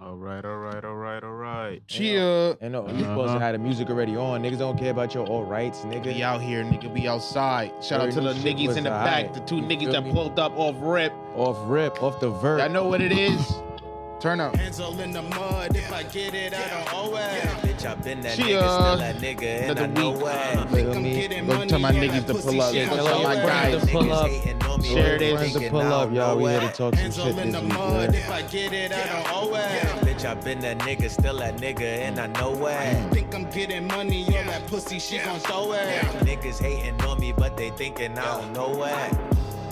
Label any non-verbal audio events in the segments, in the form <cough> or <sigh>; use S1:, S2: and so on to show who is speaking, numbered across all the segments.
S1: All right, all right, all right, all right.
S2: Cheer.
S3: And no, you supposed to
S1: Uh-huh.
S3: have the music already on. Niggas don't care about your all rights, nigga.
S2: We out here, nigga. We outside. Shout out
S3: Dirty
S2: to the
S3: shit
S2: niggas
S3: was
S2: in the
S3: aight.
S2: back. The two
S3: You
S2: niggas
S3: feel
S2: that
S3: me?
S2: pulled up off rip.
S3: Off rip, off the verb.
S2: I know what it is. Turn up.
S4: Hands all in the mud. If I get it, I don't owe it.
S5: Bitch, I been that
S2: She,
S5: nigga,
S2: uh,
S5: still that nigga, and I
S2: another
S5: know
S2: week.
S5: why.
S3: Feel
S4: I'm
S3: me?
S4: getting
S2: Go
S4: money.
S2: tell my
S4: yeah,
S2: niggas to
S4: pussy
S2: pull up.
S4: shit
S2: Tell
S4: was
S2: all my
S4: over.
S2: guys.
S5: Niggas
S6: pull up.
S5: hating on me,
S2: Share
S5: but
S2: this.
S5: they
S3: Friends to
S5: thinking
S3: pull
S5: I
S3: up,
S5: don't
S3: y'all.
S5: know
S3: We here
S5: it.
S3: to talk some
S4: Hands
S3: shit
S4: all in
S3: this
S4: the
S3: week,
S4: mud.
S3: man.
S4: If I get it, I don't owe it.
S5: Bitch, I been that nigga, still that nigga, and I know why.
S4: Think I'm getting money. All that pussy, she gon' throw it.
S5: Niggas hating on me, but they thinking I don't know why.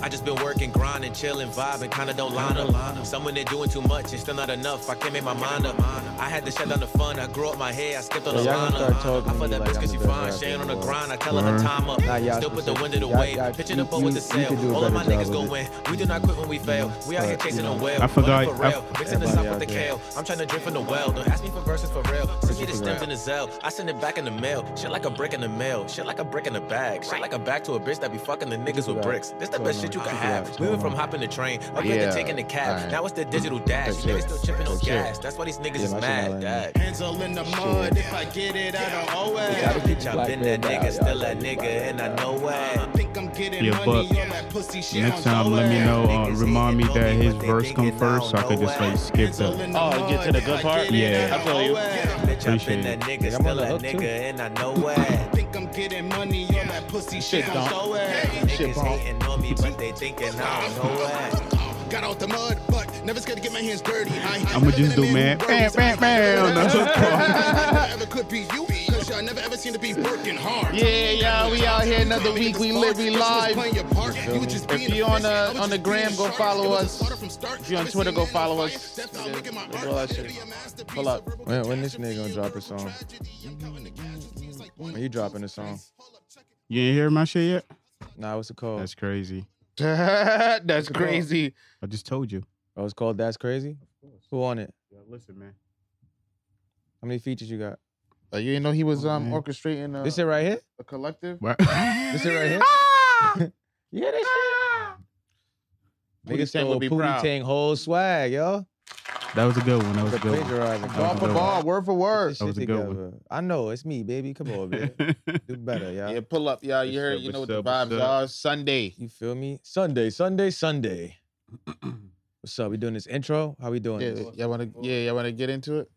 S5: I just been working, grinding, chilling, vibing, kinda don't line up. Someone they doing too much and still not enough. I can't make my mind up. I had to shut down the fun. I grew up my hair, I skipped on
S3: Yeah,
S5: the
S3: y'all
S5: line
S3: gonna
S5: up.
S3: start talking
S5: I
S3: to me
S5: fuck that
S3: like
S5: bitch
S3: I'm
S5: cause she
S3: the best
S5: fine.
S3: rapper
S5: She ain't
S3: in
S5: on
S3: the
S5: the
S3: world.
S5: grind. I tell her to time up.
S3: Nah, y'all
S5: Still put the
S3: specific.
S5: wind to the
S3: Y'all-
S5: wave.
S3: y'all-
S5: Pitching the
S3: you-
S5: boat with
S3: you-
S5: the
S3: you could do a
S5: sail. All of my
S3: better job
S5: niggas gon'
S3: with Mm-hmm.
S5: win. We do not quit when we fail. We out here
S3: But,
S5: chasing
S3: you
S5: a
S3: know.
S5: whale.
S1: I forgot-
S5: Running for real.
S1: I-
S5: Mixing the
S3: Everybody
S5: south with
S3: out
S5: the
S3: there.
S5: kale. I'm trying to drink from the well. Don't ask me for verses for real. Send me the
S3: Verses for
S5: stems
S3: real.
S5: in the Zell. I send it back in the mail. Shit like a brick in the mail. Shit like a brick in the bag. Shit like a bag to a bitch that be fucking the niggas with
S3: Right.
S5: bricks. This the
S3: Going
S5: best
S3: on.
S5: shit you can
S3: Going
S5: have.
S3: on.
S5: We went from hopping the train up here
S2: Yeah.
S5: to taking the
S2: Alright.
S5: cab. Now it's the digital dash.
S2: That's
S5: Niggas
S2: it.
S5: still chipping on
S3: That's it.
S5: gas. That's why these niggas
S3: Yeah,
S5: is
S3: my shit not
S5: mad.
S3: like
S5: Dad.
S4: Hands all in the mud. If I get it, I don't owe
S3: Gotta
S4: it.
S3: keep
S5: Bitch,
S3: the
S5: I
S3: black
S5: been
S3: man
S5: that
S3: down,
S5: nigga,
S3: y'all.
S5: still that
S3: Gotta keep
S5: nigga,
S3: the black
S5: and I
S3: man
S5: know
S3: down.
S5: why.
S4: Think I'm getting
S1: Yeah,
S4: money.
S1: but
S4: All that pussy, she
S1: Next
S4: gon'
S1: time,
S4: throw
S1: let me
S4: it.
S1: know. Uh, remind me that his verse come first. I could just like skip
S4: Hands all
S1: that.
S4: in the
S6: Oh, get to
S4: mud.
S6: the
S4: If
S6: good
S4: I
S6: part?
S4: get it,
S6: Yeah, I feel
S4: don't
S6: you.
S4: owe it.
S5: Bitch, I been
S1: Appreciate
S5: that
S1: it.
S5: nigga,
S3: I'm on
S5: still
S3: the
S5: that
S3: hook, too.
S5: nigga, and I know why.
S4: Think I'm getting money, all that pussy shit
S6: Shit, don't.
S4: gon' throw it.
S5: Niggas
S6: bro.
S5: hating on me, but they thinking I don't know why.
S4: Got out the mud, but never scared to get my hands dirty. I ain't
S1: I'ma
S4: never
S1: just
S4: been a
S1: do
S4: man
S1: man.
S4: who worries.
S1: Bam, bam, bam.
S4: Never
S1: That's what-
S4: ever could be you, cause y'all never ever seem to be working hard.
S2: Yeah, y'all, we out here another week. We live, we live. If you on the on the gram, go follow us. If you on Twitter, go follow us. Nigga, let's roll that shit. Pull up.
S3: When, when this nigga gonna drop a song? When you dropping a song?
S1: You ain't hear my shit yet?
S3: Nah, what's it
S2: Oh.
S3: called?
S1: That's crazy.
S2: <laughs> That's
S3: Good
S2: crazy.
S1: I just told you.
S3: oh, it's called That's Crazy? Who on it?
S1: listen, man.
S3: How many features you got?
S2: Uh, you didn't know he was um
S1: Mhm.
S2: orchestrating uh,
S3: This shit right here?
S2: a collective. <laughs>
S3: This shit right here?
S2: Ah!
S3: <laughs> yeah, this shit.
S2: Pootie
S3: Niggas
S2: Tang
S3: stole
S2: would be
S3: Pootie
S2: proud.
S3: Tang whole swag, yo.
S1: That was a good one. That was
S3: The
S1: a good one.
S3: plagiarizing.
S1: That
S2: Bar
S1: was a
S2: for
S1: good
S2: bar, word for
S3: Get
S2: word.
S3: this
S1: That was
S3: shit
S1: a good one.
S3: together. I know, it's me, baby. Come
S1: <laughs>
S3: on, man. Do better, y'all.
S2: Yeah, pull up, y'all. You
S1: What's
S2: heard,
S1: up,
S2: you know
S1: what's
S2: what the
S1: up, what's
S2: vibes
S1: up?
S2: are. Sunday.
S3: You feel me? Sunday,
S2: <clears throat>
S3: Sunday, Sunday. What's up? We doing this intro? How we doing
S2: Yeah,
S3: this?
S2: y'all wanna, yeah, y'all wanna get into it?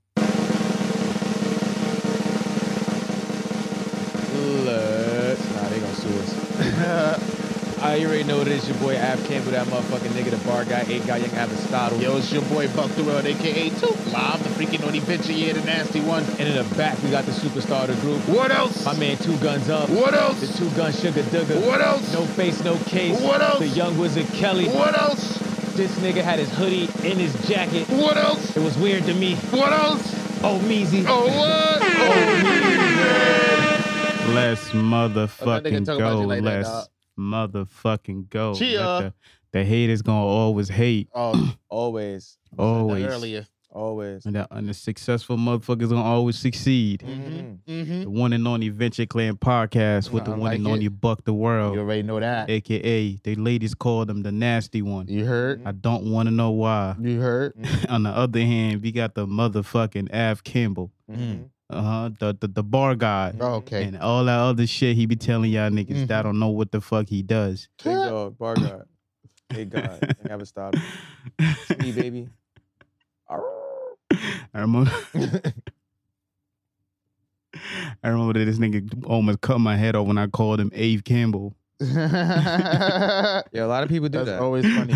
S3: Let's. Nah, they gonna sue us. <laughs> I already know it is your boy Ab Campbell, that motherfucking nigga, the bar guy, eight guy, young Aristotle.
S2: Yo, it's your boy Buck the World, aka Two Live, the freaking naughty bitch. Yeah, the nasty one.
S3: And in the back, we got the superstar of the group.
S2: What else?
S3: My man, Two Guns Up.
S2: What
S3: The
S2: else?
S3: Two Gun Sugar Dugger.
S2: What else?
S3: No face, no case.
S2: What else?
S3: The Young Wizard Kelly.
S2: What else?
S3: This nigga had his hoodie in his jacket.
S2: What else?
S3: It was weird to me.
S2: What else?
S3: Oh, Meezy.
S2: Oh, what? Oh,
S1: <laughs> Let's motherfucking
S2: talk about
S1: go.
S2: you like that,
S1: Let's
S2: dog.
S1: motherfucking go. Let
S2: Cheer.
S1: The, the haters gonna always hate.
S2: oh
S3: Always,
S1: Always.
S2: earlier. <laughs>
S3: always.
S1: And the, and the successful motherfuckers gonna always succeed.
S3: Mhm.
S2: Mm-hmm.
S1: The one and only Venture Clan podcast with the
S2: I
S1: one
S2: like
S1: and
S2: it.
S1: only Buck the
S2: You
S1: World,
S2: already know that.
S1: aka they ladies call them the nasty one.
S2: You heard?
S1: I don't want to know why. <laughs>
S2: You heard?
S1: On the other hand, we got the motherfucking Av Kimball,
S3: Mhm.
S1: uh huh, the, the the bar guy,
S2: Oh, okay.
S1: and all that other shit he be telling y'all niggas
S2: Mhm.
S1: that I don't know what the fuck he does.
S3: Big dog, bar god, big god, young Aristotle. Me, baby. Arr.
S1: I remember. <laughs> I remember that this nigga almost cut my head off when I called him Ave Campbell.
S2: That's
S3: Yeah, a lot of people do that.
S2: always
S3: <laughs>
S2: funny.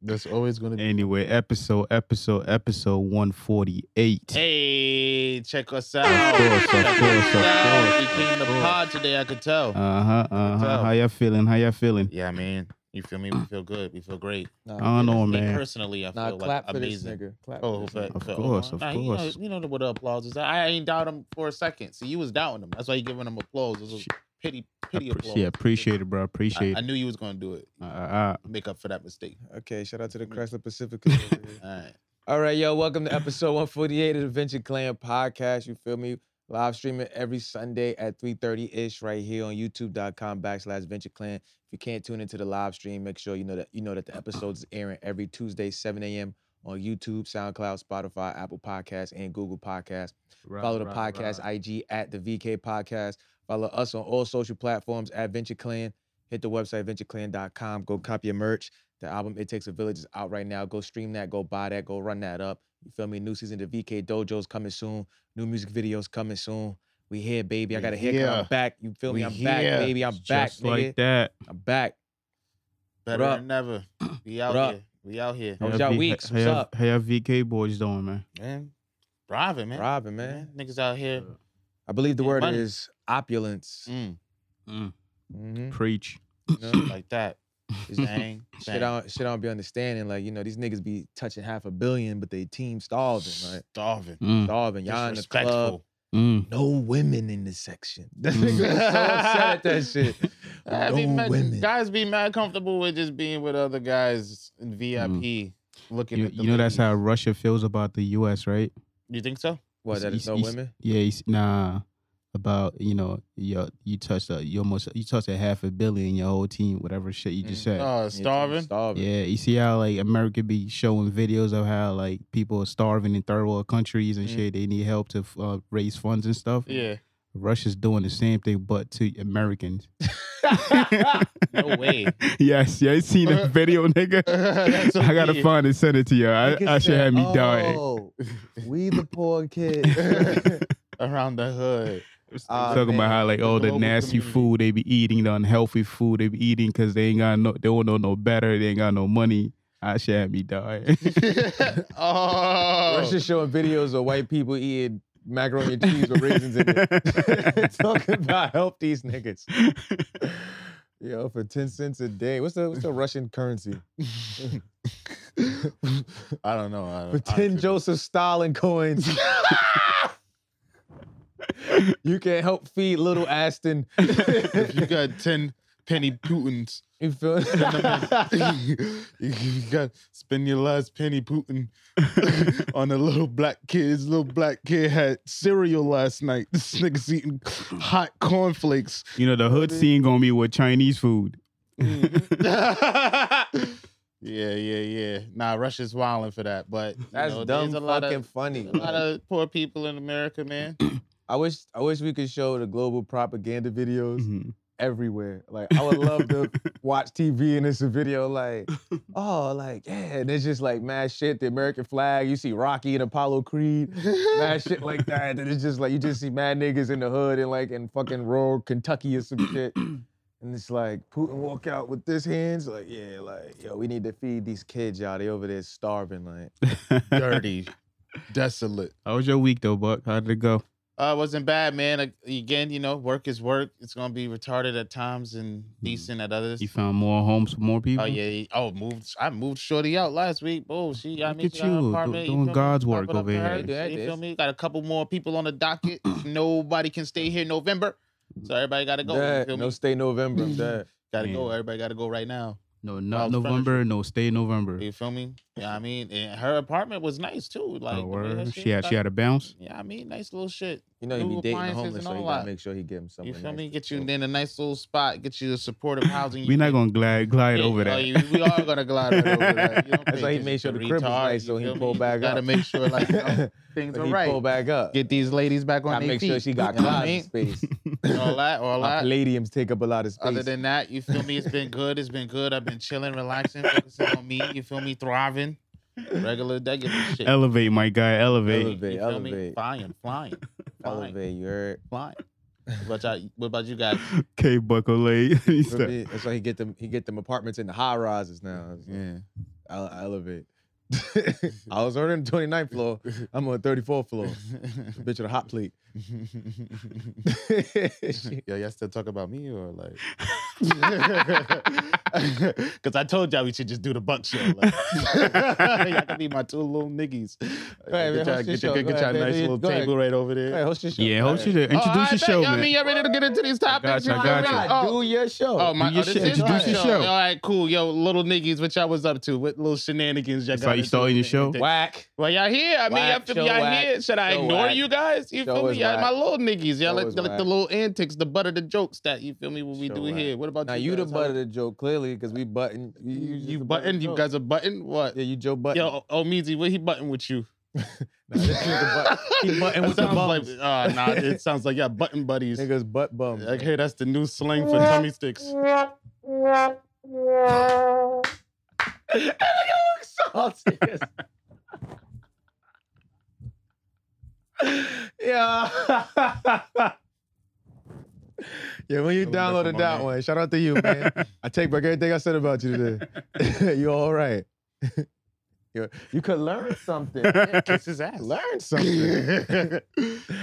S2: That's always gonna be.
S1: anyway, episode, episode, episode 148.
S2: Hey, check us out.
S1: Of course, of
S2: Check
S1: course,
S2: us
S1: of
S2: out.
S1: course,
S2: He came to
S1: of course.
S2: pod today. I could tell.
S1: Uh huh. Uh huh.
S2: tell.
S1: How y'all feeling? How y'all feeling?
S2: Yeah, man. You feel me? We feel good. We feel great.
S3: Nah,
S1: I don't know,
S2: Me
S1: Oh, man.
S2: personally, I
S3: Nah,
S2: feel
S3: clap
S2: like
S3: for
S2: amazing.
S3: this nigga. Clap.
S2: Oh,
S3: for this
S2: for-
S3: nigga.
S1: Of
S2: for-
S1: course, of
S2: Nah, you know-
S1: course.
S2: You know, what the applause is. I ain't doubt him for a second. See, you was doubting him. That's why you giving him applause. This was
S1: Shit.
S2: pity,
S1: I
S2: pity
S1: appre-
S2: applause.
S1: yeah, appreciate it, bro.
S2: I,
S1: Appreciate
S2: I
S1: it.
S2: knew you was gonna do it.
S1: Uh, uh,
S2: Make up for that mistake.
S3: Okay, shout out to the Chrysler Pacifica. over here.
S2: All right.
S3: All right, yo, welcome to episode 148 of the Venture Clan podcast. You feel me? Live streaming every Sunday at 3:30 ish right here on YouTube.com backslash Venture Clan. If you can't tune into the live stream, make sure you know that you know that the episodes is airing every Tuesday 7 a.m. on YouTube, SoundCloud, Spotify, Apple Podcasts, and Google Podcasts.
S1: Rock,
S3: Follow the
S1: rock,
S3: podcast
S1: rock.
S3: IG at the VK Podcast. Follow us on all social platforms at Venture Clan. Hit the website ventureclan.com. Go copy your merch. The album It Takes a Village is out right now. Go stream that. Go buy that. Go run that up. You feel me? New season of VK Dojo's coming soon. New music videos coming soon. We here, baby. I
S2: We
S3: got a haircut. I'm
S2: here.
S3: back. You feel me?
S2: We
S3: I'm back,
S2: here.
S3: baby. I'm
S1: Just
S3: back, nigga.
S1: like that.
S3: I'm back.
S2: Better
S3: What up?
S2: than
S1: <clears throat>
S2: never. We
S3: What up?
S2: out here. We out here.
S3: How was
S1: Hey,
S3: y'all
S1: V-
S3: weeks?
S1: hey,
S3: What's
S1: hey,
S3: up?
S1: Hey, how VK boys doing, man?
S2: Man. Thriving, man.
S3: Robin, man.
S2: Niggas out here.
S3: I believe the
S2: Yeah,
S3: word
S2: money.
S3: is opulence.
S2: Mm,
S1: Mm.
S3: Mhm.
S1: Preach. <clears throat>
S3: You know?
S2: <coughs> like that. Bang,
S3: Shit, I don't, shit, I don't be understanding. Like, you know, these niggas be touching half a billion, but they team starving, right?
S2: Starving.
S1: Mm.
S3: Starving. Y'all in the club.
S2: Disrespectful.
S1: Mm.
S3: No women in this section. <laughs> That
S1: Mm.
S3: nigga was so upset at
S1: <laughs>
S3: that shit.
S2: I be
S3: No
S2: mad-
S3: women.
S2: guys be mad comfortable with just being with other guys in VIP looking
S1: Mm. You,
S2: at the
S1: you know that's how
S2: ladies.
S1: Russia feels about the U.S., right?
S2: you think so?
S3: What, that is
S1: He's-
S3: no
S1: he's-
S3: women?
S1: Yeah, he's, nah. About you know, you you touched a, you almost you touched a half a billion your whole team, whatever shit you just
S3: Mm.
S1: said.
S2: Oh,
S3: Yeah, team
S2: starving.
S3: Starving.
S1: Yeah, you see how like America be showing videos of how like people are starving in third world countries and
S3: Mm.
S2: Mhm.
S1: shit. They need help to f- uh, raise funds and stuff.
S2: Yeah.
S1: Russia's doing the same thing, but to
S3: <laughs>
S1: Americans.
S2: No way.
S1: <laughs> yes, yeah, I seen
S3: Uh,
S1: the video,
S3: <laughs>
S1: nigga.
S2: <laughs>
S1: <laughs>
S2: That's
S1: I gotta
S2: weird.
S1: find it, send it to you. I,
S3: Niggas
S1: I should have
S3: said,
S1: me dying.
S3: "Oh, we the
S1: <laughs>
S3: poor kids.
S2: around the hood.
S3: Ah,
S1: Talking
S3: man.
S1: about how like all the
S2: Global
S1: nasty
S2: community.
S1: food they be eating, the unhealthy food they be eating because they ain't got no, they don't know no better, they ain't got no money. I should have me dying.
S2: oh,
S3: Russia showing videos of white people eating macaroni and cheese with raisins in
S1: <laughs>
S3: it. <laughs> Talking about help these niggas. Yo, for 10 cents a day. What's the what's the Russian currency?
S2: I don't know. I don't,
S3: For 10 Joseph
S2: <laughs>
S3: Stalin coins. you can help feed
S2: <laughs>
S3: little Aston.
S2: If you got ten penny Putins,
S3: You feel
S2: spend them in- <laughs> you, you got spend your last penny Putin <laughs> on a little black kid. This little black kid had cereal last night. <laughs> This nigga's eating hot cornflakes.
S1: <laughs>
S2: <laughs>
S1: you know the hood scene gonna be with Chinese food.
S2: yeah, yeah, yeah. Nah, Russia's wilding for that, but you
S3: That's
S2: know,
S3: dumb
S2: there's a lot
S3: fucking
S2: of
S3: funny.
S2: a
S3: <laughs>
S2: lot of poor people in America, man.
S3: I wish I wish we could show the global propaganda
S1: <laughs>
S3: videos.
S1: Mhm.
S3: everywhere. Like I would love
S2: <laughs>
S3: to watch TV and it's a video like, oh, like yeah, and it's just like mad shit. The American flag, you see Rocky and Apollo Creed, mad shit
S2: <laughs>
S3: like that. And it's just like you just see mad niggas in the hood and like in fucking rural Kentucky or some shit.
S2: <clears throat>
S3: And it's like Putin walk out with this hands, like yeah, like yo, we need to feed these kids, y'all. They over there starving, like
S2: <laughs> Dirty, desolate.
S1: How was your week though, Buck? How did it go?
S2: Uh, it wasn't bad, man. Ag- Again, you know, work is work. It's gonna be retarded at times and decent at others.
S1: Hmm. You found more homes for more people.
S2: Oh yeah. he- Oh, moved. I moved Shorty out last week. Oh, she
S1: Look
S2: got me
S1: at
S2: to her
S1: you, do-
S2: apartment. you
S1: doing
S2: feel me?
S1: God's
S2: Pop
S1: work
S2: it up
S1: over
S2: to
S1: here.
S2: her,
S3: Yeah,
S2: You
S3: it
S2: feel
S3: is.
S2: me? Got a couple more people on the
S1: <clears throat>
S2: docket. Nobody can stay here in November, so everybody got to go. you
S3: Dad,
S2: feel me?
S3: no stay November,
S2: <laughs>
S3: I'm dead.
S2: got to
S1: man.
S2: go. Everybody got to go right now.
S1: No, not
S2: House
S1: November.
S2: furniture.
S1: No, stay November.
S2: You feel me? Yeah, I mean, and her apartment was nice too. Like,
S1: Oh,
S2: the way
S1: word.
S2: her
S1: She
S2: shit
S1: had she
S2: got-
S1: had a bounce.
S2: Yeah, I mean, nice little shit.
S3: You know you
S2: New
S3: be dating the
S2: appliances and
S3: homeless, so you
S2: all
S3: gotta
S2: that.
S3: make sure he get him something.
S2: You feel
S3: nice
S2: me?
S3: to
S2: Get you
S3: cook.
S2: in a nice little spot. Get you the
S3: <laughs>
S2: supportive housing.
S1: We're
S2: you
S1: not
S2: need.
S1: gonna glide glide
S2: Yeah,
S1: over
S2: oh,
S1: that.
S2: you- we
S1: <laughs>
S2: are gonna glide right over that. You don't
S3: <laughs> That's
S2: pay
S3: why he
S2: attention
S3: made sure
S2: to
S3: the crib was
S2: retard,
S3: nice,
S2: you
S3: so he
S2: feel me?
S3: pulled
S2: You
S3: back
S2: Gotta
S3: up.
S2: make sure
S3: <laughs>
S2: like you know, things
S3: But
S2: are
S3: he
S2: right.
S3: pull back up.
S2: Get these ladies back on
S3: Gotta
S2: their
S3: make
S2: feet.
S3: sure she got
S2: you know what I <laughs>
S3: closet space.
S2: mean? all that, all
S3: <laughs> Our
S2: that.
S3: palladiums take up a lot of space.
S2: Other than that, you feel me? It's been good. It's been good. I've been chilling, relaxing, focusing on me. You feel me? Thriving, regular, regular shit.
S1: Elevate, my guy. Elevate.
S3: Elevate.
S2: you feel me?
S3: elevate.
S2: Flying, flying, flying,
S3: elevate, you heard.
S2: flying. What about, y'all- what about you guys?
S1: K Buckle <laughs> He
S3: Feel
S1: said,
S3: me? That's why he get them. He get them apartments in the high rises now.
S2: Yeah.
S3: I'll elevate. <laughs> I was already on the 29th floor. I'm on the
S2: <laughs>
S3: 34th floor. Bitch with a hot plate.
S2: Yo, y'all still talk about me or like? <laughs> Because I told y'all we should just do the buck show. Like.
S3: <laughs>
S2: y'all can be my two little niggas.
S3: ahead,
S2: get y'all,
S3: host your
S2: get y'all,
S3: show.
S2: get
S3: Go
S2: y'all
S3: ahead,
S2: nice
S3: baby.
S2: little
S3: Go ahead.
S2: table right over there.
S3: Hey, host your show.
S1: Yeah, host your
S3: Hey.
S1: show. Introduce your show,
S2: I
S1: man.
S2: mean, y'all ready to get into these
S1: got
S2: topics?
S1: you, I
S2: You
S1: got
S2: know
S1: you.
S2: what
S3: God,
S2: mean? Oh,
S3: do your show.
S2: Oh
S1: Do
S2: my!
S1: your
S2: oh, this
S1: shit.
S2: is my
S1: Introduce your show.
S2: All right, cool. Yo, little niggas, what y'all was up to? What little shenanigans y'all
S1: It's
S2: got
S1: Somebody stole your show?
S3: Whack.
S2: Well, y'all here. I mean, y'all,
S3: Whack,
S2: feel
S3: show
S2: y'all
S3: whack,
S2: here. Should I
S3: show
S2: ignore
S3: whack.
S2: you guys? You
S3: Show
S2: feel me?
S3: is
S2: Y'all
S3: whack.
S2: my little niggas.
S3: Show
S2: Y'all like,
S3: is
S2: like the
S3: whack.
S2: little antics, the butt of the jokes that you feel me? What we
S3: Show
S2: do
S3: whack.
S2: here. What about
S3: Now
S2: you?
S3: you the
S2: guys?
S3: butt of the joke clearly because we button. You,
S2: You,
S3: just
S2: you
S3: the butt of the
S2: button. You
S3: joke.
S2: guys are button. What?
S3: Yeah, you Joe button. <laughs>
S2: Yo, oh, Meezy, what he button with you?
S3: Nah, this nigga <laughs> butt, he button
S2: That
S3: with the
S2: sounds
S3: bums.
S2: Like, uh, nah,
S1: <laughs>
S2: it sounds like y'all button buddies.
S3: Niggas butt bums. <laughs>
S2: Like, hey, that's the new slang for tummy sticks.
S3: salty. <laughs> yeah. <laughs> yeah, when you
S2: Feeling different,
S3: downloaded
S2: my
S3: that
S2: man.
S3: one, shout out to you, man. <laughs> I take back everything I said about you today. <laughs> you all right. You- you could learn <laughs> something. man.
S2: Kiss his ass.
S3: learn something. <laughs>
S2: Kiss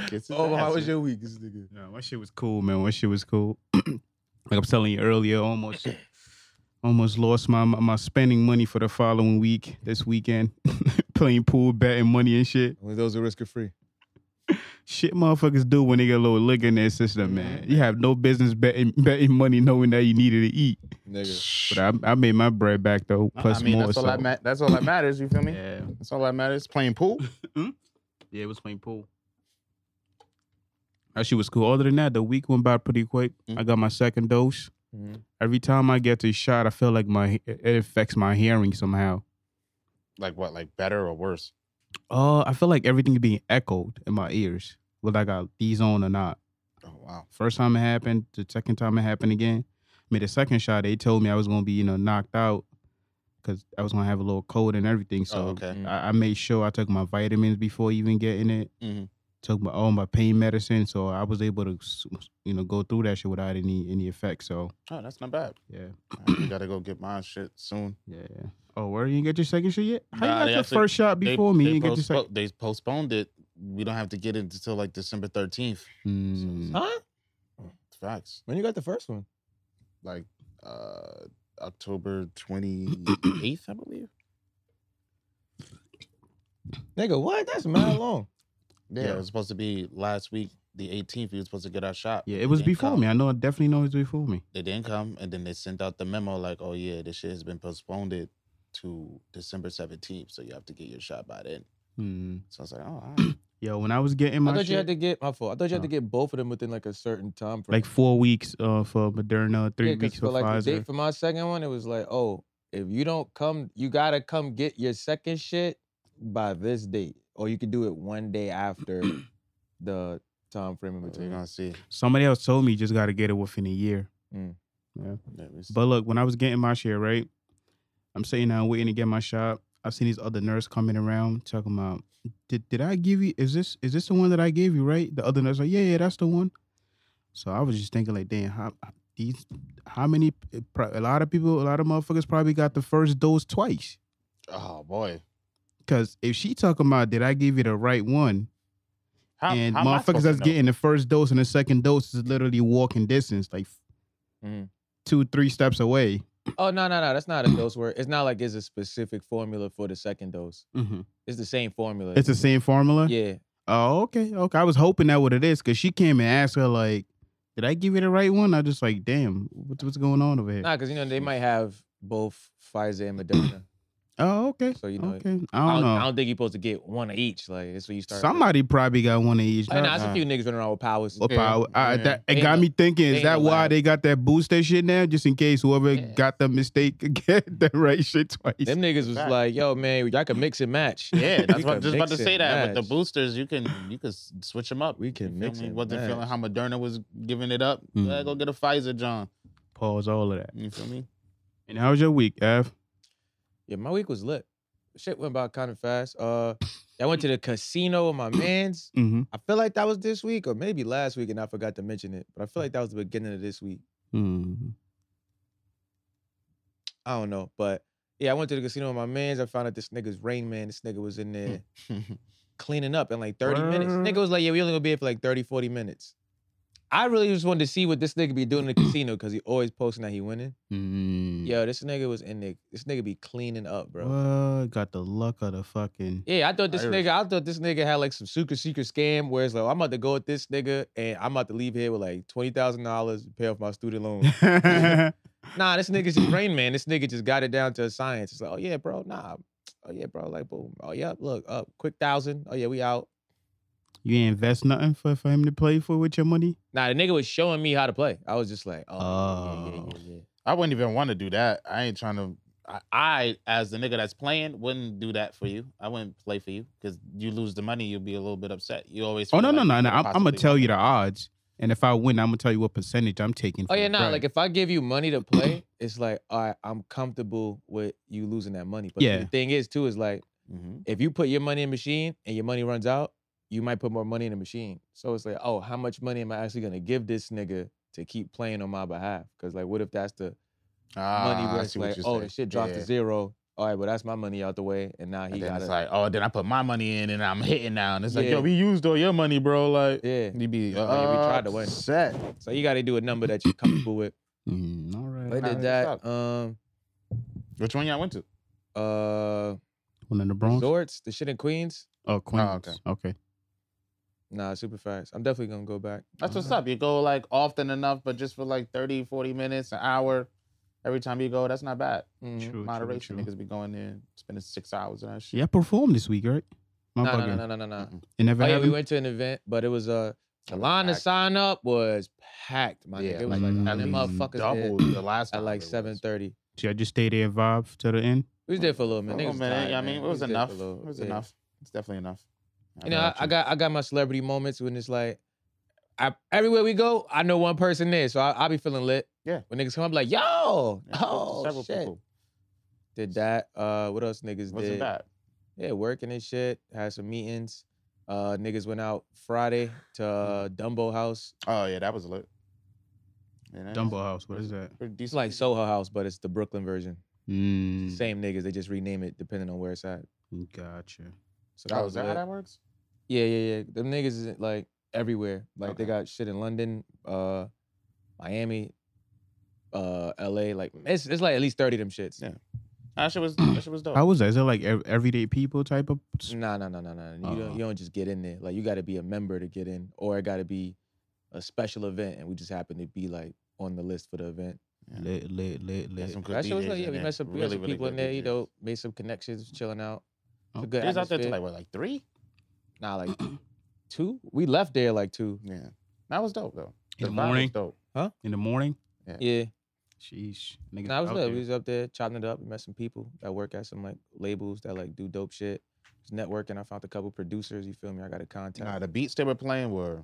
S2: his
S3: oh,
S2: ass.
S3: how was your week, this nigga?
S1: No, my shit was cool, man. My shit was cool. <clears throat> like I was telling you earlier, almost almost lost my my spending money for the following week this weekend. <laughs> Playing pool, betting money and shit.
S3: Only those who risk are free.
S1: Shit motherfuckers do when they get a little liquor in their system, man. You have no business betting betting money knowing that you needed to eat.
S3: Nigga.
S1: But I, I made my bread back though, plus
S2: I mean,
S1: more.
S2: that's all,
S1: so-
S2: that ma- that's all that matters. You feel me?
S1: yeah.
S2: That's all that matters. Playing pool.
S1: Yeah, it was playing pool. That shit was cool. Other than that, the week went by pretty quick.
S2: Mm-hmm.
S1: I got my second dose.
S3: Mhm.
S1: Every time I get this shot, I feel like my it affects my hearing somehow.
S2: like what? Like better or worse?
S1: Uh, I feel like everything being echoed in my ears, whether I got these on or not.
S2: Oh wow.
S1: First time it happened, the second time it happened again. I mean, the second shot, they told me I was gonna be you know knocked out because I was gonna have a little cold and everything. So
S2: oh, okay.
S1: I, I made sure I took my vitamins before even getting it.
S2: Mhm.
S1: Took my all my pain medicine, so I was able to, s- you know, go through that shit without any any effect. So
S2: Oh, that's not bad.
S1: yeah,
S2: I gotta go get my shit soon.
S1: yeah. Oh, where you didn't get your second shot yet? How
S2: Nah,
S1: you got
S2: they
S1: your
S2: actually-
S1: first shot
S2: They-
S1: before me?
S2: They,
S1: You didn't get your
S2: postpo-
S1: second.
S2: they postponed it. We don't have to get it until like December thirteenth.
S1: Mm.
S3: Huh?
S2: Facts.
S3: When you got the first one?
S2: Like uh October twenty eighth, I believe.
S3: Nigga, what?
S2: <clears throat>
S3: That's mad long.
S2: Yeah,
S1: Yeah.
S2: it was supposed to be last week, the 18th. We were supposed to get our shot.
S1: Yeah,
S2: but
S1: it
S2: they
S1: was
S2: didn't
S1: before
S2: come.
S1: me. I know. I definitely know it was before me.
S2: They didn't come, and then they sent out the memo like, "Oh yeah, this shit has been postponed it to December 17th, so you have to get your shot by then."
S1: Mm.
S2: So I was like, "Oh, all right.
S1: Yo, when I was getting
S3: I
S1: my
S3: thought you had
S1: shit,
S3: to get my fault. I thought you had
S1: No.
S3: to get both of them within like a certain time frame.
S1: like four weeks uh, for Moderna, three
S3: Yeah, 'cause
S1: weeks for,
S3: like
S1: Pfizer.
S3: the date for my second one, it was like, oh, if you don't come, you gotta come get your second shit by this date, or you could do it one day after the time frame in
S2: Well, we're
S3: between.
S2: gonna see."
S1: Somebody else told me you just got to get it within a year.
S2: Yeah, we see.
S1: But look, when I was getting my shit, right? I'm sitting there waiting to get my shot. I've seen these other nurse coming around talking about, did, did I give you, is this is this the one that I gave you, right? The other nurse like, yeah, yeah, that's the one. So I was just thinking like, damn, how these, how many, eh, a lot of people, a lot of motherfuckers probably got the first dose twice.
S2: oh boy,
S1: Cause if she talking about, did I give you the right one?
S2: how,
S1: and
S2: how am I
S1: motherfuckers
S2: supposed to
S1: that's
S2: know?
S1: getting the first dose and the second dose is literally walking distance, like
S2: Mm.
S3: Mhm.
S1: two, three steps away.
S3: Oh no, no, no, that's not a dose where it's not like it's a specific formula for the second dose. It's the same formula.
S1: It's the same formula.
S3: Mm-hmm. yeah.
S1: Oh, okay, okay. I was hoping that what it is because she came and asked her like, "Did I give you the right one?" I just like, damn, what's what's going on over here?
S3: Nah, because you know they might have both Pfizer and Moderna.
S1: oh, okay.
S3: So, you know,
S1: okay. I don't
S3: I,
S1: know.
S3: don't think you're supposed to get one of each. Like that's what you start. with.
S1: Somebody probably got one of each.
S3: I know
S1: not-
S3: it's
S2: Uh-uh.
S3: a few niggas running around with powers.
S1: or power. I-
S2: yeah.
S1: that- it
S3: They
S1: got
S3: ain't-
S1: me thinking.
S3: they
S1: Is
S3: ain't
S1: that why
S3: allowed.
S1: they got that booster shit now? Just in case whoever
S3: Yeah.
S1: got the mistake <laughs> get the right shit twice.
S3: <laughs> Them niggas was
S2: Fact.
S3: like, yo, man, y'all can mix and match. <laughs>
S2: Yeah,
S3: We
S2: that's what
S3: can
S2: just about to
S3: mix
S2: say.
S3: and
S2: That with
S3: match.
S2: the boosters, you can you can s- switch them up.
S3: We can
S2: You feel
S3: mix
S2: me?
S3: and
S2: Wasn't feeling
S3: match. Hmm.
S2: how Moderna was giving it up.
S1: Mm.
S2: Yeah, go get a Pfizer, John.
S1: Pause all of that.
S2: You feel me?
S1: And how's your week, F?
S3: Yeah, my week was lit. Shit went by kind of fast. Uh, I went to the casino with my man's.
S1: Mm-hmm.
S3: I feel like that was this week or maybe last week, and I forgot to mention it. But I feel like that was the beginning of this week. I don't know, but yeah, I went to the casino with my man's. I found out this nigga's Rain Man. This nigga was
S1: <laughs>
S3: in there cleaning up in like 30 minutes.
S1: Mm-hmm. Word.
S3: Nigga was like, yeah, we only gonna be here for like 30, 40 minutes. I really just wanted to see what this nigga be doing
S1: <clears throat>
S3: in the casino because he always posting that he winning.
S1: Mm-hmm.
S3: Yo, this nigga was in there. This nigga be cleaning up, bro.
S1: Mm. What? Got the luck of the fucking.
S3: Yeah, I thought this
S2: Irish.
S3: nigga, I thought this nigga had like some super secret scam where it's like, I'm about to go with this nigga and I'm about to leave here with like twenty thousand dollars to pay off my student loan.
S1: <laughs>
S3: nah, this nigga's just brain man. This nigga just got it down to a science. It's like, oh yeah, bro, nah. Oh yeah, bro. Like boom. Oh yeah, look up. Quick thousand. Oh yeah, we out.
S1: You ain't invest nothing for, for him to play for with your money.
S3: Nah, the nigga was showing me how to play. I was just like, oh, yeah, yeah,
S1: Oh.
S3: yeah, yeah.
S2: I wouldn't even want to do that. I ain't trying to. I, I, as the nigga that's playing, wouldn't do that for you. I wouldn't play for you because you lose the money, you'll be a little bit upset. You always.
S1: Oh
S2: feel
S1: no no
S2: like
S1: no
S2: you
S1: no!
S2: could
S1: I'm, I'm gonna
S2: possibly
S1: tell
S2: win.
S1: you the odds, and if I win, I'm gonna tell you what percentage I'm taking.
S3: Oh
S1: for
S3: yeah,
S1: the
S3: nah.
S1: prize.
S3: Like if I give you money to play, it's like, all right, I'm comfortable with you losing that money. But
S1: Yeah.
S3: the thing is, too, is like
S2: Mhm.
S3: if you put your money in the machine and your money runs out, you might put more money in the machine. So it's like, oh, how much money am I actually gonna give this nigga to keep playing on my behalf? Because like, what if that's the money
S2: Ah, I
S3: where it's
S2: see what
S3: like,
S2: you're
S3: oh,
S2: saying.
S3: the shit dropped
S2: Yeah.
S3: to zero. All right, well, that's my money out the way, and now he
S2: And then
S3: got
S2: it's
S3: it.
S2: like, oh, then I put my money in and I'm <laughs> hitting now. And it's like,
S3: Yeah.
S2: yo, we used all your money, bro. Like,
S3: yeah.
S2: you be uh,
S3: yeah, we tried to win.
S2: upset.
S3: So you got to do a number that you're comfortable with.
S1: Mm, all right.
S3: I
S2: Nah,
S3: did
S2: it's
S3: that.
S2: up.
S3: Um,
S2: Which one y'all went to?
S3: uh,
S1: One in the Bronx.
S3: resorts, the shit in Queens.
S1: Oh, Queens. okay.
S2: okay.
S3: Nah, super fast. I'm definitely gonna go back.
S2: That's what's up. You go like often enough, but just for like 30, 40 minutes, an hour. Every time you go, that's not bad.
S3: Mhm.
S1: True,
S2: Moderation.
S1: True, true.
S2: Niggas be going there, spending six hours and that shit.
S1: Yeah, I performed this week, right? My
S3: No,
S1: bugging.
S3: no, no, no, no, no, no.
S2: Mm-mm.
S1: It never
S3: Oh yeah,
S1: happened.
S3: we went to an event, but it was uh, the
S2: was
S3: line to
S2: packed.
S3: sign up was packed. My
S2: Yeah,
S3: nigga, it was
S1: like,
S3: like,
S1: at
S3: like
S1: least
S3: them motherfuckers
S2: Double
S3: there
S2: the last
S3: at
S2: time
S3: like
S2: it was.
S3: seven thirty.
S1: Should I just stay there and vibe to the end?
S3: We was there for a little
S2: For a
S3: minute.
S2: little
S3: Niggas was
S2: minute,
S3: tired,
S2: yeah, I
S3: man.
S2: mean, it
S3: We
S2: was,
S3: there for a
S2: enough.
S3: little-
S2: It was
S3: yeah.
S2: enough. It's definitely enough.
S3: You know, I, I got I got my celebrity moments when it's like, I, everywhere we go, I know one person there, so I, I be feeling lit.
S2: Yeah.
S3: When niggas come, I'm like, yo,
S2: Yeah, I spoke to
S3: oh shit. Did that? Uh, what else niggas
S2: Wasn't
S3: did?
S2: bad.
S3: Yeah, working and shit. Had some meetings. Uh, niggas went out Friday to
S2: Mm.
S3: uh, Dumbo House.
S2: Oh yeah, that was lit. Yeah, that-
S1: Dumbo House. What is that?
S2: pretty
S3: It's
S2: decent.
S3: like Soho House, but it's the Brooklyn version.
S1: Mm,
S3: Same niggas, they just rename it depending on where it's at.
S1: Gotcha.
S3: So that
S2: Oh,
S3: was
S2: is that how
S3: lit.
S2: that works?
S3: Yeah, yeah, yeah. Them niggas is like everywhere. Like they
S2: Okay.
S3: got shit in London, uh, Miami, uh, LA. Like it's it's like at least thirty of them shits.
S2: Yeah. That <clears throat> shit was that shit was dope.
S1: How was that? Is it like ev- everyday people type of?
S2: Mm,
S1: s-
S3: Nah, nah, nah, nah, nah. You
S1: Uh-uh.
S2: Uh-huh.
S3: don't you don't just get in there. Like you got to be a member to get in, or it got to be a special event, and we just happen to be like on the list for the event.
S1: Lit, lit, lit,
S2: Got
S1: lit.
S2: some good
S3: That shit was
S2: DJs
S3: like, yeah,
S2: in
S3: we
S2: there.
S3: met some, we had some people
S2: good
S3: in there, you
S2: DJs.
S3: know, made some connections, chilling out. It's a
S1: Oh,
S3: good
S2: They was out there till
S3: atmosphere.
S2: like what, like three?
S3: Nah, like two. We left there like two.
S2: Yeah, that was dope though.
S1: In the
S2: vibe was
S1: morning?
S2: dope.
S1: In the morning.
S3: Yeah.
S1: Sheesh. Niggas
S3: Nah, it was
S1: out
S3: lit.
S1: there. <laughs>
S3: We was up there chopping it up. We met some people that work at some like labels that like do dope shit. Just networking. I found a couple producers. You feel me? I got a contact.
S2: Nah, the beats they were playing were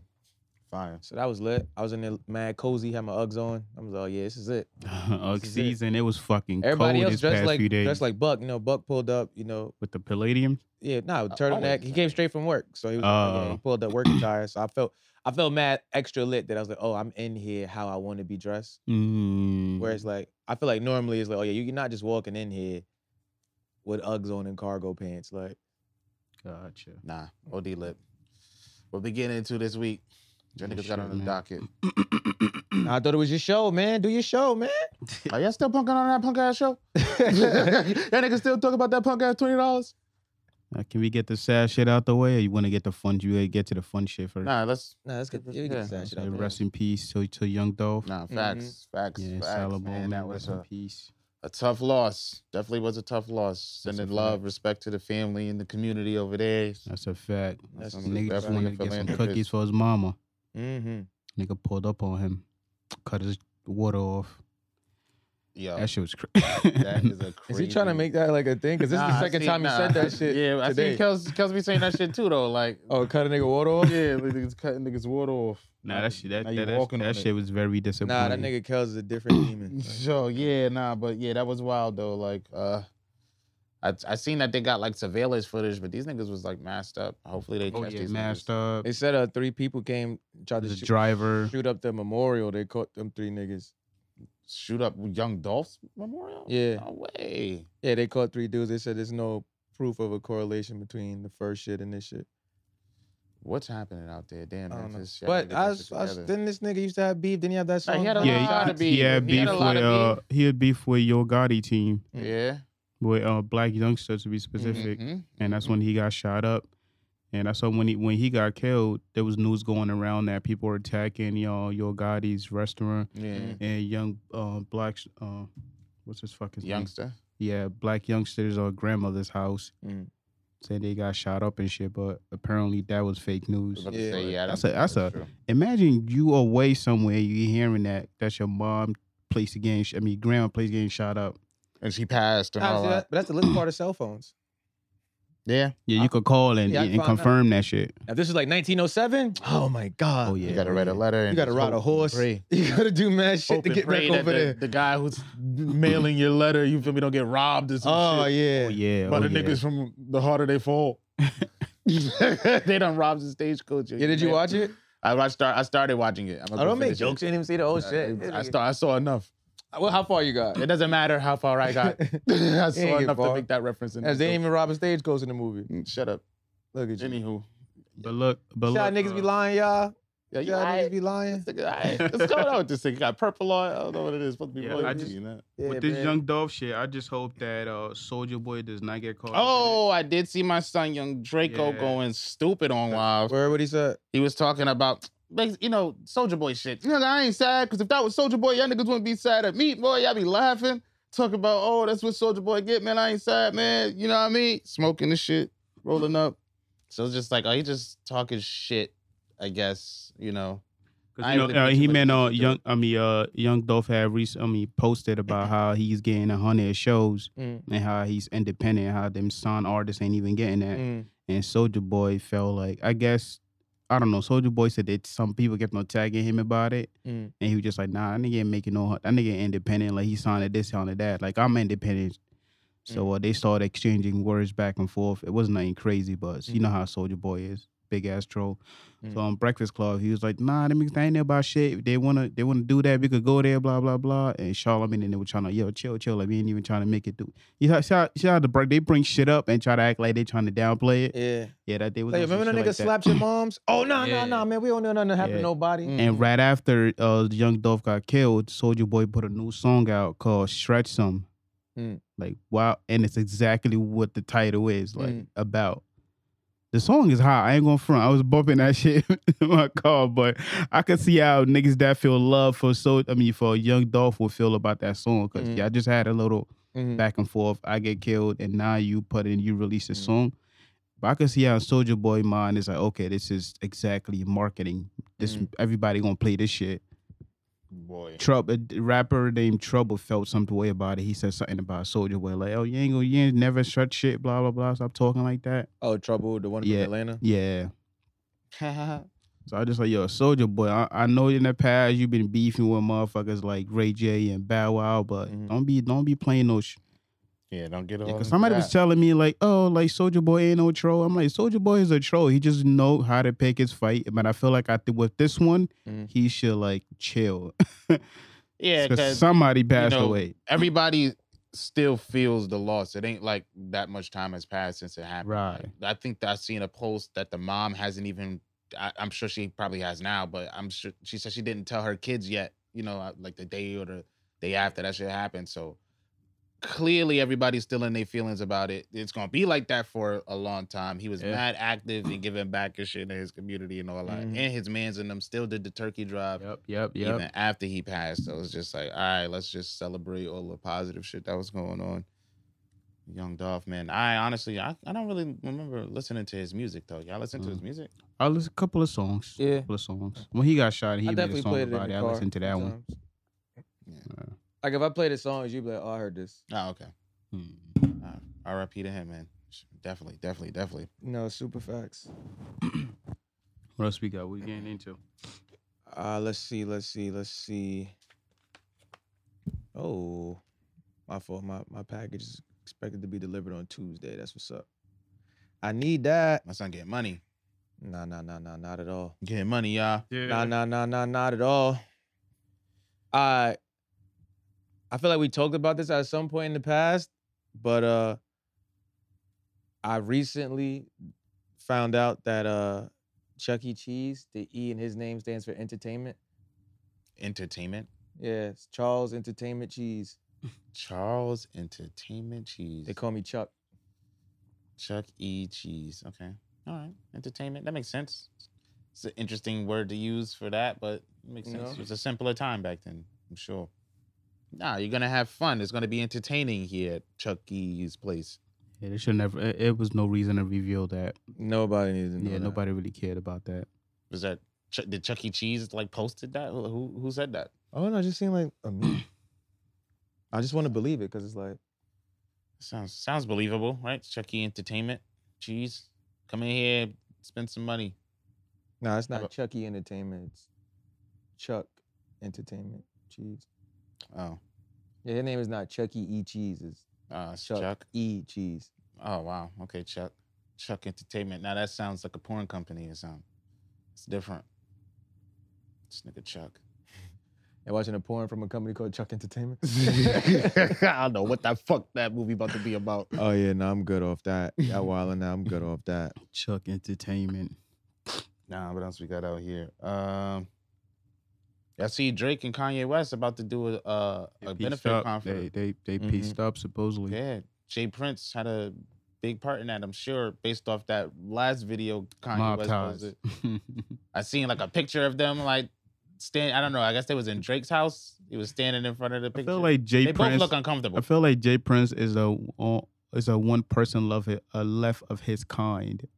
S2: fire.
S3: so that was lit. I was in there mad cozy, had my Uggs on. I was like, oh, yeah, this is it.
S1: Ugg
S3: This is it.
S1: season. It was fucking
S3: Everybody
S1: cold
S3: else
S1: this
S3: dressed
S1: past
S3: like
S1: few days.
S3: dressed like Buck. You know, Buck pulled up. You know,
S1: with the palladium.
S3: yeah, no
S2: I- I
S3: turtleneck.
S2: was
S3: He came straight from work, so he was yeah,
S1: Oh.
S3: he pulled up work attire. So I felt I felt mad extra lit that I was like, oh, I'm in here how I want to be dressed.
S1: Mm.
S3: Whereas like I feel like normally it's like, oh yeah, you- you're not just walking in here with Uggs on and cargo pants. Like
S1: Gotcha.
S2: Nah, OD lit. We'll be getting into this week. Your
S1: Yeah,
S2: niggas
S1: Oh, shit,
S2: got on the
S1: man. <laughs>
S2: docket.
S3: I thought it was your show, man. Do your show, man.
S2: Are y'all still punking on that punk
S1: <laughs>
S2: ass show? y'all niggas still talking about that punk ass twenty dollars?
S1: Uh, can we get the sad shit out the way, or you want to get the fun? You gotta get to the fun shit first.
S2: Nah, let's
S3: Nah, that's good. You
S2: Yeah,
S3: can that shit
S1: Say
S3: out there.
S1: rest in peace to to young Dolph.
S2: nah facts, facts,
S1: yeah,
S2: facts.
S1: Salabone.
S2: man, that was
S1: rest
S2: a
S1: in peace.
S2: a tough loss. Definitely was a tough loss.
S1: That's a
S2: Sending love,
S1: fact.
S2: respect to the family and the community over there.
S1: That's a fact.
S3: That's
S2: Some
S1: Nigga just
S2: definitely
S1: wanted to get some
S2: philanthropist.
S1: cookies for his mama.
S3: Mm-hmm.
S1: Nigga pulled up on him, cut his water off.
S2: Yo,
S1: That shit was crazy.
S2: that <laughs> is a
S3: Is
S2: crazy.
S3: he trying to make that like a thing? Because this
S2: Nah,
S3: is the second
S2: see,
S3: time he
S2: nah.
S3: said that
S2: <laughs>
S3: shit.
S2: Yeah, I
S3: today.
S2: see Kels, Kels be saying that shit too though. <laughs> Like,
S3: Oh, cut a nigga water
S2: <laughs>
S3: off.
S2: yeah, like, niggas cutting niggas water off.
S1: nah, that shit. That
S2: Now
S1: that,
S2: you
S1: that,
S2: walking on
S1: that
S2: it.
S1: shit was very disappointing.
S3: Nah, that nigga Kells is a
S2: <laughs>
S3: different demon.
S2: So yeah, nah, but yeah, that was wild though. Like, uh, I I seen that they got like surveillance footage, but these niggas was like masked up. Hopefully they
S1: Oh
S2: catch
S1: yeah,
S2: these
S1: mashed
S2: niggas.
S1: up.
S3: They said uh three people came tried to
S1: The
S3: shoot,
S1: driver.
S3: shoot up the memorial. They caught them three niggas.
S2: Shoot up Young Dolph's memorial.
S3: Yeah.
S2: no way.
S3: Yeah, they caught three dudes. They said there's no proof of a correlation between the first shit and this shit.
S2: What's happening out there? Damn,
S3: I don't know.
S2: Memphis, y'all
S3: But
S2: gotta
S3: I
S2: get
S3: was,
S2: that
S3: I was,
S2: shit
S3: then this nigga used to have beef. Didn't he have that
S2: Nah,
S3: song?
S2: he had a
S1: Yeah,
S2: lot
S1: he-
S2: of beef.
S1: He had
S2: He had
S1: beef
S2: a
S1: with
S2: lot
S1: uh,
S2: of
S1: he had beef with Yo Gotti team
S3: Mm.
S2: Yeah.
S1: with uh black youngster
S3: Mm-hmm.
S1: to be specific,
S2: Mhm.
S1: and that's when he got shot up. And I saw when he when he got killed, there was news going around that people were attacking y'all Yo Gotti's restaurant
S2: Mm-hmm. Yeah.
S1: and young uh black uh what's his fucking name?
S2: Youngster.
S1: yeah, black youngsters or grandmother's house.
S7: Mm.
S1: Saying they got shot up and shit, but apparently that was fake news.
S2: about to Yeah. say, yeah,
S1: That's a- that's a- Imagine you away somewhere, you hearing that that your mom plays the game. I mean, grandma plays game shot up.
S2: and she passed and all
S3: Obviously,
S2: that.
S3: that- but that's the little part of cell phones.
S2: Yeah,
S1: Yeah, you could call and,
S3: Yeah, I
S1: and
S3: found out.
S1: confirm that shit.
S3: Now, if this is like 1907, oh my God.
S1: Oh yeah,
S2: you gotta write a letter. And
S3: You gotta
S2: just
S3: ride a
S2: hope and
S3: horse.
S2: Pray.
S3: <laughs> You gotta do mad shit
S2: Hope
S3: to
S2: and
S3: get back
S2: pray that
S3: over
S2: the,
S3: there.
S2: the guy who's mailing your letter, you feel me, don't get robbed or some
S3: oh,
S2: shit.
S3: yeah.
S1: Oh yeah,
S2: But
S1: oh,
S2: the
S1: yeah.
S2: niggas from the harder they
S3: <laughs>
S2: fall. <laughs> they done robbed the stagecoach.
S3: Yeah, did you watch it?
S2: I watched. I started watching it. I'm
S3: I don't make jokes. You
S2: It.
S3: didn't even see the whole shit.
S2: I, I, start, I saw enough.
S3: Well, how far you got?
S2: It <laughs> doesn't matter how far I
S3: <laughs>
S2: got. <laughs> I saw
S3: get
S2: enough
S3: far.
S2: to make that reference. In
S3: As they
S2: the
S3: ain't even rob a stagecoach in the movie.
S2: joke. Shut up.
S3: Look at you.
S2: Anywho,
S1: But look, but
S3: Y'all
S1: look,
S3: niggas be
S1: uh,
S3: lying, y'all.
S2: yeah,
S3: Y'all niggas be lying.
S2: What's going on with this thing? You got purple on. I don't know what it is. Supposed to be
S1: Yeah,
S2: royalty,
S1: I just-
S2: you know?
S3: Yeah,
S1: with this
S3: man.
S1: young Dolph shit, I just hope that uh Soldier Boy does not get caught. up in
S2: Oh, I did see my son, young Draco,
S1: Yeah.
S2: going stupid on live.
S3: Where what he said?
S2: He was talking about, like, you know, Soldier Boy shit. You know, I ain't sad because if that was Soldier Boy, y'all niggas wouldn't be sad at me, boy. Y'all be laughing, talking about, oh, that's what Soldier Boy get, man. I ain't sad, man. You know what I mean? Smoking the shit, rolling up. So it's just like, oh, he just talking shit. I guess you know.
S1: 'Cause,
S2: I
S1: you know,
S2: really pay
S1: uh,
S2: too
S1: he
S2: much
S1: meant uh,
S2: attention to
S1: young. I mean, uh, young Dolph had recently I mean, posted about how he's getting a hundred shows
S3: Mm.
S1: and how he's independent, how them son artists ain't even getting that.
S3: Mm.
S1: And Soldier Boy felt like I guess I don't know. Soldier Boy said that some people kept on tagging him about it,
S3: Mm.
S1: and he was just like, "Nah, that nigga ain't making no. hun- That nigga ain't independent. Like he sounded this, sounded that. Like I'm independent." So uh, they started exchanging words back and forth. It wasn't nothing crazy, but you know how Soldier Boy is, big ass troll. So on Breakfast Club, he was like, "Nah, them niggas they ain't there about shit. If They wanna, they wanna do that. We could go there, blah blah blah." And Charlamagne and they were trying to, yo, chill, chill. Like we ain't even trying to make it do. You know, shout, shout out to break. They bring shit up and try to act like they trying to downplay it.
S3: Yeah.
S1: Yeah, that they was.
S3: Like,
S1: on some shit
S3: remember the nigga
S1: like that.
S3: slapped your moms? Oh no, no,
S1: Yeah.
S3: no, man. We don't know nothing happened
S1: Yeah.
S3: to nobody. Mm.
S1: And right after uh, the Young Dolph got killed, Soldier Boy put a new song out called "Stretch Some."
S3: Mm.
S1: Like wow, and it's exactly what the title is like
S3: Hmm.
S1: about. The song is hot. I ain't going to front. I was bumping that <laughs> shit in my car, but I could see how niggas that feel love for so I mean for Young Dolph would feel about that song because
S3: Mhm.
S1: yeah, I just had a little
S3: Mhm.
S1: back and forth. I get killed, and now you put in you release a
S3: Mhm.
S1: song. But I could see how Soldier Boy mind is like, okay, this is exactly marketing. This
S3: Mhm.
S1: everybody gonna play this shit.
S2: Boy.
S1: Trouble a d- rapper named Trouble felt some way about it. He said something about Soldier Boy, like, oh, you ain't gonna you ain't never shut shit, blah blah blah. Stop talking like that.
S3: Oh, trouble, the one
S1: Yeah.
S3: in Atlanta.
S1: Yeah. So I just like, yo, Soldier Boy, I, I know in the past you've been beefing with motherfuckers like Ray J and Bow Wow, but
S3: Mhm.
S1: don't be don't be playing no sh-
S2: <laughs> Yeah, don't get all.
S1: Because
S2: into
S1: somebody
S2: that.
S1: was telling me like, oh, like Soldier Boy ain't no troll. I'm like, Soldier Boy is a troll. He just know how to pick his fight. But I feel like I think with this one,
S3: Mhm.
S1: he should like chill. <laughs>
S2: Yeah,
S1: Because
S2: because
S1: somebody passed
S2: know,
S1: away.
S2: everybody still feels the loss. It ain't like that much time has passed since it happened.
S1: Right.
S2: I think that I seen a post that the mom hasn't even. I, I'm sure she probably has now, but I'm sure she said she didn't tell her kids yet. You know, uh, like the day or the day after that shit happened. So clearly, everybody's still in their feelings about it. It's gonna be like that for a long time. He was
S1: Yeah.
S2: mad active and giving back and shit in his community and all that,
S1: Mm-hmm.
S3: Mhm.
S2: and his mans and them still did the turkey drive
S1: Yep, yep,
S2: even after he passed. So it's just like, all right, let's just celebrate all the positive shit that was going on. Young Dolph, man. I honestly, I, I don't really remember listening to his music though. Y'all listen
S3: Mm-hmm.
S2: to his music?
S1: I listened Oh, a couple of songs.
S3: Yeah.
S1: couple of songs. When he got shot, he
S3: I
S1: made
S3: definitely
S1: a song
S3: played it in
S1: about
S3: the
S1: it. I
S3: car
S1: listened to that one.
S3: sometimes.
S2: Yeah.
S3: Like if I played the songs, you'd be like, "Oh, I heard this."
S2: Oh, okay.
S1: Hmm.
S2: Uh, RIP to him, man. Definitely, definitely, definitely.
S3: No, super facts.
S1: What else we got? What we getting into?
S3: Uh, let's see, let's see, let's see. Oh, my fault. My my package is expected to be delivered on Tuesday. That's what's up. I need that.
S2: My son getting money.
S3: Nah, nah, nah, nah, not at all.
S2: Getting money, y'all.
S3: Nah, nah, nah, nah, not at all. I I feel like we talked about this at some point in the past, but uh I recently found out that uh Chuck E. Cheese, the E in his name stands for entertainment.
S2: Entertainment.
S3: Yeah, it's Charles Entertainment Cheese.
S2: Charles Entertainment Cheese.
S3: They call me Chuck.
S2: Chuck E. Cheese. Okay. All right. Entertainment. That makes sense. It's an interesting word to use for that, but it makes
S3: You
S2: sense.
S3: know?
S2: It was a simpler time back then, I'm sure.
S3: Nah, you're gonna have fun. It's gonna be entertaining here at Chuck
S2: E.
S3: E's place.
S1: Yeah, they should never. It, it was no reason to reveal that.
S3: Nobody needs to know.
S1: yeah,
S3: that.
S1: nobody really cared about that.
S2: Was that Ch- did Chuck E. Cheese like posted that? Who who, who said that?
S8: Oh no, it just seemed like a
S3: <clears throat>
S8: meme. I just want to believe it because it's like
S2: Sounds sounds believable, right? Chuck E. Entertainment, cheese. Come in here, spend some money.
S8: no, it's
S2: How
S8: not Chuck E Entertainment. It's Chuck Entertainment Cheese.
S2: Oh,
S8: Yeah, his name is not Chuck E E Cheese. It's
S2: uh, it's
S8: Chuck,
S2: Chuck.
S8: E Cheese.
S2: Oh wow. Okay, Chuck. Chuck Entertainment. Now that sounds like a porn company or something. It's different. This nigga Chuck.
S8: And watching a porn from a company called Chuck Entertainment.
S2: I don't know what that fuck that movie about to be about.
S8: <laughs> oh yeah, no, I'm good off that.
S3: <laughs>
S8: Y'all wildin' now. I'm good off that.
S1: Chuck Entertainment.
S2: <laughs> Nah, what else we got out here? Um, I see Drake and Kanye West about to do a a,
S1: They
S2: a
S1: pieced
S2: benefit
S1: up.
S2: conference.
S1: They they they
S3: Mm-hmm.
S2: Mhm.
S1: pieced up supposedly.
S2: Yeah, Jay Prince had a big part in that. I'm sure, based off that last video Kanye
S1: Mob
S2: West
S1: ties. <laughs>
S2: posted. I seen like a picture of them like stand. I don't know. I guess they was in Drake's house. He was standing in front of the
S1: I
S2: picture.
S1: feel like Jay
S2: they
S1: Prince.
S2: both look uncomfortable.
S1: I feel like Jay Prince is a is a one person love it, a left of his kind.
S2: <laughs>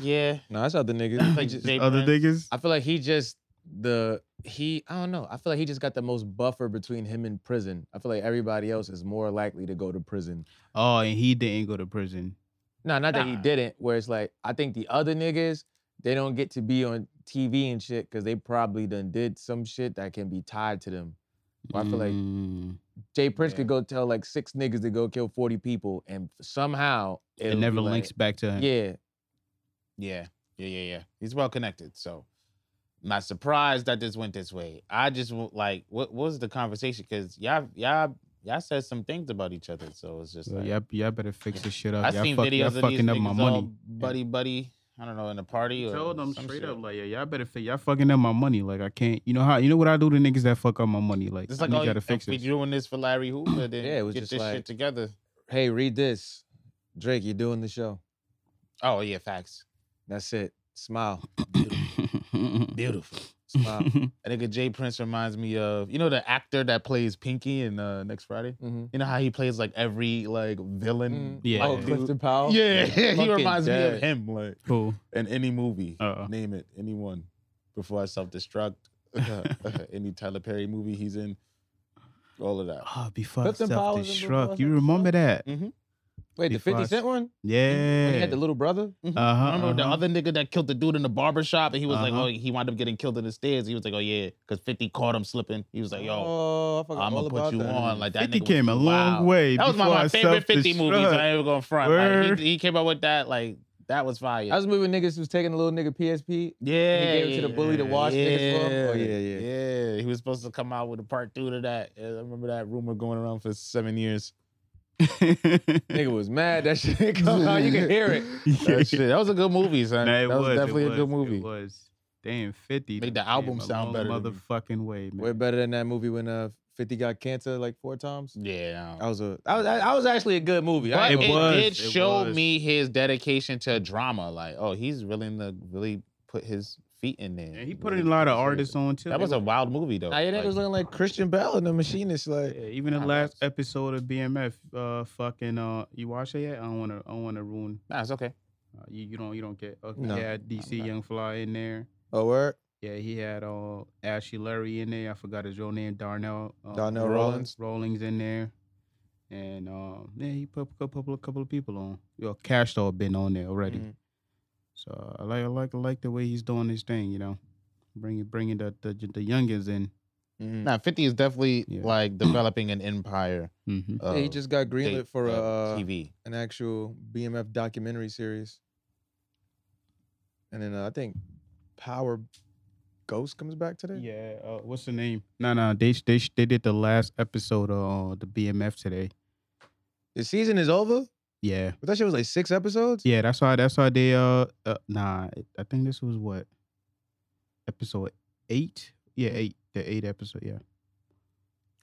S2: yeah,
S8: No, that's other niggas.
S2: It's like
S1: Just
S2: Jay
S1: other
S2: Prince.
S1: niggas.
S3: I feel like he just the he I don't know. I feel like he just got the most buffer between him and prison. I feel like everybody else is more likely to go to prison.
S1: Oh, and he didn't go to prison.
S3: No, not that he
S2: Nah.
S3: didn't. Where it's like I think the other niggas they don't get to be on TV and shit because they probably done did some shit that can be tied to them. Well, I feel like-
S1: Mm.
S3: Jay Prince
S2: Yeah.
S3: could go tell like six niggas to go kill forty people and somehow
S1: it
S3: it'll
S1: never
S3: be like-
S1: links back to him.
S3: Yeah,
S2: Yeah, yeah, yeah, yeah. He's well connected, so not surprised that this went this way. I just w- like what, what was the conversation? Because y'all, y'all, y'all said some things about each other, so it's just
S1: So
S2: like
S1: y'all, y'all better fix this shit up.
S2: I
S1: y'all
S2: seen
S1: fuck-
S2: videos
S1: y'all
S2: of these
S1: fucking up my
S2: niggas
S1: money.
S2: all buddy, buddy. I don't know in a party. or
S1: Tell them
S2: some
S1: straight
S2: shit.
S1: up, like, yeah, y'all better fix. Y'all fucking up my money. Like, I can't. You know how? You know what I do to niggas that fuck up my money? Like,
S2: It's
S1: I
S2: like
S1: need
S2: oh,
S1: y'all to fix
S2: if we
S1: it.
S2: doing this for
S1: <clears throat>
S2: Larry Hoover, then
S3: Yeah, it was
S2: get
S3: just
S2: this
S3: like-
S2: shit together.
S3: hey, read this, Drake. You're doing the show.
S2: Oh yeah, facts.
S3: That's it. Smile,
S2: Beautiful. <laughs>
S3: smile.
S2: I think Jay Prince reminds me of you know the actor that plays Pinky in uh, Next Friday.
S3: hmm
S2: You know how he plays like every like villain.
S3: Mm.
S1: Yeah.
S3: Oh,
S2: like, dude?
S3: Clifton Powell.
S2: Yeah, <laughs> he
S3: Fucking
S2: reminds me of
S3: dead.
S2: him. Like
S1: <laughs> cool.
S2: in any movie,
S1: Uh-uh.
S2: name it, anyone. Before I self destruct, <laughs> any Tyler Perry movie he's in, all of that.
S1: Oh, before
S3: Clifton
S1: self
S3: Powell was in
S1: destruct.
S3: Before
S1: You
S3: Self
S1: remember that? Before I
S3: Wait, the Fifty
S1: s-
S3: Cent one? When he
S1: Yeah.
S3: had the little brother.
S2: Mhm.
S1: Uh huh.
S2: I remember the other nigga that killed the dude in the barber shop, and he was like,
S1: Uh-huh.
S2: oh, he wound up getting killed in the stairs. He was like, oh yeah, because Fifty caught him slipping. He was like, yo,
S3: oh, I forgot
S2: I'm
S3: all
S2: gonna put
S3: about
S2: you
S3: that.
S2: on. Like that
S1: He
S2: nigga
S1: came a
S2: was
S1: long
S2: wild.
S1: way.
S2: That was one of
S1: before
S2: my
S1: I
S2: favorite 50 movies.
S1: self-destruct.
S2: I ain't even gonna front. Like,
S1: Word.
S2: he, he came up with that. Like that was fire.
S3: I was moving niggas was taking the little nigga PSP.
S2: yeah,
S3: gave it to the bully to wash niggas for him? Oh, yeah, yeah.
S2: yeah. He was supposed to come out with a part two to that. Yeah, I remember that rumor going around for seven <laughs> years.
S1: <laughs>
S3: Nigga was mad. That shit
S2: <laughs>
S3: <laughs> didn't come out. You can hear it.
S2: That, shit, that was a good movie, son.
S1: Nah, it
S2: that was,
S1: it
S2: definitely
S1: was,
S2: a good movie.
S1: It was. Damn, 50.
S2: Made
S1: done
S2: the album
S1: came a
S2: sound
S1: long
S2: better than me.
S1: Motherfucking way, man.
S3: Way better than that movie when uh 50 got cancer like four times.
S2: Yeah,
S3: That was a that was, that was actually a good movie. I
S2: But
S3: ain't
S2: it,
S1: it
S3: gonna
S1: was,
S2: did
S1: it
S2: show
S1: was.
S2: me his dedication to drama. Like, oh, he's willing to really put his feet in there.
S1: And he put in a lot of artists on too.
S2: That was a wild movie though.
S3: Now your nigga was
S2: Like,
S3: looking like Christian Bell in the machinist. Like
S1: Yeah, even the
S2: Nah,
S1: last
S2: facts.
S1: episode of BMF, uh, fucking, uh, you watch it yet? I don't want to. I don't want to ruin.
S2: nah, it's okay.
S1: Uh, you, you don't. You don't get. Okay,
S3: No,
S1: yeah, DC
S2: not.
S1: Young Fly in there.
S3: oh word.
S1: Yeah, he had uh Ashley Larry in there. I forgot his real name. Darnell. Uh,
S3: Darnell
S2: Rollins.
S1: Rollings in there, and um, yeah, he put a couple, a couple of people on. Yo, Cash Doll been on there already.
S3: Mhm.
S1: So I like, I like, I like the way he's doing his thing. You know, bringing, bringing the the, the youngins in.
S3: Mhm.
S2: Nah, Fifty is definitely
S1: Yeah.
S2: like developing an empire.
S1: Mm-hmm.
S2: Of
S3: Yeah, he just got
S2: date-
S3: greenlit for
S2: of
S3: uh,
S2: TV.
S3: an actual BMF documentary series. And then uh, I think Power Ghost comes back today.
S1: Yeah, uh, what's the name? No, no, they they they did the last episode of uh, the BMF today.
S3: The season is over.
S1: Yeah,
S3: But that shit was like six episodes.
S1: yeah, that's why that's why they uh, uh nah, I think this was what episode eight. Yeah,
S3: Mm-hmm.
S1: eight, the eight episode. Yeah,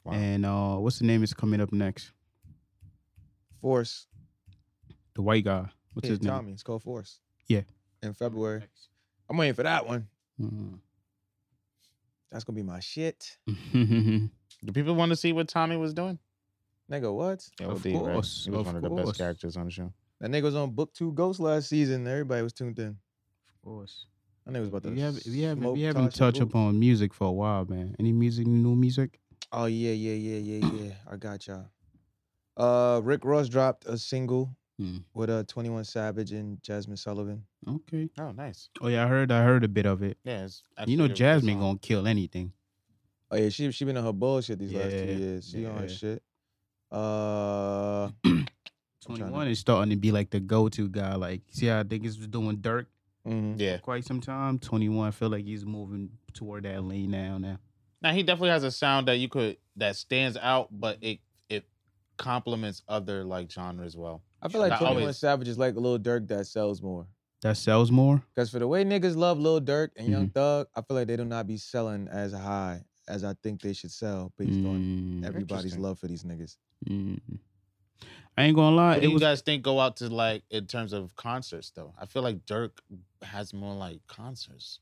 S2: Wow.
S1: and uh, what's the name is coming up next?
S3: Force.
S1: The white guy. What's
S3: Yeah,
S1: his name?
S3: Tommy. It's called Force.
S1: Yeah.
S3: In February. I'm waiting for that one.
S1: Mm.
S3: That's gonna be my shit.
S2: Do people want to see what Tommy was doing?
S3: Nigga, what?
S1: Of
S2: LD, right?
S1: course,
S2: He was
S1: of
S2: one of the best
S1: course.
S2: characters on the show.
S3: That nigga was on book two Ghost last season. Everybody was tuned in.
S1: <laughs> Of course.
S3: I think it was about to.
S1: We, have, we, have,
S3: smoke
S1: we haven't
S3: Tasha
S1: touched
S3: Brooks.
S1: upon music for a while, man. Any music, new music?
S3: Oh yeah, yeah,
S1: <clears throat>
S3: yeah, yeah, yeah. I got y'all. Uh, Rick Ross dropped a single
S1: Hmm.
S3: with uh Twenty One Savage and Jasmine Sullivan.
S1: Okay.
S2: Oh, nice.
S1: Oh yeah, I heard. I heard a bit of it.
S2: Yeah, it's
S1: you know,
S2: actually a good
S1: Jasmine
S2: song.
S1: gonna kill anything.
S3: Oh yeah, she she been on her bullshit these last two
S1: Yeah,
S3: years. She on
S1: yeah.
S3: her shit. Uh, trying
S1: Twenty
S3: to-
S1: one is starting to be like the go to guy. Like, see how niggas was doing Dirk
S3: mhm.
S2: Yeah.
S1: quite some time. Twenty one, I feel like he's moving toward that lane now. Now,
S2: Now he definitely has a sound that you could that stands out, but it it complements other like genre as well.
S3: I feel like
S2: I
S3: Twenty One
S2: always-
S3: Savage is like a little Dirk that sells more.
S1: that sells more.
S3: Cause for the way niggas love Lil Durk and Young
S1: Mm-hmm.
S3: Thug, I feel like they do not be selling as high as I think they should sell based on
S1: Mm,
S3: everybody's
S2: Interesting.
S3: love for these niggas.
S2: Mm-hmm.
S1: mm. I ain't gonna lie.
S2: What do
S1: Uh, It
S2: you
S1: was
S2: guys think go out to like in terms of concerts though? I feel like Dirk has more like concerts.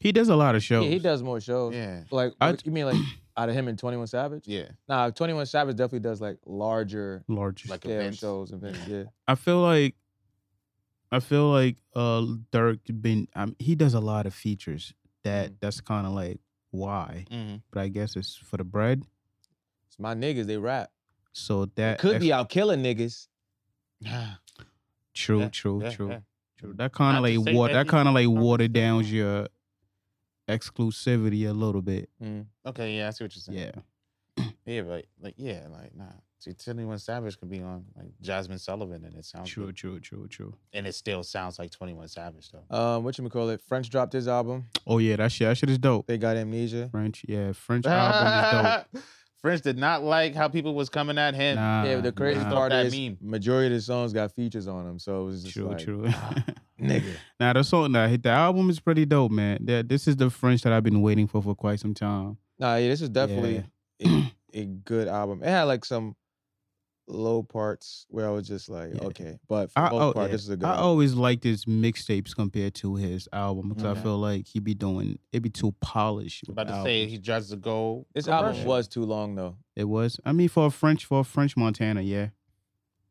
S1: he does a lot of shows.
S3: Yeah, he does more shows.
S2: Yeah,
S3: Like
S1: I-
S3: what- you mean like <clears throat> out of him and Twenty One Savage?
S2: yeah,
S3: Nah, Twenty One Savage definitely does like larger
S1: Largest.
S2: like
S3: scale
S2: events.
S3: shows events. Yeah,
S1: I feel like I feel like uh Dirk been um, he does a lot of features that
S2: Mm-hmm.
S1: that's kind of like why,
S2: hmm
S1: but I guess it's for the bread.
S3: it's my niggas. They rap.
S1: So
S3: They
S1: that
S3: could be
S1: E-, ex-
S3: out killing niggas.
S1: true,
S2: Yeah,
S1: true,
S2: yeah,
S1: true,
S2: yeah.
S1: true. That kind
S2: Not to
S1: of like
S2: say
S1: what that
S2: every
S1: kind of like
S2: song is
S1: water
S2: the same.
S1: downs your exclusivity a little bit.
S2: <sighs>
S3: Mm-hmm.
S2: Okay, yeah, I see what you're saying.
S1: Yeah,
S2: yeah, but like yeah, like nah. See, Twenty One Savage could be on like Jasmine Sullivan, and it sounds
S1: true,
S2: good.
S1: true, true, true.
S2: and it still sounds like Twenty One Savage though.
S3: Um, what you call it? French dropped his album.
S1: Oh yeah, that shit, that shit is dope.
S3: They got amnesia.
S1: French, yeah,
S3: <laughs>
S1: French album is dope.
S2: <laughs> French did not like how people was coming at him.
S1: Nah,
S3: yeah, the crazy
S1: nah,
S2: Thought
S3: part
S2: that
S3: is
S2: meme.
S3: majority of the songs got features on them, so it was just
S1: True,
S3: like,
S1: true. <laughs>
S3: nigga.
S1: Now the song that hit the album is pretty dope, man. That this is the French that I've been waiting for for quite some time.
S3: Nah, yeah, this is definitely a, a good album. It had like some low parts where I was just like,
S1: Yeah.
S3: okay, but for
S1: I,
S3: the most
S1: oh,
S3: part,
S1: yeah.
S3: this is a good.
S1: I
S3: album.
S1: always liked his mixtapes compared to his album because I
S2: Okay.
S1: feel like he be doing it be too polished. with
S2: About to
S1: the
S2: say
S1: album.
S2: he tries to go.
S3: This album
S2: commercial.
S3: was too long though.
S1: it was. I mean, for a French for a French Montana, yeah.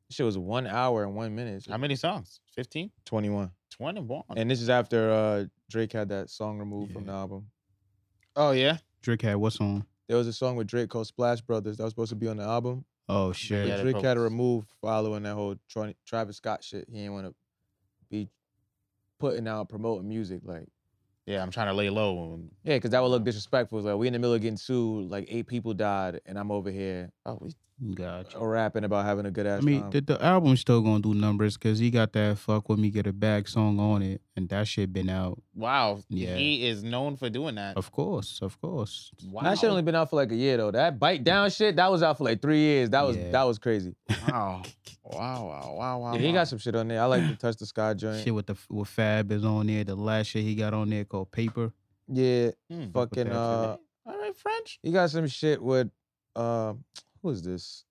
S3: This shit was one hour and one minute.
S2: How many songs? 15?
S3: Twenty one.
S2: 21.
S3: And this is after uh, Drake had that song removed from the
S1: Yeah.
S3: album.
S2: oh, yeah?
S1: Drake had what's on?
S3: There was a song with Drake called Splash Brothers that was supposed to be on the album.
S1: Oh
S3: but
S1: shit!
S2: Yeah, they
S3: Drake had to
S2: probably-
S3: remove following that whole Tra- Travis Scott shit. He didn't want to be putting out promoting music like
S2: Yeah, I'm trying to lay low. And,
S3: yeah, because that would look disrespectful. It's like we in the middle of getting sued, like eight people died, and I'm over here uh,
S2: oh, we,
S1: Gotcha.
S3: rapping about having a good
S1: I
S3: ass
S1: mean,
S3: time.
S1: the, the album's still gonna do numbers because he got that "Fuck with Me, Get a Bag" song on it, and that shit been out.
S2: wow.
S1: Yeah.
S2: He is known for doing that.
S1: Of course, of course.
S2: Wow.
S3: That shit only been out for like a year though. That bite down shit, that was out for like three years. That was
S1: Yeah.
S3: that was crazy. <laughs>
S2: wow. wow. Wow. Wow. Wow.
S3: Yeah,
S1: Uh-huh.
S3: he got some shit on there. I like the touch
S1: <sniffs>
S3: the sky joint.
S1: Shit with the with Fab is on there. The last shit he got on there called Paper.
S3: Yeah,
S2: Hmm.
S3: fucking
S1: that shit.
S3: uh,
S2: All right, French.
S3: he got some shit with uh, <sniffs> who is this?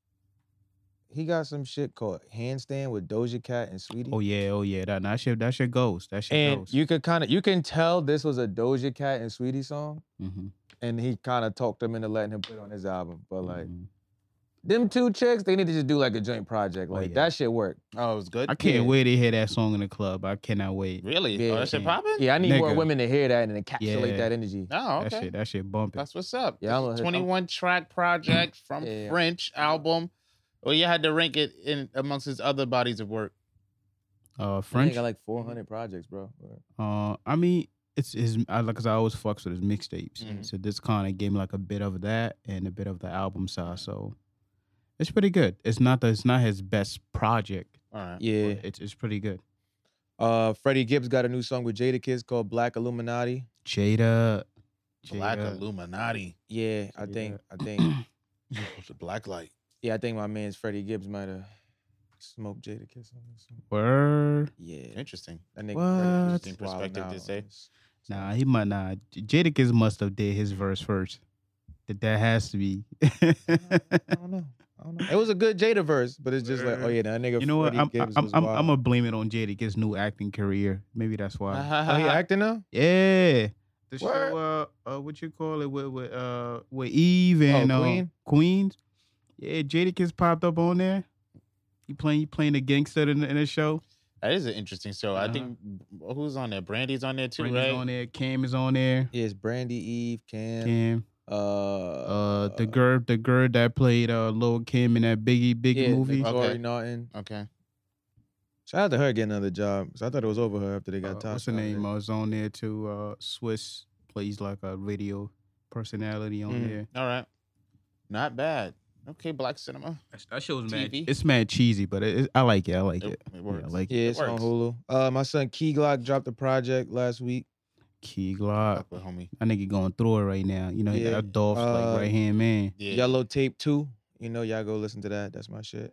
S3: He got some shit called handstand with Doja Cat and Sweetie.
S1: Oh yeah, oh yeah. That that shit that shit goes. That shit
S3: and
S1: goes.
S3: you could kind of you can tell this was a Doja Cat and Sweetie song,
S1: mm-hmm.
S3: and he kind of talked them into letting him put it on his album. But like
S1: Mm-hmm.
S3: them two chicks, they need to just do like a joint project.
S1: Oh,
S3: Like
S1: yeah.
S3: that shit worked.
S2: Oh, it was good.
S1: I can't
S3: yeah.
S1: wait to hear that song in the club. I cannot wait.
S2: Really?
S3: Yeah,
S2: oh, that shit
S1: yeah.
S2: popping?
S3: Yeah, I need more
S1: Nigga.
S3: women to hear that and encapsulate
S1: Yeah.
S3: that energy.
S2: Oh,
S1: That
S2: okay.
S1: shit that shit bumping.
S2: That's what's up.
S3: Yeah,
S2: Yeah,
S3: I'm
S2: this is
S3: a- I'm-
S2: 21 track
S3: <clears throat>
S2: project from
S3: Yeah.
S2: French album. Well, you had to rank it in amongst his other bodies of work.
S1: Uh,
S3: I
S1: French.
S3: think I like 400 projects, bro.
S1: uh, I mean, it's his. I like 'cause I always fucks with his mixtapes.
S3: Mm-hmm.
S2: Mhm.
S1: So this kind of gave me like a bit of that and a bit of the album side. So it's pretty good. It's not the, it's not his best project.
S2: All right.
S1: but
S3: Yeah.
S1: It's it's pretty good.
S3: Uh, Freddie Gibbs got a new song with Jada Kids called Black Illuminati.
S1: Jada.
S2: Black
S1: Jada.
S2: Illuminati.
S3: Yeah, I
S1: Jada.
S3: think, I think, <clears throat>
S2: the black light.
S3: yeah, I think my man's Freddie Gibbs might have smoked Jada Kiss on this one.
S1: <clears throat> Word.
S3: Yeah,
S2: Interesting.
S3: that nigga.
S1: What?
S3: Freddie Gibbs
S2: Interesting
S3: is wildin'
S2: perspective
S3: out
S2: to
S3: on
S2: say.
S3: this.
S1: Nah, he might not. Jadakiss must have did his verse first. That that has to be.
S3: <laughs>
S1: <laughs>
S3: I don't know. I don't know. <laughs> It was a good Jada verse, but it's just like, oh yeah, that nigga.
S1: you know what?
S3: Freddie
S1: I'm I'm
S3: Gibbs
S1: I'm,
S3: was
S1: I'm
S3: wild. <laughs>
S1: gonna <laughs>
S3: <laughs>
S1: blame it on Jadakiss' new acting career. Maybe that's why.
S3: Oh, he acting now?
S1: Yeah, the
S3: Word.
S1: show uh, uh what you call it with with uh with Eve and uh,
S3: Queen?
S1: Queens. Yeah, Jadakiss popped up on there. He playing he playing the gangster in the, in the show.
S2: That is an interesting show. I
S1: Uh-huh.
S2: think who's on there? Brandy's on there too,
S1: Brandy's
S2: right?
S1: on there. Cam is on there.
S3: Yes, Brandy Eve, Cam.
S1: Cam.
S3: Uh,
S1: Uh, the girl the girl that played uh Lil Kim in that Biggie Biggie
S3: yeah,
S1: movie.
S3: Tori
S2: Okay.
S3: Norton.
S2: Okay.
S3: Shout out to her getting another job. 'cause I thought it was over her after they got
S1: Uh,
S3: Tasha.
S1: what's her
S3: out
S1: name?
S3: there.
S1: Uh, is on there too. Uh, Swiss plays like a radio personality on
S3: Mm.
S1: there.
S2: All right. Not bad. Okay, black cinema.
S1: That- That show's mad.
S2: TV?
S1: It's mad cheesy, but it, it- I like it. I like
S2: It,
S1: it.
S2: it
S1: Yeah,
S2: works.
S1: I like
S3: Yeah,
S2: It
S3: it's on
S2: works.
S3: Hulu. Uh, my son Key Glock dropped a project last week.
S1: Key Glock.
S2: Fuck with homie.
S1: I think he going through it right now. You know,
S3: Yeah.
S1: that Dolph's
S3: Uh,
S1: like right hand man.
S2: Yeah.
S3: Yellow Tape Two. You know, y'all go listen to that. That's my shit.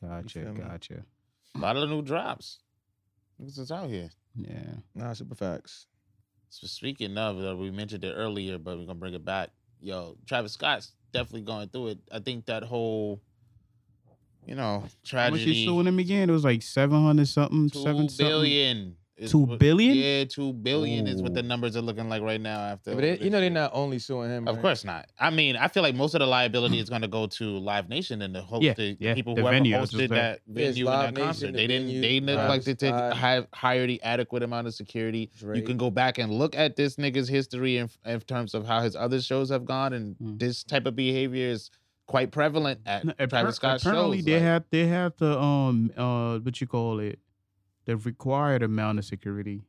S1: Gotcha,
S3: feel me?
S1: gotcha.
S2: A lot of new drops. Niggas is out here.
S1: Yeah.
S3: Nah, super facts.
S2: So speaking of, uh, we mentioned it earlier, but we're gonna bring it back. Yo, Travis Scott's definitely going through it. I think that whole, you know,
S1: How much he
S2: tragedy.
S1: suing him again? It was like seven hundred something,
S2: Two
S1: seven something.
S2: billion is
S1: Two
S2: what-
S1: billion?
S2: Yeah, two billion is what
S1: Ooh.
S2: the numbers are looking like right now. After
S3: but
S2: all
S3: they,
S2: this
S3: you know, they're
S2: shit.
S3: not only suing him.
S2: Of
S3: right?
S2: course not. I mean, I feel like most of the liability
S1: <clears throat>
S2: is going to go to Live Nation and the host,
S1: Yeah,
S2: the
S1: yeah,
S2: people
S1: the
S2: whoever
S1: venue, I was
S2: hosted
S1: just
S2: that
S3: Yeah, it's
S2: venue and that
S3: Live Nation,
S2: concert.
S3: the
S2: They didn't.
S3: venue,
S2: They didn't
S3: Travis
S2: like to take
S3: Scott.
S2: hi- hire the adequate amount of security. You
S3: Drake.
S2: can go back and look at this nigga's history in, in terms of how his other shows have gone, and
S1: Mm.
S2: this type of behavior is quite prevalent at
S1: No, appar-
S2: Travis Scott
S1: apparently
S2: shows.
S1: they
S2: like-
S1: have they have the um uh what you call it, the required amount of security.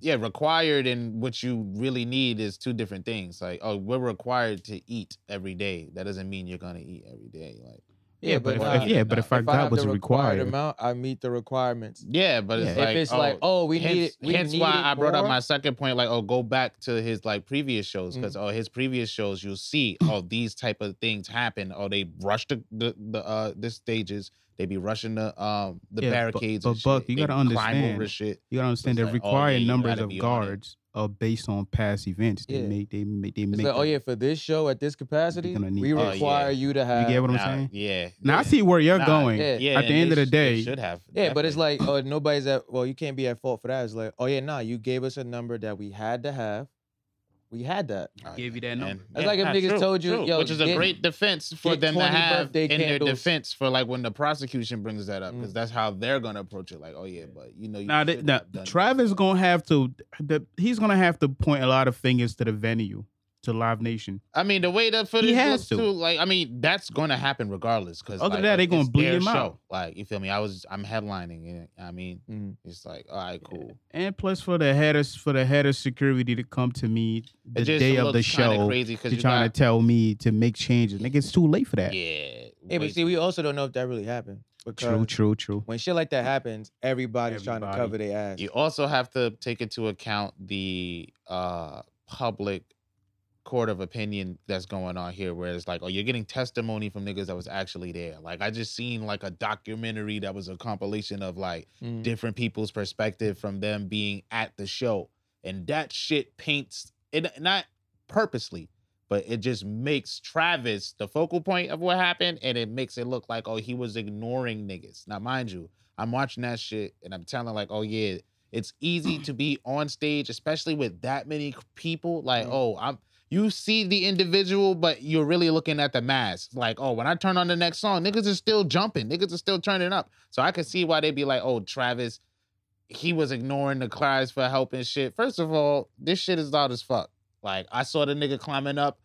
S2: yeah, required and what you really need is two different things. Like, oh, we're required to eat every day. That doesn't mean you're gonna eat every day. Like,
S1: Yeah, but if,
S2: why
S1: if-
S2: not?
S1: yeah, but
S2: If
S1: if I
S3: if I
S1: got
S3: have
S1: what's
S3: the required,
S1: required,
S3: amount, I meet the requirements.
S2: yeah, but it's
S1: Yeah.
S2: like,
S3: if it's like, oh, we
S2: hence,
S3: need it. We
S2: hence
S3: need
S2: why
S3: it
S2: I brought up
S3: more,
S2: my second point. Like, oh, go back to his like previous shows because
S1: Mm-hmm.
S2: oh, his previous shows you'll see oh these type of things happen. Oh, they rush the the, the uh the stages. They be rushing the um the
S1: Yeah, but-
S2: barricades.
S1: but
S2: and shit.
S1: Buck, you
S2: They
S1: gotta
S2: climb over
S1: understand.
S2: shit.
S1: you gotta understand
S2: it's
S1: the
S2: like, oh, yeah,
S1: required
S2: you
S1: numbers
S2: gotta
S1: of
S2: be on it.
S1: guards are based on past events. They
S3: Yeah.
S1: make they make they
S3: It's
S1: make.
S3: like, oh
S1: them.
S3: yeah, for this show at this capacity,
S1: gonna need
S3: we
S2: that. Oh, yeah.
S3: require you to have.
S1: you get what I'm
S2: Nah,
S1: saying?
S2: Yeah.
S1: Now I
S2: yeah.
S1: see where you're
S2: Nah,
S1: going.
S3: yeah.
S2: Yeah,
S1: At the
S2: and
S1: end of
S2: they
S1: the
S2: sh- they
S1: day-
S2: should have.
S3: Yeah, but it's
S2: definitely.
S3: like, oh, nobody's at. Well, you can't be at fault for that. It's like, oh yeah, nah, you gave us a number that we had to have. We had that.
S1: Give you that
S2: And-
S1: number.
S3: It's like if
S2: nah,
S3: niggas
S2: true,
S3: told you,
S2: true,
S3: yo,
S2: which is a
S3: get-
S2: great defense for
S3: get
S2: them to
S3: 20
S2: have
S3: birthday
S2: in their
S3: candles.
S2: defense for like when the prosecution brings that up because
S3: Mm.
S2: that's how they're gonna approach it. Like, oh yeah, but you know, you
S1: Now,
S2: should
S1: that, now
S2: have done this.
S1: Travis gonna have to. The, he's gonna have to point a lot of fingers to the venue, to Live Nation.
S2: I mean, the way that footage
S1: has
S2: looks
S1: to.
S2: too, like, I mean, that's gonna happen regardless. Because
S1: Other
S2: like,
S1: than that, they
S2: it's
S1: gonna bleed
S2: their
S1: him
S2: show.
S1: out.
S2: Like, you feel me? I was, I'm headlining it. I mean,
S3: Mhm.
S2: it's like, all right, cool.
S1: And plus, for the head of for the head of security to come to me the
S2: It just
S1: day of the
S2: looks kinda
S1: show,
S2: crazy because
S1: to trying to tell me to make changes. Nigga, it's too late for that.
S2: yeah.
S3: Yeah,
S2: way
S3: but see, we
S2: too-
S3: also don't know if that really happened. Because
S1: True, true, true.
S3: When shit like that happens, everybody's trying to
S1: Everybody.
S3: cover their ass.
S2: You also have to take into account the uh, public court of opinion that's going on here, where it's like, oh, you're getting testimony from niggas that was actually there. Like, I just seen like a documentary that was a compilation of like
S3: Mhm.
S2: different people's perspective from them being at the show, and that shit paints it not purposely. But it just makes Travis the focal point of what happened, and it makes it look like, oh, he was ignoring niggas. Now, mind you, I'm watching that shit and I'm telling like, oh yeah, it's easy to be on stage, especially with that many c- people. Like,
S3: Mm.
S2: oh, I'm you see the individual, but you're really looking at the mass. Like, oh, when I turn on the next song, niggas is still jumping, niggas is still turning up. So I could see why they'd be like, oh, Travis, he was ignoring the cries for help and shit. First of all, this shit is loud as fuck. Like, I saw the nigga climbing up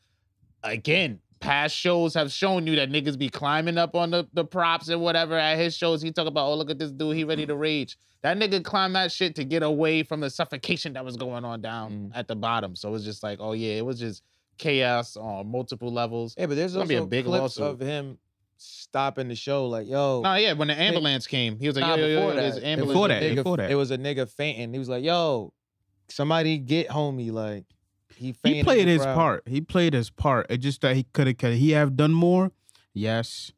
S2: again, past shows have shown you that niggas be climbing up on the, the props and whatever at his shows. He talk about, oh, look at this dude, he ready to rage. That nigga climbed that shit to get away from the suffocation that was going on
S3: Mm.
S2: down at the bottom. So it's just like, oh yeah, it was just chaos on multiple levels.
S3: yeah, but there's
S2: gonna
S3: also
S2: be a big
S3: clips
S2: lawsuit.
S3: of him stopping the show. Like, yo,
S2: No, yeah, when the ambulance came, he was like,
S3: Nah,
S2: yo, yo, yo,
S3: before
S2: yo, there's
S3: that.
S2: ambulance.
S1: Before
S3: a
S1: that,
S3: nigga-
S1: before that.
S3: it was a nigga fainting. He was like, yo, somebody get homie. Like, he fainted.
S1: He
S3: in
S1: played
S3: the
S1: his
S3: crowd.
S1: part. He played his part. It just that he could have. Could he have done more? Yes.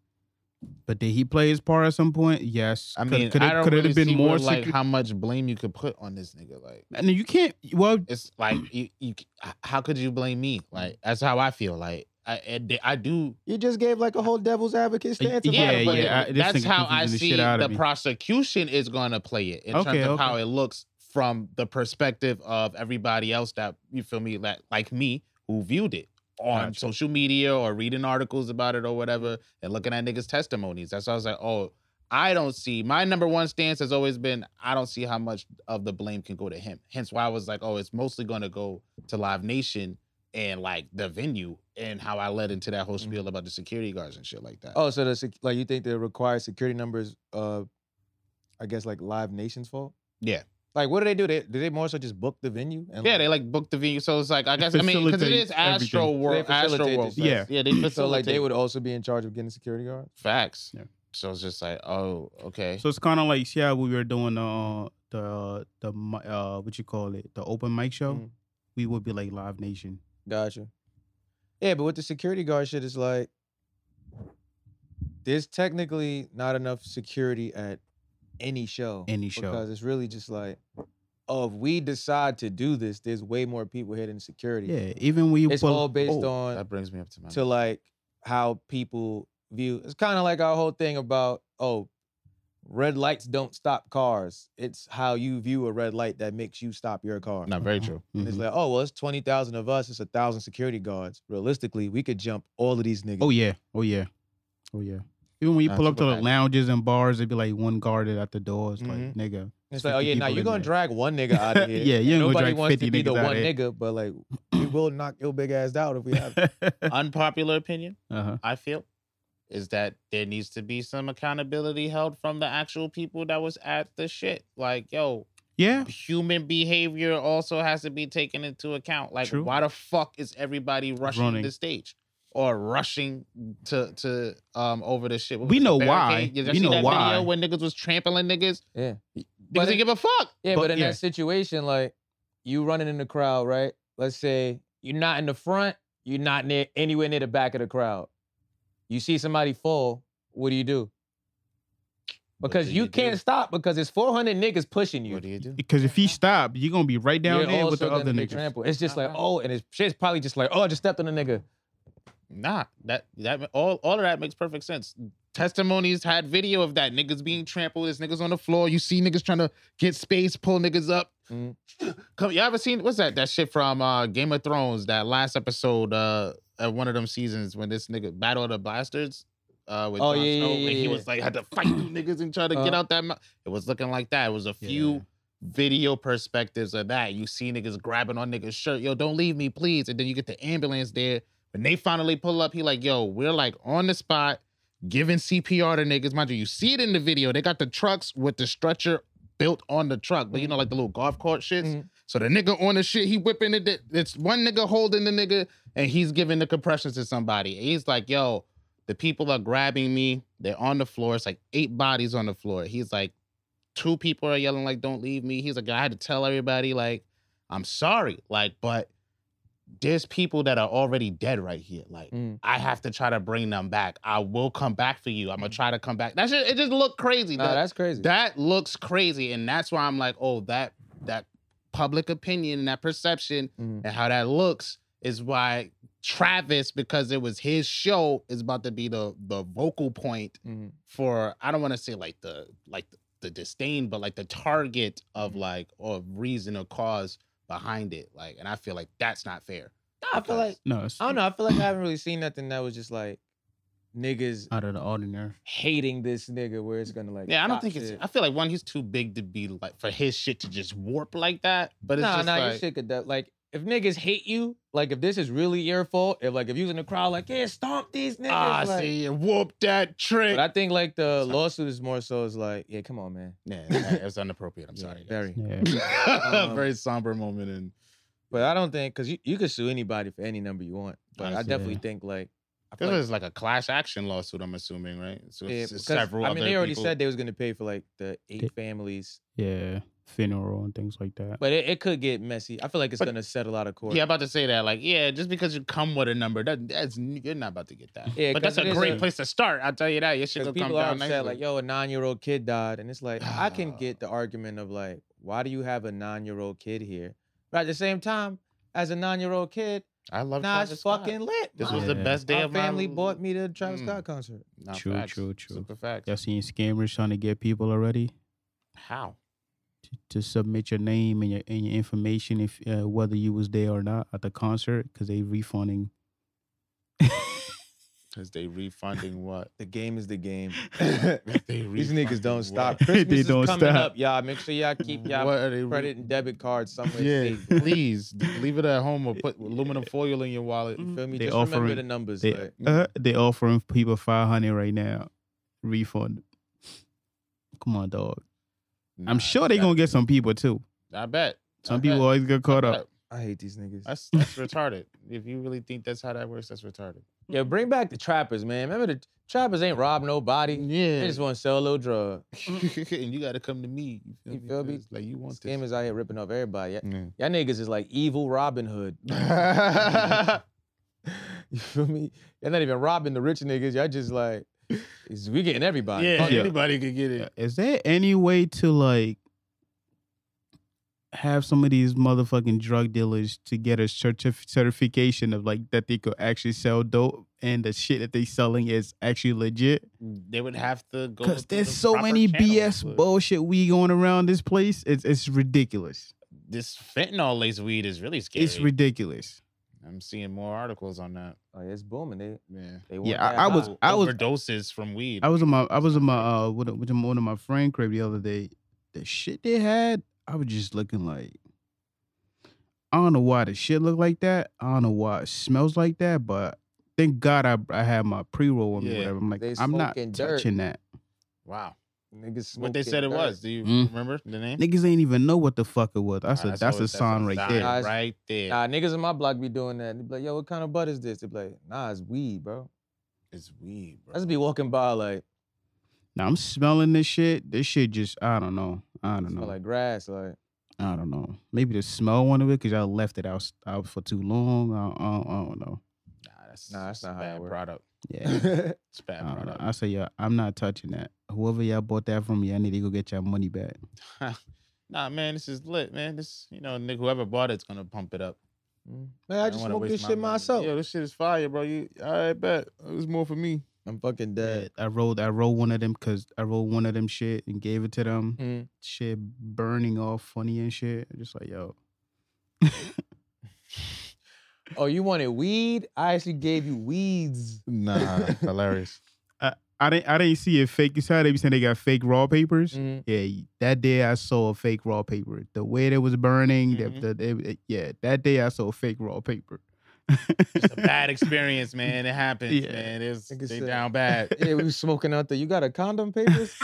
S1: But did he play his part at some point? Yes.
S2: I
S1: Coulda-
S2: mean,
S1: coulda-
S2: I don't
S1: coulda
S2: really
S1: been
S2: see
S1: more
S2: where, like
S1: secu-
S2: how much blame you could put on this nigga. Like,
S1: And you can't. Well,
S2: it's like you, you c- h- how could you blame me like that's how i feel like i and th- i do
S3: You just gave like a whole devil's advocate
S1: Yeah,
S3: stance.
S2: yeah,
S3: about it.
S2: but
S1: yeah, I-
S2: it-
S1: this
S2: that's
S1: nigga
S2: how i
S1: confusing the
S2: see
S1: shit
S2: the,
S1: outta me.
S2: prosecution is going to play it in
S1: Okay,
S2: terms of
S1: okay.
S2: how it looks from the perspective of everybody else that you feel me like, like me who viewed it on
S1: Gotcha.
S2: social media or reading articles about it or whatever and looking at niggas testimonies that's why i was like oh i don't see my number one stance has always been i don't see how much of the blame can go to him hence why i was like oh it's mostly going to go to live nation and like the venue and how i led into that whole
S1: Mm-hmm.
S2: spiel about the security guards and shit like that
S3: Oh, so the sec- like you think the required security numbers, uh, I guess like Live Nation's fault.
S2: yeah
S3: Like, what do they do? They do they more so just book the venue? And
S2: Yeah,
S3: like-
S2: they like booked the venue. So it's like I
S1: They
S2: guess I mean because it
S1: facilitate
S2: is Astro
S1: everything.
S2: World.
S3: They
S2: Astro
S3: facilitate
S2: World.
S3: this
S1: Yeah.
S2: Yeah, they
S3: so like they
S2: facilitate
S3: would also be in charge of getting security guards.
S2: facts.
S1: Yeah.
S2: So it's just like oh okay.
S1: So it's kind of like see how we were doing uh, the the mi- uh what you call it the open mic show.
S3: Mhm.
S1: We would be like Live Nation.
S3: Gotcha. Yeah, but with the security guard shit, it's like there's technically not enough security at any show.
S1: Any show.
S3: Because it's really just like, oh, if we decide to do this, there's way more people here than security.
S1: Yeah, even when you
S3: It's
S1: pull-
S3: all based
S1: oh,
S3: on
S2: that brings me up to my
S3: to like how people view it's kind of like our whole thing about oh red lights don't stop cars it's how you view a red light that makes you stop your car
S2: not very true.
S1: mm-hmm.
S3: And it's like oh well it's 20,000 of us it's a thousand security guards realistically we could jump all of these niggas
S1: Oh yeah, oh yeah, oh yeah. Even when you
S2: Nah,
S1: pull up to
S2: super
S1: the
S2: bad.
S1: lounds and bars, it'd be like one guarded at the doors,
S3: Mhm.
S1: like nigga.
S3: it's like oh yeah
S1: 50
S3: now
S1: people
S3: you're
S1: in
S3: gonna
S1: there.
S3: drag one nigga out
S1: <laughs>
S3: of here
S1: Yeah, you ain't gonna
S3: nobody
S1: drag
S3: wants to
S1: 50
S3: be the
S1: niggas outta
S3: one
S1: here.
S3: nigga but like
S1: <laughs>
S3: we will knock your big ass out if we have
S2: <laughs> Unpopular opinion,
S1: uh-huh.
S2: I feel, is that there needs to be some accountability held from the actual people that was at the shit. Like yo,
S1: Yeah,
S2: human behavior also has to be taken into account. Like,
S1: True.
S2: why the fuck is everybody rushing
S1: Running.
S2: the stage or rushing to to um over the shit? What
S1: We
S2: was it,
S1: know
S2: the
S1: why.
S2: barricade? Y'all
S1: We
S2: see
S1: know
S2: that
S1: why.
S2: Video when niggas was trampling niggas.
S3: Yeah.
S2: niggas
S3: But
S2: didn't
S3: it-
S2: give a fuck.
S3: Yeah,
S1: But-
S3: but, in
S1: yeah.
S3: that situation, like you running in the crowd, right? Let's say you're not in the front, you're not near anywhere near the back of the crowd. You see somebody fall, what do you do?
S2: What
S3: Because
S2: do
S3: you,
S2: you
S3: can't
S2: do?
S3: stop because it's 400 niggas pushing you.
S2: What do you do?
S1: because if you stop, you're gonna be right down
S3: You're
S1: there with the
S3: also
S1: other
S3: gonna be
S1: niggas. Uh-huh.
S3: trampled. It's just like, oh, and it's shit's probably just like, oh, I just stepped on a nigga.
S2: Nah, that that all all of that makes perfect sense. Testimonies had video of that niggas being trampled. There's niggas on the floor. You see niggas trying to get space, pull niggas up.
S3: Mhm.
S2: <clears throat> Come, y'all ever seen what's that? That shit from uh, Game of Thrones. That last episode uh, of one of them seasons when this nigga Battle of the Bastards. Uh, with
S3: Oh,
S2: Jon
S3: yeah,
S2: Snow,
S3: yeah, yeah,
S2: and he
S3: yeah.
S2: was like had to fight you niggas and try to get
S3: Uh-huh.
S2: out that. Mou- it was looking like that. It was a
S1: Yeah.
S2: few video perspectives of that. You see niggas grabbing on niggas' shirt, yo, don't leave me, please. And then you get the ambulance there. When they finally pull up, he like, yo, we're like on the spot, giving CPR to niggas. Mind you, you see it in the video. They got the trucks with the stretcher built on the truck, but you know, like the little golf cart shits.
S3: Mhm.
S2: So the nigga on the shit, he whipping it. It's one nigga holding the nigga, and he's giving the compressions to somebody. He's like, yo, the people are grabbing me. They're on the floor. It's like eight bodies on the floor. He's like, two people are yelling like don't leave me he's like i had to tell everybody like i'm sorry like but there's people that are already dead right here like
S3: Mm.
S2: i have to try to bring them back i will come back for you i'm gonna try to come back that shit it just looked crazy
S3: Mm. Nah,
S2: that,
S3: that's crazy.
S2: that looks crazy and that's why i'm like oh that that public opinion and that perception
S3: Mhm.
S2: and how that looks is why travis because it was his show is about to be the the vocal point
S3: Mhm.
S2: for I don't want to say like the like the disdain, but like the target
S3: Mm-hmm.
S2: of like or reason or cause behind it. Like, and I feel like that's not fair.
S3: Nah, I feel like
S1: No, it's
S3: I don't know. I feel like I haven't really seen nothing that was just like niggas
S1: out of the ordinary.
S3: hating this nigga where it's gonna like
S2: Yeah, I don't
S3: stop
S2: think it's.
S3: shit.
S2: I feel like one, he's too big to be like for his shit to just warp like that. But it's
S3: nah,
S2: just
S3: nah,
S2: like,
S3: you shit could def- like if niggas hate you, like if this is really your fault, if like if you was in the crowd like yeah, stomp these niggas.
S2: ah,
S3: like-
S2: see, warp that trick.
S3: But I think like the
S2: Sorry.
S3: lawsuit is more so is like yeah, come on, man.
S2: yeah, that- that's inappropriate. I'm
S3: Yeah,
S2: sorry. guys.
S3: very.
S1: Yeah.
S2: <laughs>
S3: Um,
S2: very somber moment and
S3: But I don't think because you you could sue anybody for any number you want. But I
S2: Honestly,
S3: definitely
S1: yeah.
S3: think like I
S2: this
S3: feel like,
S2: is like a class action lawsuit. I'm assuming, right? So
S3: <laughs> yeah,
S2: it's, it's
S3: because,
S2: several.
S3: I mean,
S2: other
S3: they already
S2: people.
S3: said they was gonna pay for like the eight
S1: They-
S3: families,
S1: Yeah, funeral and things like that.
S3: but it, it could get messy. I feel like it's
S2: But-
S3: gonna settle out of court.
S2: Yeah, I'm about to say that. Like, yeah, just because you come with a number, that that's you're not about to get that.
S3: Yeah,
S2: but that's
S3: 'cause it
S2: a
S3: is
S2: great
S3: a-
S2: place to start. I'll tell you that. Your shit
S3: Because
S2: gonna come
S3: people are
S2: down
S3: upset,
S2: nicely.
S3: like, yo, a nine year old kid died. And it's like, I
S2: <sighs>
S3: can get the argument of, like, why do you have a nine year old kid here? But at the same time, as a nine year old kid,
S2: I love
S3: nah,
S2: Travis
S3: it's
S2: Scott.
S3: fucking lit.
S2: This
S3: man.
S2: was the
S1: Yeah.
S2: best day
S3: My
S2: of my
S3: family bought me the Travis
S2: Mm.
S3: Scott concert.
S2: Nah,
S1: True,
S2: facts.
S1: true, true.
S2: Super facts.
S1: Y'all seen scammers trying to get people already?
S2: How?
S1: to, to submit your name and your and your information if uh, whether you was there or not at the concert because they refunding.
S2: Cause
S3: <laughs>
S2: they refunding what?
S3: The game is the game.
S2: They
S3: <laughs> These niggas
S2: refunding
S3: don't
S2: what? <laughs>
S3: stop.
S1: They
S3: Christmas is
S1: don't
S3: coming
S1: stop.
S3: up, y'all. Make sure y'all keep y'all
S2: What are they? re-
S3: credit and debit cards somewhere
S2: Yeah, <laughs>
S3: safe.
S2: please leave it at home or put aluminum foil in your wallet.
S3: You feel me?
S1: They
S3: Just remember
S1: offering-
S3: the numbers.
S1: They
S3: like,
S2: Uh-huh.
S1: uh, they offering people five hundred right now, refund. Come on, dog. I'm
S2: Nah,
S1: sure they
S2: that-
S1: gonna get some people too.
S2: I bet.
S1: Some
S2: I
S1: people
S2: bet.
S1: always get caught
S2: I
S1: up.
S2: bet.
S3: I hate these niggas.
S2: That's that's retarded. If you really think that's how that works, that's retarded.
S3: Yeah, bring back the trappers, man. Remember the trappers ain't rob nobody. They
S2: Yeah,
S3: just want to sell a little drug.
S2: <laughs> and you got to come to me.
S3: You feel me?
S2: 'Cause, Like you want this.
S3: Scammers out here ripping off everybody. Y-
S2: Yeah.
S3: Y'all niggas is like evil Robin Hood. You feel me? Y'all not even robbing the rich niggas. Y'all just like, it's- we getting
S2: <laughs>
S3: everybody.
S2: yeah,
S1: Fuck it.
S2: anybody could get
S1: Yeah,
S2: it.
S1: Is there any way to like have some of these motherfucking drug dealers to get a certif- certification of like that they could actually sell dope and the shit that they selling is actually legit?
S2: They would have to go.
S1: Because
S2: through
S1: there's
S2: the
S1: so
S2: proper
S1: many
S2: channels,
S1: BS
S2: but
S1: bullshit we going around this place. It's it's ridiculous.
S2: This fentanyl laced weed is really scary.
S1: It's ridiculous.
S2: I'm seeing more articles on that.
S3: Oh, yeah, it's booming. They,
S2: Yeah.
S3: they want
S1: Yeah, I-
S3: that
S1: I was-
S3: high.
S1: I was-
S2: overdoses from weed.
S1: I was in my I was in my uh with, with one of my friend crib the other day. The shit they had, I was just looking like I don't know why the shit look like that. I don't know why it smells like that, but thank God I I had my pre roll on me.
S2: Yeah.
S1: Whatever. I'm like
S3: They
S1: I'm not
S3: smoking dirt.
S1: touching that.
S2: wow.
S3: Niggas
S2: What they
S3: smoking
S2: said it
S3: dirt.
S2: was. Do you
S1: Mm.
S2: remember the name?
S1: Niggas ain't even know what the fuck it was. That's
S2: Nah,
S1: a that's,
S2: what-
S1: a sign right there.
S3: Nah, it's-
S2: Right there.
S3: Nah, niggas in my block be doing that. They be like, yo, what kind of butt is this? They be like, nah, it's weed, bro.
S2: It's weed, bro.
S3: I just be walking by like,
S1: Now I'm smelling this shit. This shit just I don't know. I don't know.
S3: smell like grass. Like,
S1: I don't know. Maybe the smell one of it because y'all left it out out for too long. I, I, I don't know.
S2: nah, that's,
S3: Nah, that's
S2: it's a
S3: not how it
S2: bad
S3: works.
S2: product.
S1: Yeah.
S3: Mm.
S2: It's a bad
S1: I don't know.
S2: product.
S1: Uh, I say, yeah, I'm not touching that. Whoever y'all bought that from, y'all need to go get your money back.
S2: Nah, man, this is lit, man. This, you know, nigga, whoever bought it's gonna pump it up.
S3: mm, man, I,
S2: don't
S3: just
S2: wanna
S3: smoke
S2: waste
S3: this
S2: my
S3: shit
S2: money.
S3: myself.
S2: Yo, this shit is fire, bro. You, I bet it was more for me.
S3: I'm fucking
S1: Yeah,
S3: dead.
S1: I rolled, I rolled one of them because I rolled one of them shit and gave it to them.
S3: Mm.
S1: Shit burning off, funny and shit. I'm just like, yo,
S3: Oh, you wanted weed? I actually gave you weeds.
S2: <laughs> Nah, hilarious.
S1: I didn't, I didn't see it fake. You saw they be saying they got fake raw papers.
S3: Mm.
S1: Yeah, that day I saw a fake raw paper. The way that was burning, the-
S2: Mhm.
S1: the, it- yeah, that day I saw a fake raw paper.
S2: It's
S1: <laughs>
S2: a bad experience, man. It happens,
S1: Yeah.
S2: man. It's
S3: Nigga
S2: they
S3: said-
S2: down
S3: <laughs>
S2: bad.
S3: Yeah, we was smoking out there. You got a condom, papers? <laughs>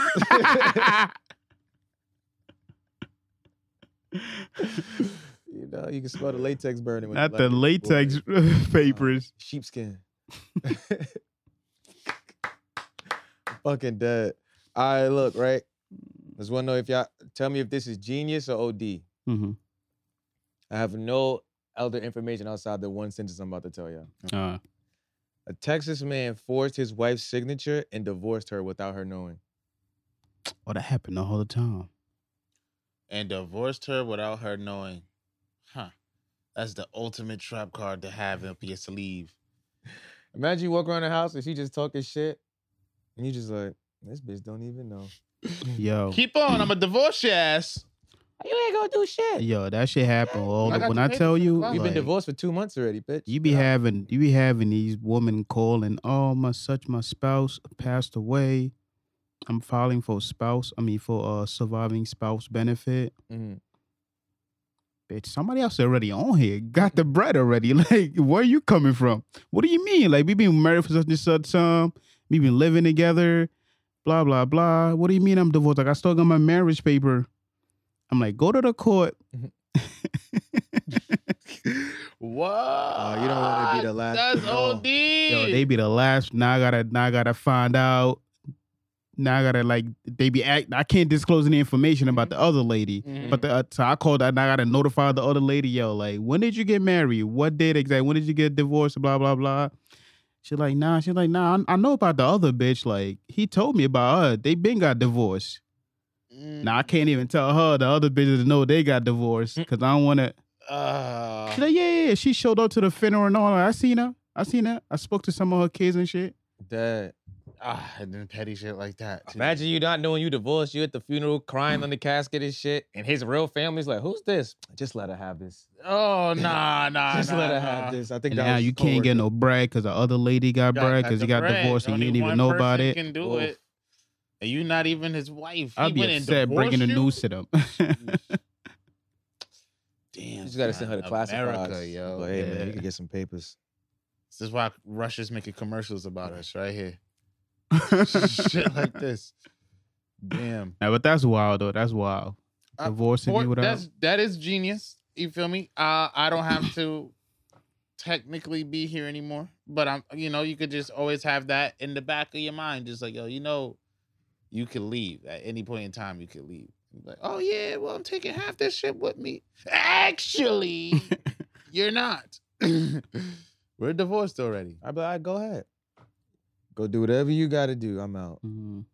S3: you know, you can smell the latex burning. when you
S1: Not
S3: light
S1: the
S3: it. Boy,
S1: latex papers.
S3: sheepskin. <laughs> fucking dead. All right, look, right? Just want to know if y'all tell me if this is genius or OD.
S1: Mm-hmm.
S3: I have no other information outside the one sentence I'm about to tell y'all.
S1: Uh,
S3: A Texas man forged his wife's signature and divorced her without her knowing.
S1: oh, that happened the whole time.
S2: and divorced her without her knowing. Huh. That's the ultimate trap card to have up your sleeve.
S3: Imagine you walk around the house and she just talking shit, and you just like, this bitch don't even know.
S1: Yo,
S2: Keep on, I'ma divorce your ass.
S3: You ain't gonna do shit.
S1: yo, that shit happened all
S2: I
S1: the
S2: got
S1: when
S2: the
S1: I
S2: papers
S1: tell
S2: in the
S1: you,
S2: closet.
S3: You've been
S1: like,
S3: divorced for two months already, bitch.
S1: You be
S3: Get out.
S1: having you be having these women calling, oh my such my spouse passed away. I'm filing for spouse. I mean for uh surviving spouse benefit.
S3: Mhm.
S1: Bitch, somebody else already on here got the bread already. <laughs> Like, where you coming from? What do you mean? Like we been married for such and such time. We been living together. Blah blah blah. What do you mean I'm divorced? Like I still got my marriage paper. I'm like, go to the court.
S2: What?
S3: Oh, you don't want to be the last.
S2: That's
S3: to know.
S2: OD.
S1: Yo, they be the last. Now I gotta, now I gotta find out. Now I gotta like, they be act. I can't disclose any information about the other lady.
S2: Mm-hmm.
S1: But the, uh, so I called. I now gotta notify the other lady. Yo, like, when did you get married? What date exactly? When did you get divorced? Blah blah blah. She like, nah. She like, nah. I, I know about the other bitch. Like, he told me about her. They been got divorced.
S2: Mm-hmm.
S1: Now I can't even tell her the other bitches know they got divorced
S2: Mm.
S1: because I don't want to.
S2: Uh,
S1: She like, yeah, yeah, yeah. She showed up to the funeral and all. that. I seen her. I seen her. I spoke to some of her kids and shit.
S3: Dad.
S2: ah, and then petty shit like that. too.
S3: Imagine you not knowing you divorced, you at the funeral crying on the casket and shit, and his real family's like, "Who's this?"
S7: Just let her have this.
S2: Oh nah, nah,
S3: <laughs> Just
S2: nah,
S3: let her
S2: nah.
S3: have this. I think
S1: And
S3: that
S1: now
S3: was
S1: you can't get no brag because the other lady got
S2: Got-
S1: brag because he
S2: the
S1: got
S2: bread.
S1: divorced and
S2: Only
S1: he didn't
S2: one
S1: even know about
S2: person
S1: it.
S2: Can do
S3: Oof.
S2: it. And you not even his wife.
S1: I'd
S2: he
S1: be
S2: went and
S1: upset breaking the
S2: divorced you?
S1: news to them.
S2: Damn,
S3: You just gotta send her to
S2: son,
S3: classifieds.
S2: America, yo.
S3: But hey, man, you <laughs>
S2: Yeah.
S3: can get some papers.
S2: This is why Russia's making commercials about us
S1: <laughs>
S2: right here. <laughs> Shit like this. Damn.
S1: Nah, but that's wild though. That's wild.
S2: Uh,
S1: Divorcing me
S2: Or-
S1: without
S2: that's that is genius. You feel me? Uh, I don't have to technically be here anymore, but I'm. You know, you could just always have that in the back of your mind, just like yo, you know, you could leave at any point in time. You could leave. Like, oh yeah, well I'm taking half this shit with me. Actually, you're not. We're divorced already.
S3: I'd be like, "All right, go ahead, go do whatever you gotta do. I'm
S1: <laughs>
S3: out."
S1: Mhm.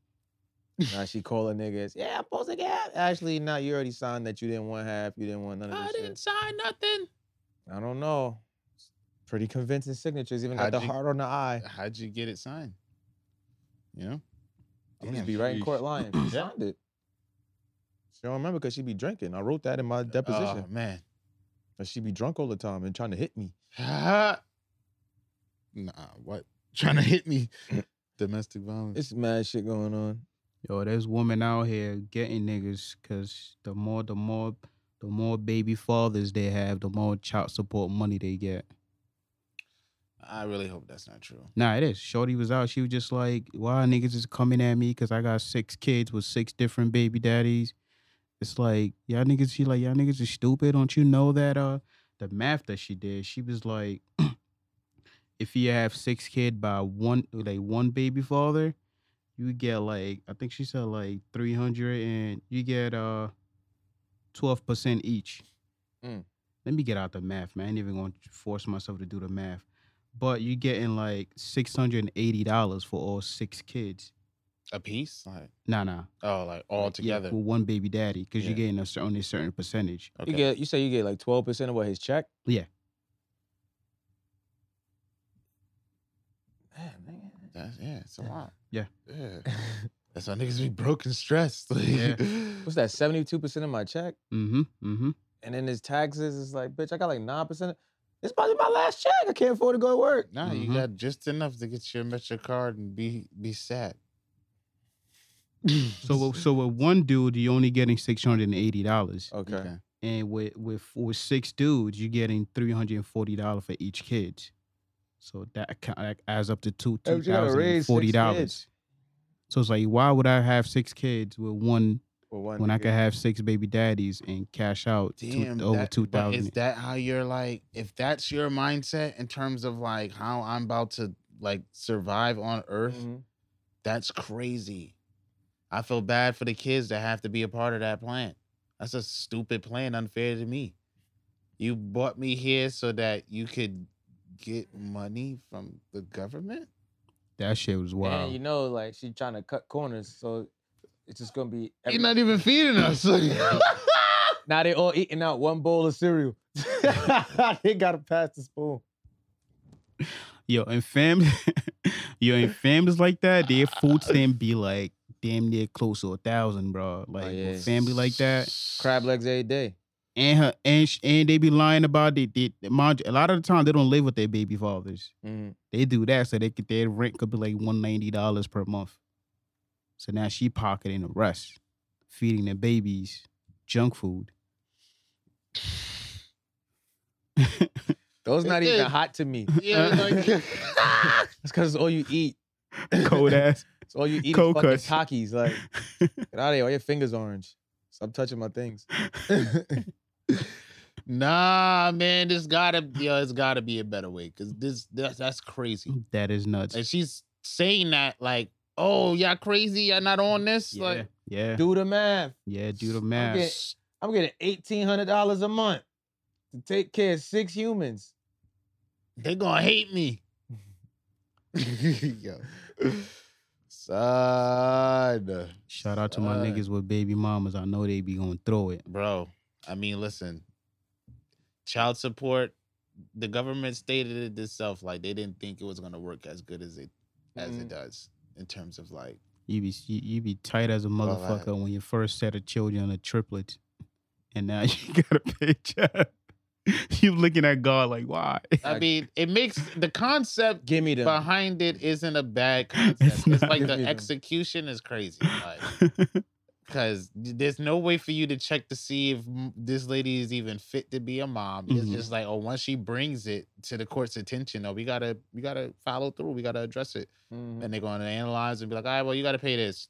S3: Now she calling niggas. Yeah, I'm supposed to get. half." Actually, not. You already signed that you didn't want half. You didn't want none of this
S2: I
S3: shit.
S2: didn't sign nothing.
S3: I don't know. Pretty convincing signatures. Even got
S2: How'd
S3: the
S2: you-
S3: heart on the eye.
S2: How'd you get it signed? You know,
S3: I'm just
S2: Damn,
S3: be right in
S2: sheesh.
S3: court lying. <clears throat> She signed it. She don't remember because she be drinking. I wrote that in my deposition.
S1: Uh.
S2: Oh man.
S3: And she be drunk all the time and trying to hit me.
S2: nah, what? Trying to hit me. Domestic violence.
S3: It's mad shit going on.
S1: Yo, there's women out here getting niggas because the more, the more, the more baby fathers they have, the more child support money they get.
S2: I really hope that's not true.
S1: Nah, it is. Shorty was out. She was just like, "Why niggas is coming at me? Cause I got six kids with six different baby daddies." It's like y'all niggas. She like y'all niggas is stupid. Don't you know that? Uh, the math that she did. She was like, <clears throat> if you have six kid by one like one baby father, you get like I think she said like three hundred, and you get uh twelve percent each.
S3: Mm.
S1: Let me get out the math, man. I ain't even gonna force myself to do the math but you're getting like six hundred and eighty dollars for all six kids.
S2: A piece? Like
S1: Nah, nah,
S2: oh, like all together.
S1: yeah, for one baby daddy, because
S2: Yeah.
S1: you're getting a cer- only a certain percentage.
S2: Okay.
S3: You get you say you get like twelve percent of what his check? <laughs>
S1: Yeah.
S3: Man,
S2: That's, yeah, it's a lot.
S1: Yeah.
S2: Yeah. That's why niggas be broke and stressed. <laughs> Like,
S1: Yeah.
S3: what's that? Seventy-two percent of my check?
S1: Mm-hmm. Mm-hmm.
S3: And then his taxes is like, bitch, I got like nine percent. It's probably my last check. I can't afford to go to work.
S2: Nah, you
S1: Mhm.
S2: got just enough to get your metro card and be be sad.
S1: So,
S2: <laughs>
S1: with- so with one dude, you're only getting six hundred and eighty dollars,
S3: Okay.
S1: and with with with six dudes, you're getting three hundred and forty dollars for each kid. So that, acc- that adds up to two
S3: Hey,
S1: two
S3: but you gotta
S1: thousand and
S3: raise six
S1: forty dollars.
S3: kids.
S1: So it's like, why would I have six kids with one
S3: Well, one
S1: when I
S3: nigga.
S1: could have six baby daddies and cash out two-
S2: Damn,
S1: over
S2: that-
S1: two
S2: but Is
S1: thousand?
S2: that how you're like? If that's your mindset in terms of like how I'm about to like survive on Earth,
S3: Mhm.
S2: That's crazy. I feel bad for the kids that have to be a part of that plan. That's a stupid plan, unfair to me. You brought me here so that you could get money from the government?
S1: That shit was wild.
S3: And you know, like she trying to cut corners, so it's just gonna be. every-
S2: You're not even feeding us. <laughs>
S3: <laughs> now they all eating out one bowl of cereal. <laughs> they gotta pass the spoon.
S1: Yo, and fam, <laughs> yo, and families like that,
S3: <laughs>
S1: their food stamp be like damn near close to a thousand, bro.
S2: Oh,
S1: Like with
S3: yeah.
S1: family like that,
S3: Crab legs every day.
S1: and her and sh- and they be lying about it. They, they- mind you, a lot of the time they don't live with their baby fathers.
S3: Mhm.
S1: They do that so they could their rent could be like one ninety dollars per month. So now she pocketing the rest, feeding the babies junk
S3: <laughs>
S1: food.
S3: Those not
S2: It's
S3: even
S2: good.
S3: hot
S2: <laughs>
S3: to me. <laughs>
S2: yeah, like,
S3: That's because it's all you eat.
S1: Cold ass.
S3: It's all you eat.
S1: Cold
S3: Cold fucking
S1: cuts. <laughs>
S3: Takis. Like, get out of here. All your fingers orange. Stop touching my things.
S2: nah, man, this gotta yo, it's gotta be a better way. Cause this that's that's crazy.
S1: That is nuts.
S2: And she's saying that like, oh, y'all crazy, y'all not on this?
S1: yeah,
S2: Like
S1: yeah,
S3: Do the math.
S1: yeah. Do the
S3: I'm
S1: math.
S3: getting, I'm getting eighteen hundred dollars a month to take care of six humans.
S2: They gonna hate me. <laughs> Yo. Son.
S1: Shout out to my
S2: Son.
S1: niggas with baby mamas. I know they be gonna throw it.
S2: Bro, I mean, listen. Child support, the Mm. government stated it itself like they didn't think it was gonna work as good as it as it does.
S9: in terms of like
S1: You be you, you be tight as a
S9: Well,
S1: motherfucker when your first set of children are triplets, and now <laughs> you got a paycheck. <laughs> you looking at God like, why? <laughs>
S2: I mean, it makes the concept
S3: Give me them.
S2: behind it isn't a bad concept. <laughs> It's,
S1: not.
S2: like
S3: Give me
S2: the
S3: them.
S2: execution is crazy. Like, because there's no way for you to check to see if m- this lady is even fit to be a mom. It's
S1: Mhm.
S2: just like, oh, once she brings it to the court's attention, oh, we gotta, we gotta follow through. We gotta address it,
S3: Mm-hmm.
S2: and they're going to analyze and be like, all right, well, you gotta pay this,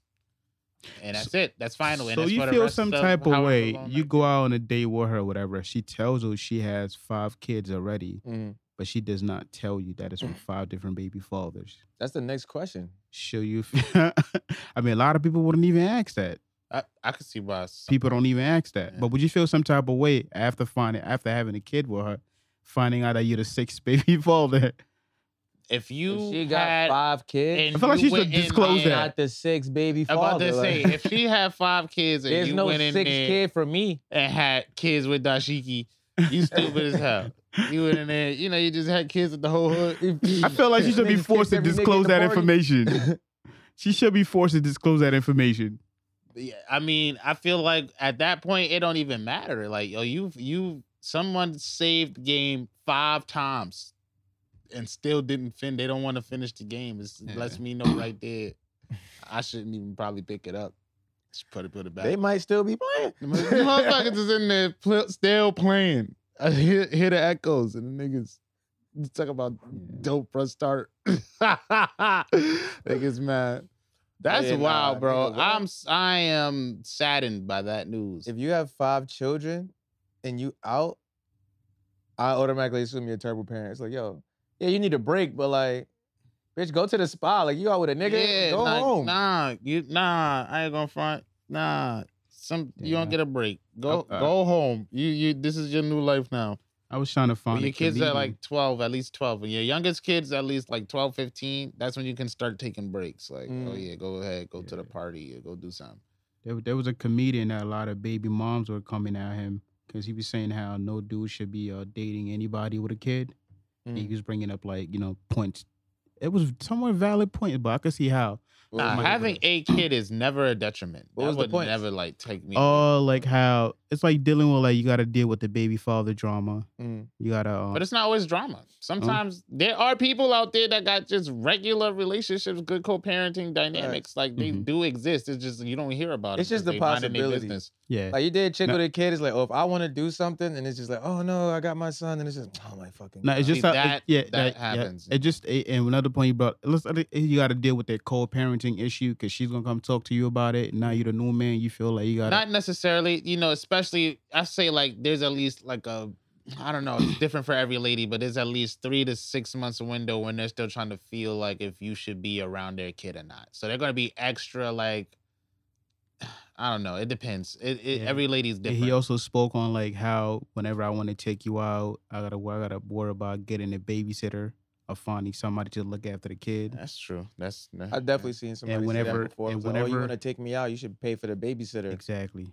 S2: and that's it. That's final. and
S1: so
S2: it's
S1: you
S2: for the
S1: feel
S2: rest
S1: some type of
S2: however
S1: way.
S2: long
S1: You
S2: that-
S1: go out on a date with her, whatever. She tells you she has five kids already,
S3: Mhm.
S1: but she does not tell you that it's
S2: <clears throat>
S1: from five different baby fathers.
S3: That's the next question.
S1: Show you. <laughs> I mean, a lot of people wouldn't even ask that.
S2: I, I could see why. some-
S1: People don't even ask that. But would you feel some type of way after finding after having a kid with her, finding out that you're the sixth <laughs> baby father?
S2: If
S3: If
S2: you
S3: she got
S2: had,
S3: five kids.
S2: and
S1: I feel like
S2: you
S1: she should
S2: went in
S1: disclose
S2: there-
S1: that.
S3: Not the six baby
S2: I'm
S3: father.
S2: about to say,
S3: like,
S2: if she had five kids and
S3: there's
S2: you
S3: no
S2: went in
S3: six
S2: there
S3: kid for me.
S2: and had kids with dashiki, you stupid as hell. You went in there, you know, you just had kids with the whole hood.
S1: I feel like she should be
S3: Niggas
S1: forced to
S3: kicked every nigga in
S1: disclose
S3: the
S1: that
S3: party. <laughs>
S1: information. she should be forced to disclose that information.
S2: Yeah, I mean, I feel like at that point it don't even matter. Like, yo, you you someone saved the game five times and still didn't fin. They don't want to finish the game. It's, It lets me know right there. I shouldn't even probably pick it up. Just put it put it back.
S3: They might still be
S2: <laughs>
S3: playing.
S2: The
S9: The motherfuckers is in there pl- still playing. I hear, hear the echoes and the niggas you talk about dope press
S2: <laughs>
S9: start. niggas mad.
S2: That's
S3: Yeah, nah,
S2: wild, bro.
S3: nigga, what?
S2: I'm s- I am saddened by that news.
S3: If you have five children and you out, I automatically assume you're a terrible parent. It's like, yo, yeah, you need a break, but like, bitch, go to the spa. Like, you out with a nigga,
S2: Yeah,
S3: go
S2: like,
S3: home.
S2: Nah, you nah, I ain't gonna front. Nah. Some you
S1: Damn.
S2: don't get a break. Go
S1: Uh, uh.
S2: go home. You you this is your new life now.
S1: I was trying to find
S2: When your
S1: a
S2: kids are
S1: comedian.
S2: like 12, at least 12. When your youngest kids at least like 12, 15, that's when you can start taking breaks. Like, oh
S3: Mm.
S2: yeah, go ahead, go to the
S1: Yeah.
S2: party, or go do something.
S1: there, there was a comedian that a lot of baby moms were coming at him because he was saying how no dude should be uh, dating anybody with a kid. And
S3: Mm.
S1: he was bringing up like you know points. It was somewhat valid point, but I could see how.
S3: What was
S2: Nah,
S3: my-
S2: having a kid is never a detriment.
S3: What
S2: that
S3: was the
S2: would
S3: point?
S2: never like take me. away.
S1: Oh, like how it's like dealing with like you got to deal with the baby father drama.
S3: Mm.
S1: You gotta. Um,
S2: But it's not always drama.
S3: Oh.
S2: Sometimes there are people out there that got just regular relationships, good co-parenting dynamics. Like they
S1: Mhm.
S2: do exist. It's just you don't hear about
S3: Mm-hmm. It's
S2: them
S3: just
S2: 'cause
S3: the
S2: they minding they
S3: possibility.
S2: business.
S1: yeah.
S3: Like you did chick
S1: Nah.
S3: with a kid, it's like, oh, if I want to do something, and it's just like, oh no, I got my son, and it's just, oh my fucking.
S1: No, it's
S2: See,
S1: just how, it-
S2: that-
S1: yeah,
S2: that
S1: that yeah.
S2: happens.
S1: It just it, and another point you brought. Let's I think you got to deal with that co-parenting issue because she's gonna come talk to you about it. Now you're the new man. You feel like you got
S2: Not necessarily, you know, especially I say like there's at least like a I don't know, it's different for every lady, but there's at least three to six months window when they're still trying to feel like if you should be around their kid or not. So they're gonna be extra like I don't know. It depends. It, it
S1: Yeah.
S2: every lady's
S1: And
S2: different.
S1: he also spoke on like how whenever I want to take you out, I gotta wor- I gotta worry about getting a babysitter or finding somebody to look after the kid.
S2: That's true. That's
S3: I've
S2: <laughs>
S3: definitely seen somebody say
S1: whenever-
S3: that before.
S1: and
S3: It's like, oh, you
S1: whenever-
S3: want to take me out? You should pay for the babysitter.
S1: Exactly.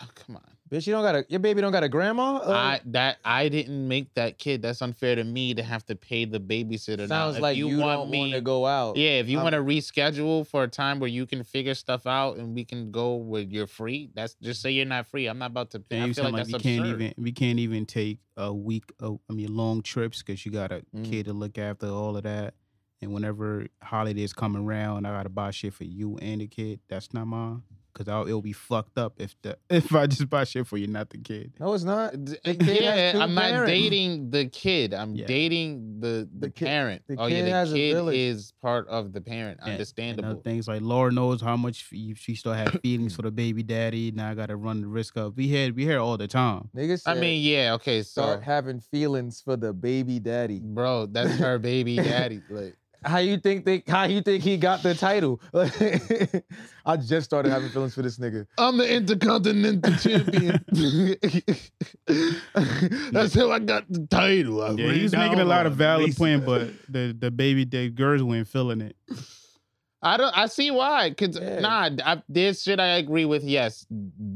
S2: Oh, come on.
S3: Bitch, you don't got a your baby don't got a grandma. Uh,
S2: I that I didn't make that kid. That's unfair to me to have to pay the babysitter. now.
S3: sounds
S2: If
S3: like you, don't want to go
S1: Oh,
S3: out.
S2: Yeah, if you
S3: I'm-
S2: want to reschedule for a time where you can figure stuff out and we can go where you're free, that's just say you're not free. I'm not about to pay.
S1: And
S2: I
S1: you
S2: feel
S1: sound
S2: like,
S1: like,
S2: that's
S1: you
S2: absurd.
S1: can't even we can't even take a week of I mean long trips because you got a
S3: Mm.
S1: kid to look after all of that. And whenever holidays come around, I gotta buy shit for you and the kid. That's not mine. Cause I'll, it'll be fucked up if the <laughs> if I just buy shit for you, not the kid.
S3: No, it's not.
S2: D-
S3: The kid
S2: yeah,
S3: has two
S2: I'm not
S3: parents.
S2: dating the kid. I'm
S1: Yeah.
S2: dating the the,
S3: The kid-
S2: parent.
S3: the
S2: oh yeah,
S3: kid
S2: the
S3: has a
S2: kid
S3: village.
S2: is part of the parent.
S1: and
S2: Understandable.
S1: other things like Laura knows how much she she still
S2: <clears throat>
S1: had feelings for the baby daddy. Now I got to run the risk of we hear we hear all the time.
S3: Niggas
S2: I mean, yeah, okay, so
S3: start having feelings for the baby daddy.
S2: bro, that's her
S1: <laughs>
S2: baby daddy. Like
S3: How you think they? How you think he got the title? <laughs> I just started having feelings for this nigga.
S9: I'm the intercontinental
S1: <laughs>
S2: <laughs>
S9: champion. That's how I got the title. I
S1: Yeah,
S9: ran
S1: he's
S9: down
S2: <laughs>
S1: making a lot of
S9: on
S1: valid
S9: Mason.
S1: <laughs> point, but the the baby the girls weren't feeling it.
S2: I don't. I see why. Cause
S3: Yeah.
S2: nah, I, there's shit I agree with. Yes,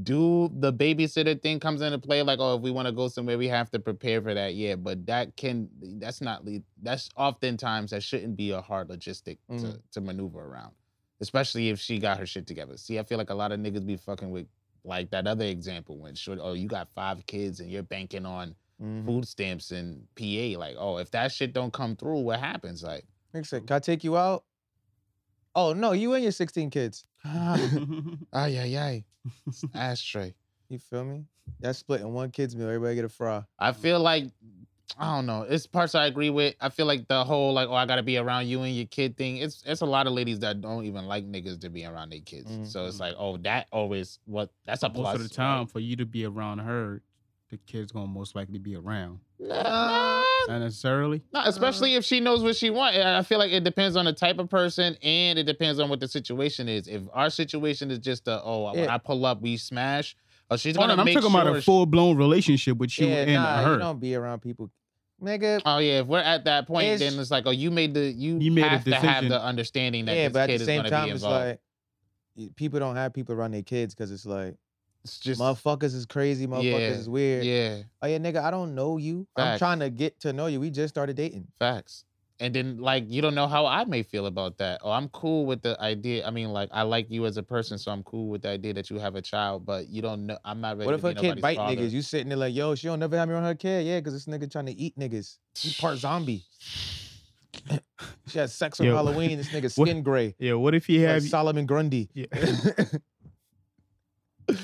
S2: do the babysitter thing comes into play. Like, oh, if we want to go somewhere, we have to prepare for that. Yeah, but that can. That's not. le- That's oftentimes that shouldn't be a hard logistic to,
S3: Mhm.
S2: to maneuver around, especially if she got her shit together. See, I feel like a lot of niggas be fucking with like that other example when should oh you got five kids and you're banking on
S3: Mhm.
S2: food stamps and PA. Like, oh, if that shit don't come through, what happens? Like.
S3: Nigga said, can I take you out? Oh no, you and your 16 kids.
S1: Ah.
S2: Ay, ay, ay.
S1: <laughs>
S2: It's an Ashtray.
S3: You feel me? That's splitting one kid's meal. Everybody get a fry.
S2: I feel like, I don't know. It's parts I agree with. I feel like the whole, like, oh, I got to be around you and your kid thing. It's it's a lot of ladies that don't even like niggas to be around their kids. So it's like, oh, that always, what, that's a
S1: Mm-hmm. Most
S2: plus.
S1: of the time, for you to be around her, the kid's gonna most likely be around.
S2: Nah.
S1: Not necessarily.
S2: Nah, especially if she knows what she wants. And I feel like it depends on the type of person and it depends on what the situation is. If our situation is just a, oh, when
S3: Yeah.
S2: I pull up, we smash. Oh, she's
S1: Hold
S2: gonna
S1: on, I'm
S2: make
S1: talking
S2: sure
S1: about a full blown relationship with you
S3: yeah,
S1: and
S3: nah,
S1: her.
S3: you don't be around people, nigga.
S2: Oh yeah, if we're at that point, then
S3: It's-
S2: it's like, oh, you made the you,
S1: You made a
S2: have to have
S1: decision.
S2: the understanding that
S3: yeah,
S2: this
S3: but
S2: kid
S3: at the
S2: is
S3: same
S2: gonna
S3: time,
S2: be
S3: it's
S2: involved.
S3: like y- people don't have people around their kids because it's like
S2: it's just
S3: motherfuckers is crazy, motherfuckers
S2: Yeah,
S3: is weird.
S2: yeah,
S3: Oh yeah, nigga, I don't know you.
S2: Facts.
S3: I'm trying to get to know you. We just started dating.
S2: facts. And then like you don't know how I may feel about that. Oh, I'm cool with the idea. I mean, like I like you as a person, so I'm cool with the idea that you have a child, but you don't know. I'm not ready.
S3: What if
S2: to
S3: her
S2: be
S3: kid
S2: nobody's
S3: bite
S2: father.
S3: niggas? You sitting there like, yo, she don't never have me on her kid. Yeah, because this nigga trying to eat niggas. He part
S2: <laughs>
S3: zombie. she had sex on
S1: Yo,
S3: Halloween. This nigga
S1: what-
S3: skin gray.
S1: yeah, what if he
S3: Like
S1: have
S3: Solomon Grundy.
S1: <laughs> yeah,
S2: Oh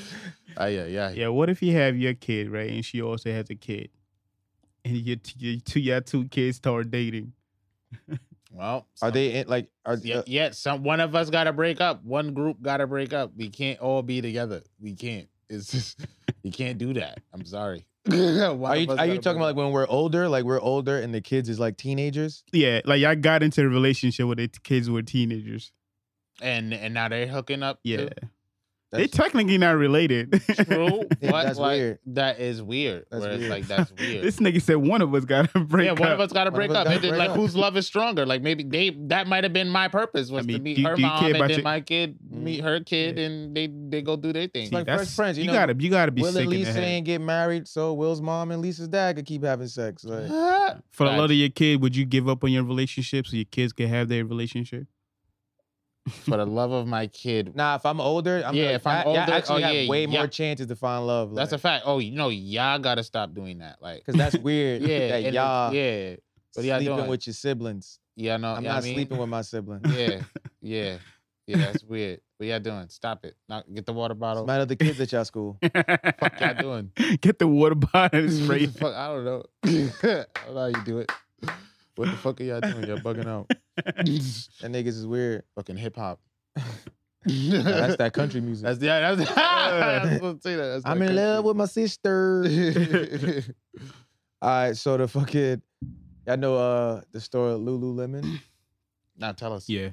S2: yeah, yeah, yeah.
S1: yeah, what if he have your kid, right? And she also has a kid. And your t- your two your two kids start dating.
S2: Well,
S3: Are
S2: some-
S3: they in, like are
S2: Yeah,
S3: uh,
S2: yeah, some one of us gotta break up. One group gotta break up. We can't all be together. We can't. It's just <laughs> you can't do that. I'm sorry. <laughs>
S3: are you are you talking about like when we're older, like we're older and the kids is like teenagers?
S1: Yeah, like y'all got into a relationship where the t- kids were teenagers.
S2: and and now they're hooking up? too?
S1: Yeah. <laughs> They
S3: That's-
S1: technically not related. <laughs>
S2: True.
S3: Yeah,
S2: but,
S3: <laughs> that's
S2: like,
S3: weird.
S2: That is weird.
S3: That's
S2: where it's
S3: weird. <laughs>
S2: like that's weird.
S1: this nigga said one of us got to <laughs> break
S2: yeah, one of
S1: up.
S2: us got to
S3: One of
S2: break
S3: us
S2: up.
S3: gotta
S2: It did,
S3: break
S2: like
S3: up.
S2: whose love is stronger? Like maybe they that might have been my purpose was
S1: I mean,
S2: to meet
S1: do-
S2: her
S1: do you care
S2: mom and
S1: about
S2: then
S1: your-
S2: my kid
S3: Mm.
S2: meet her kid
S1: Yeah.
S2: and they they go do their thing.
S1: See,
S2: <laughs>
S3: like
S1: that's-
S3: first friends, you know,
S1: gotta you gotta be
S3: Will
S1: sick
S3: and
S1: in the
S3: Lisa
S1: head.
S3: ain't get married, so Will's mom and Lisa's dad could keep having sex. Like,
S1: For the love of
S2: Facts.
S1: your kid, would you give up on your relationship so your kids can have their relationship?
S2: For the love of my kid,
S3: nah, if I'm older, I'm
S2: Yeah,
S3: like,
S2: if I'm
S3: y'all- y'all
S2: older,
S3: actually
S2: oh,
S3: have
S2: yeah,
S3: way
S2: yeah.
S3: more chances to find love.
S2: that's a fact. Oh, you know, y'all gotta stop doing that. Like,
S3: <laughs> because that's
S2: <laughs>
S3: weird.
S2: yeah,
S3: that
S2: and-
S3: y'all
S2: yeah, what y'all
S3: sleeping
S2: doing?
S3: with your siblings.
S2: yeah, no,
S3: I'm
S2: yeah,
S3: not
S2: I mean,
S3: sleeping with my sibling.
S2: <laughs> Yeah,
S3: <laughs>
S2: yeah, yeah. That's weird. What y'all doing? Stop it. Now get the water bottle.
S3: It's my other kids at y'all school.
S2: fuck y'all <laughs> doing?
S1: <laughs> Get the water bottle and
S2: What
S1: spray.
S2: the
S1: it.
S2: fuck? I don't know. <laughs> I don't know how you do it. What the fuck are y'all doing? Y'all bugging out.
S3: That niggas is weird.
S2: Fucking hip <laughs> hop.
S3: Nah, that's that country
S2: <laughs>
S3: music.
S2: That's yeah. That's, <laughs> I was gonna say that. That's
S3: I'm
S2: that country.
S3: in love with
S2: <laughs>
S3: my sister. All right, so the fucking, y'all know uh the
S1: <clears throat>
S3: store Lululemon.
S2: Now tell us.
S1: <laughs> Yeah,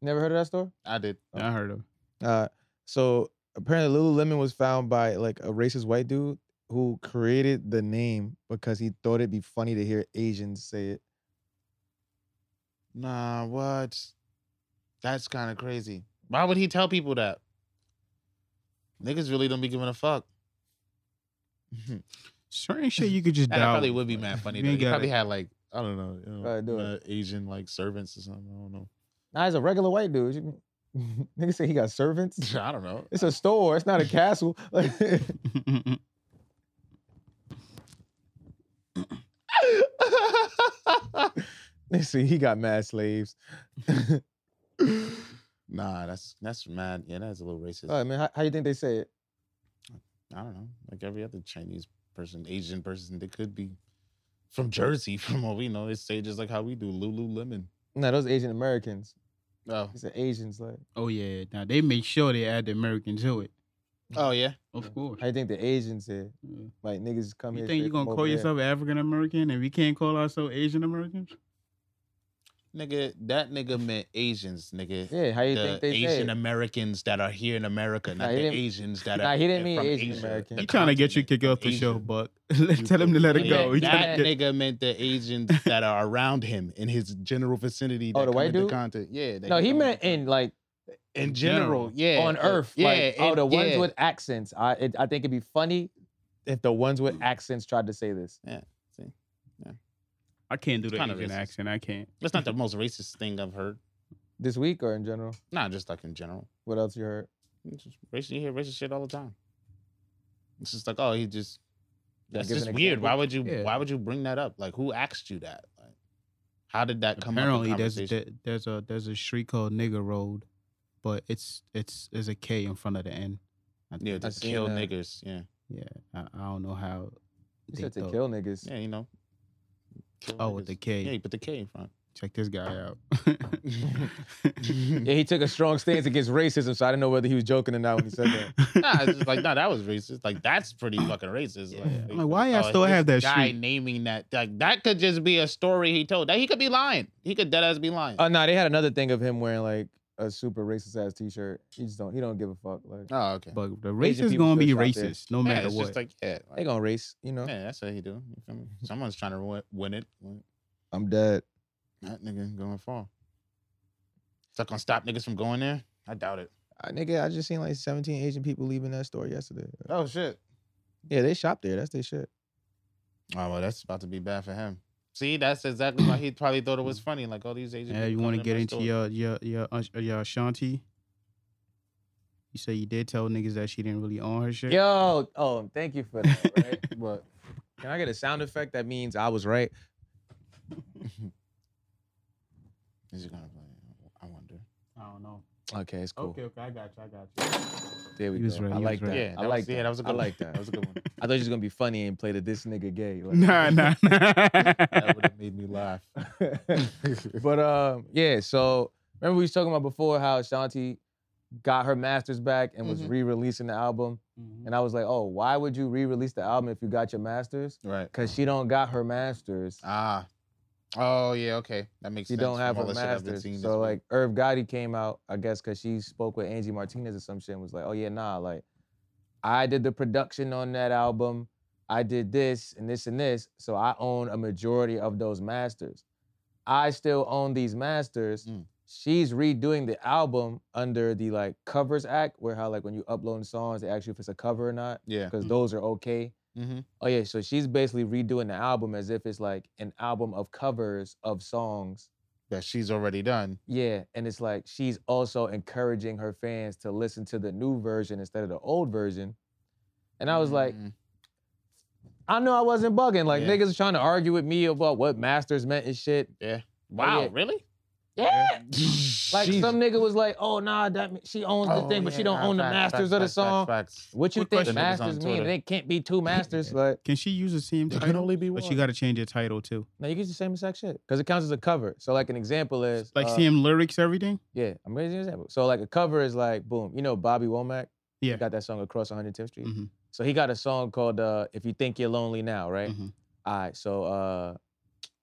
S3: Never heard of that store?
S2: I did.
S1: I heard of.
S3: Uh, so apparently Lululemon was found by like a racist white dude who created the name because he thought it'd be funny to hear Asians say it.
S2: Nah, what? That's kind of crazy. Why would he tell people that? Niggas really don't be giving a fuck. <laughs>
S1: Certain shit you could just
S2: That
S1: dial.
S2: probably would be mad funny
S1: You
S2: though.
S1: ain't
S2: He
S1: gotta-
S2: probably had like I don't know, you know,
S3: Probably do it.
S2: uh, Asian like servants or something. I don't know.
S3: Nah, he's a regular white dude. You- <laughs> Nigga say he got
S2: <laughs>
S3: servants.
S2: I don't know.
S3: It's a store. It's not a castle. <laughs>
S1: <laughs>
S3: Nigga say he got mad slaves.
S2: nah, that's that's mad. Yeah, that's a little racist.
S3: All right, man. How, how you think they say it?
S2: I don't know. Like every other Chinese person, Asian person, they could be from Jersey, <laughs> from what we know. They say just like how we do Lululemon.
S3: No, those Asian Americans.
S2: Oh,
S3: It's the Asians. Like,
S1: oh yeah, now they make sure they add the American to it.
S2: oh yeah.
S1: Of course.
S3: how you think the Asians say? it?
S1: Yeah.
S3: Like niggas come
S1: You
S3: here.
S1: think
S3: straight
S1: you're gonna
S3: from
S1: call
S3: over there.
S1: yourself African American and we can't call ourselves Asian Americans?
S2: Nigga, that nigga meant Asians, nigga.
S3: Yeah, how you
S2: the
S3: think they say?
S2: Asian
S3: it?
S2: Americans that are here in America, not
S3: Nah, he
S2: the
S3: didn't-
S2: Asians that are.
S3: nah, he didn't mean
S2: from
S3: Asian
S2: Asia,
S3: American.
S2: the
S3: He
S1: You trying to get you
S2: continent.
S1: kicked off the
S2: Asian.
S1: show, but <laughs> tell him to let it
S2: Yeah,
S1: go. You tryna
S2: that
S1: get-
S2: nigga meant the Asians that are around him in his general vicinity.
S3: Oh,
S2: that
S3: the
S2: come
S3: white
S2: into
S3: dude?
S2: Contact. Yeah. that
S3: No, he
S2: come into
S3: meant in
S2: contact.
S3: like
S2: in general. Yeah.
S3: on
S2: uh,
S3: Earth.
S2: Yeah.
S3: like, oh,
S2: it-
S3: the ones
S2: yeah.
S3: with accents. I it, I think it'd be funny if the ones with accents tried to say this.
S1: I can't do the
S2: kinda
S1: Asian
S2: racist.
S1: accent. I can't.
S2: That's not the most racist thing I've heard.
S3: This week or in general?
S2: Nah, just like in general.
S3: What else you heard?
S2: It's just racist, you hear racist shit all the time. It's just like, oh, he just.
S3: Yeah,
S2: That's
S3: give
S2: just
S3: an
S2: weird. Why
S3: example.
S2: would you?
S1: Yeah.
S2: Why would you bring that up? Like, who asked you that? Like, how did that come
S1: Apparently,
S2: up? in
S1: there's
S2: conversation?
S1: there- there's a there's a street called Nigger Road, but it's it's there's a K in front of the N. I
S2: yeah,
S1: think.
S2: to
S3: seen
S2: kill
S3: that.
S2: niggers. Yeah,
S1: yeah. I, I don't know how.
S3: You
S1: they
S3: said to
S1: thought-
S3: kill niggas.
S2: yeah, you know. Kill
S1: Oh, with the
S2: niggers.
S1: K.
S2: Yeah, you put the K in front.
S1: Check this
S2: <laughs>
S1: guy out.
S3: Yeah, he took a strong stance against racism, so I didn't know whether he was joking or not when he said
S1: <laughs>
S2: <laughs>
S3: that.
S2: Nah, it's just like, nah, that was racist. Like,
S1: <clears throat>
S2: that's pretty fucking racist. Like,
S1: Yeah.
S2: they-
S1: I'm like, why y'all
S2: oh,
S1: still
S2: this
S1: have that
S2: guy
S1: shit?
S2: naming that? Like, that could just be a story he told. That he could be lying. He could dead ass be lying.
S1: Uh,
S3: Oh no, they had another thing of him wearing like a super racist ass T-shirt. He just don't. He don't give a fuck. Like
S2: oh, okay.
S1: but the
S3: Asian
S1: racist
S3: people
S1: gonna be
S3: still out there.
S1: racist no
S2: Yeah,
S1: matter
S2: it's
S1: what.
S2: just like, yeah, like,
S3: they gonna race. You know.
S2: yeah, that's what he do. You feel me? Someone's trying to win, win it. Like,
S3: I'm dead.
S2: That nigga going far. Is that gonna stop niggas from going there? I doubt it.
S3: I, nigga, I just seen like 17 Asian people leaving that store yesterday.
S2: Oh shit.
S3: Yeah, they shop there. That's their shit.
S2: Oh well, that's about to be bad for him. See, that's exactly why he probably thought it was funny. Like all these Asian.
S1: Mm. Yeah, you
S2: people
S1: want to
S2: coming in
S1: get
S2: my
S1: into
S2: store.
S1: your your your Ash- your Ashanti? You say you did tell niggas that she didn't really own her shit.
S3: Yo, oh, thank you for that. Right?
S1: <laughs>
S3: but can I get a sound effect that means I was right?
S2: Is he gonna play? it? I wonder.
S1: I don't
S2: <laughs>
S1: know.
S3: Okay, it's cool.
S1: okay, I got you. I got you.
S3: There we
S1: He was
S3: go.
S1: right,
S3: I
S1: he was
S3: like
S1: right.
S3: that.
S2: Yeah, that
S3: I
S2: was-
S3: like
S2: yeah,
S3: that.
S2: that was a
S3: I
S2: good
S3: like
S2: one.
S3: that.
S2: That was a good <laughs> one.
S3: I thought you was gonna be funny and play the this nigga gay.
S1: <laughs>
S3: Like,
S1: Nah, nah, nah.
S2: That would have made me <laughs> laugh.
S3: <laughs> but um, yeah. So remember we was talking about before how Shanti got her masters back and
S2: Mm-hmm.
S3: was re-releasing the album,
S1: Mm-hmm.
S3: and I was like, oh, why would you re-release the album if you got your masters?
S2: Right.
S3: Cause she don't got her masters.
S2: Ah. Oh yeah. Okay. That makes
S3: She
S2: sense.
S3: don't
S2: from
S3: have
S2: all
S3: her
S2: the shit I've been
S3: masters.
S2: seeing this
S3: So
S2: week.
S3: like Irv Gotti came out, I guess, because she spoke with Angie Martinez or some shit and was like, oh yeah, nah, like I did the production on that album. I did this and this and this. So I own a majority of those masters. I still own these masters.
S2: Mm.
S3: She's redoing the album under the like covers act, where how like when you upload songs, they ask you if it's a cover or not,
S2: yeah. Hmm.
S3: because those are okay.
S2: Mm-hmm.
S3: Oh yeah, so she's basically redoing the album as if it's like an album of covers of songs.
S2: That she's already done.
S3: Yeah, and it's like she's also encouraging her fans to listen to the new version instead of the old version. And I was like,
S2: Mm.
S3: I know I wasn't bugging. Like
S2: Yeah.
S3: niggas was trying to argue with me about what masters meant and shit.
S2: wow,
S3: yeah.
S2: really? <laughs>
S3: Yeah. Like
S2: Jeez.
S3: some nigga was like, oh nah, that mean- she owns the
S2: Oh,
S3: thing, but she
S2: yeah,
S3: don't
S2: nah,
S3: own the
S2: facts,
S3: masters
S2: facts,
S3: of the
S2: facts,
S3: song.
S2: Facts, facts.
S3: What you
S1: Quick
S3: think
S2: question. Niggas on
S3: masters mean?
S2: Twitter.
S3: They can't
S2: <laughs>
S3: be two masters. Like,
S1: Can she use the same
S2: There
S1: title?
S2: can only be one.
S1: But she got to change her title too.
S3: no, you get the same exact shit because it counts as a cover. So like an example is
S1: Like
S3: uh,
S1: same lyrics, everything.
S3: Yeah, I'm gonna give you an example. So like a cover is like boom, you know Bobby Womack. He
S1: Yeah.
S3: got that song across 110th Street.
S1: Mhm.
S3: So he got a song called uh, "If You Think You're Lonely Now," right?
S1: Mhm.
S3: All right. So uh,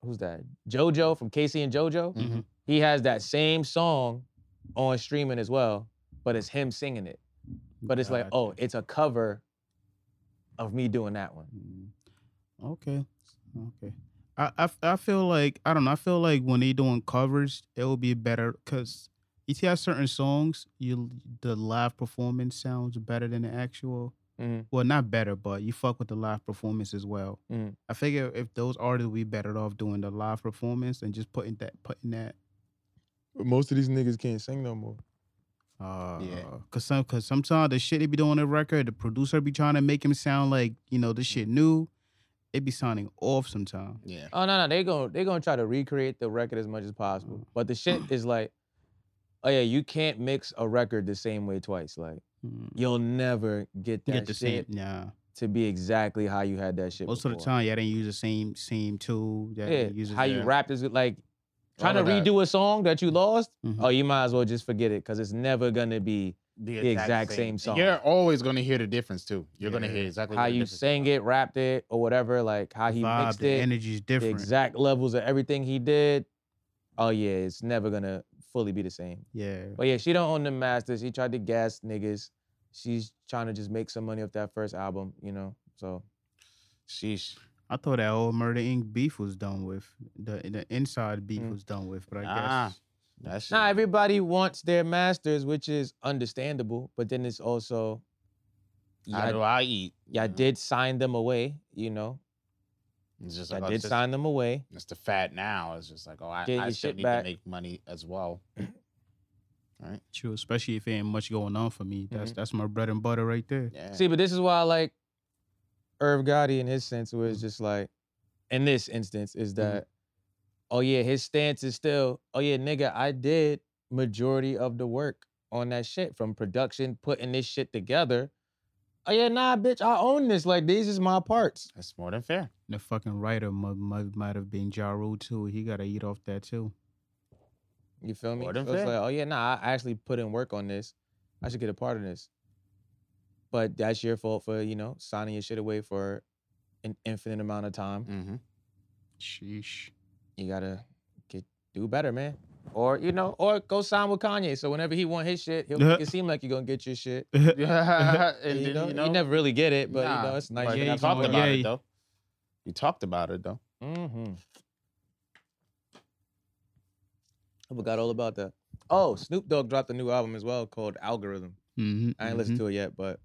S3: who's that? JoJo from Casey and JoJo.
S1: Mhm.
S3: He has that same song on streaming as well, but it's him singing it. But it's like,
S1: Gotcha.
S3: oh, it's a cover of me doing that one.
S1: Mm. Okay. Okay. I, I, I feel like I don't know. I feel like when they doing covers, it will be better because you see how certain songs you the live performance sounds better than the actual.
S3: Mhm.
S1: Well, not better, but you fuck with the live performance as well.
S3: Mhm.
S1: I figure if those artists would be better off doing the live performance and just putting that putting that
S10: Most of these niggas can't sing no more.
S1: Uh, Cause some, cause sometimes the shit they be doing on the record, the producer be trying to make him sound like you know this shit
S3: Mm.
S1: new. It be sounding off sometimes.
S2: Yeah.
S3: Oh no, no, they gonna they gonna try to recreate the record as much as
S1: Mm.
S3: possible. But
S1: <clears throat>
S3: the shit is like, oh yeah, you can't mix a record the same way twice. Like you'll never get
S1: You
S3: that
S1: get the same,
S3: shit
S1: yeah.
S3: to be exactly how you had that shit.
S1: Most of the
S3: before.
S1: time, yeah, they use the same same tool. Yeah,
S3: yeah, how you rap is like trying to
S2: of that.
S3: redo a song that you lost.
S1: Mhm.
S3: Oh, you might as well just forget it because it's never gonna be
S2: The
S3: exact same song.
S2: You're always gonna hear the difference too. You're gonna
S1: Yeah.
S2: hear exactly
S3: how
S2: what the
S3: you
S2: difference is.
S3: sang it, rapped it, or whatever. Like how he
S1: vibe,
S3: mixed
S1: the
S3: it,
S1: energy's
S3: the
S1: different.
S3: exact levels of everything he did. oh yeah, it's never gonna fully be the same.
S1: Yeah.
S3: But yeah, she don't own the masters. She tried to gas niggas. She's trying to just make some money off that first album, you know. So
S2: Sheesh.
S1: I thought that old Murder Inc. beef was done with. The the inside beef
S3: Mm.
S1: was done with, but I
S2: Nah.
S1: guess
S2: That shit.
S3: Now everybody wants their masters, which is understandable, but then it's also
S2: How do
S3: y'all,
S2: I Mm-hmm. eat?
S3: y'all did sign them away, you know.
S2: It's just
S3: Y'all
S2: like, oh,
S3: did
S2: it's just-
S3: sign them away.
S2: It's the fat now. It's just like, oh, I,
S3: Get your
S2: I still
S3: shit
S2: need
S3: back.
S2: to make money as well.
S1: true, especially if ain't much going on for me. That's
S3: Mhm.
S1: that's my bread and butter right there.
S2: Yeah.
S3: See, but this is why I like Irv Gotti in his sense, where
S2: Mm-hmm.
S3: it's just like, in this instance, is that, oh yeah, his stance is still, oh yeah, nigga, I did majority of the work on that shit from production, putting this shit together. Oh yeah, nah, bitch, I own this. Like these is my parts.
S2: That's more than fair.
S1: The fucking writer might, might, might have been Ja Rule too. He gotta eat off that too.
S3: You feel me?
S2: More
S3: So
S2: than
S3: it's
S2: fair.
S3: like, oh yeah, nah, I actually put in work on this. I should get a part of this. But that's your fault for you know signing your shit away for an infinite amount of time.
S2: Mm-hmm.
S1: <laughs> Sheesh.
S3: you gotta get do better, man. Or you know, or go sign with Kanye. So whenever he want his shit, he'll make it seem like you're gonna get your shit.
S2: Yeah, <laughs>
S3: And
S2: and
S3: you,
S2: then,
S3: know, you never really get it, but you know, it's nice.
S2: But
S1: Yeah,
S2: you
S1: you
S2: talked
S1: can-
S2: about
S1: yeah.
S2: it though. You talked about it though.
S3: Mm-hmm. I forgot all about that. Oh, Snoop Dogg dropped a new album as well called Algorithm.
S1: Mm-hmm,
S3: I ain't listened to it yet, but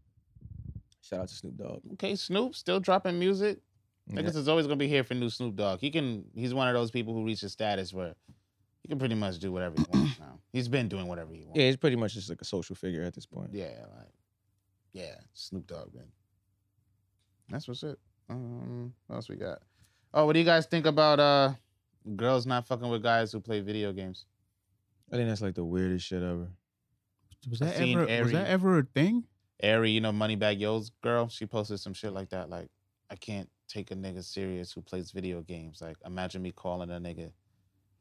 S3: shout out to Snoop Dogg.
S2: Okay, Snoop still dropping music.
S3: Yeah.
S2: Niggas is always gonna be here for new Snoop Dogg. He can. He's one of those people who reaches status where he can pretty much do whatever
S3: <coughs>
S2: he wants now. He's been doing whatever he wants.
S3: Yeah, he's pretty much just like a social figure at this point.
S2: Yeah, like, yeah, Snoop Dogg, man. That's what's it. Um, what else we got? Oh, what do you guys think about uh girls not fucking with guys who play video games?
S3: I think that's like the weirdest shit ever.
S1: Was
S2: I
S1: that
S2: seen
S1: ever was that
S2: Ari.
S1: ever a thing?
S2: Ari, you know, Moneybag Yo's girl, she posted some shit like that. Like, I can't take a nigga serious who plays video games. Like, imagine me calling a nigga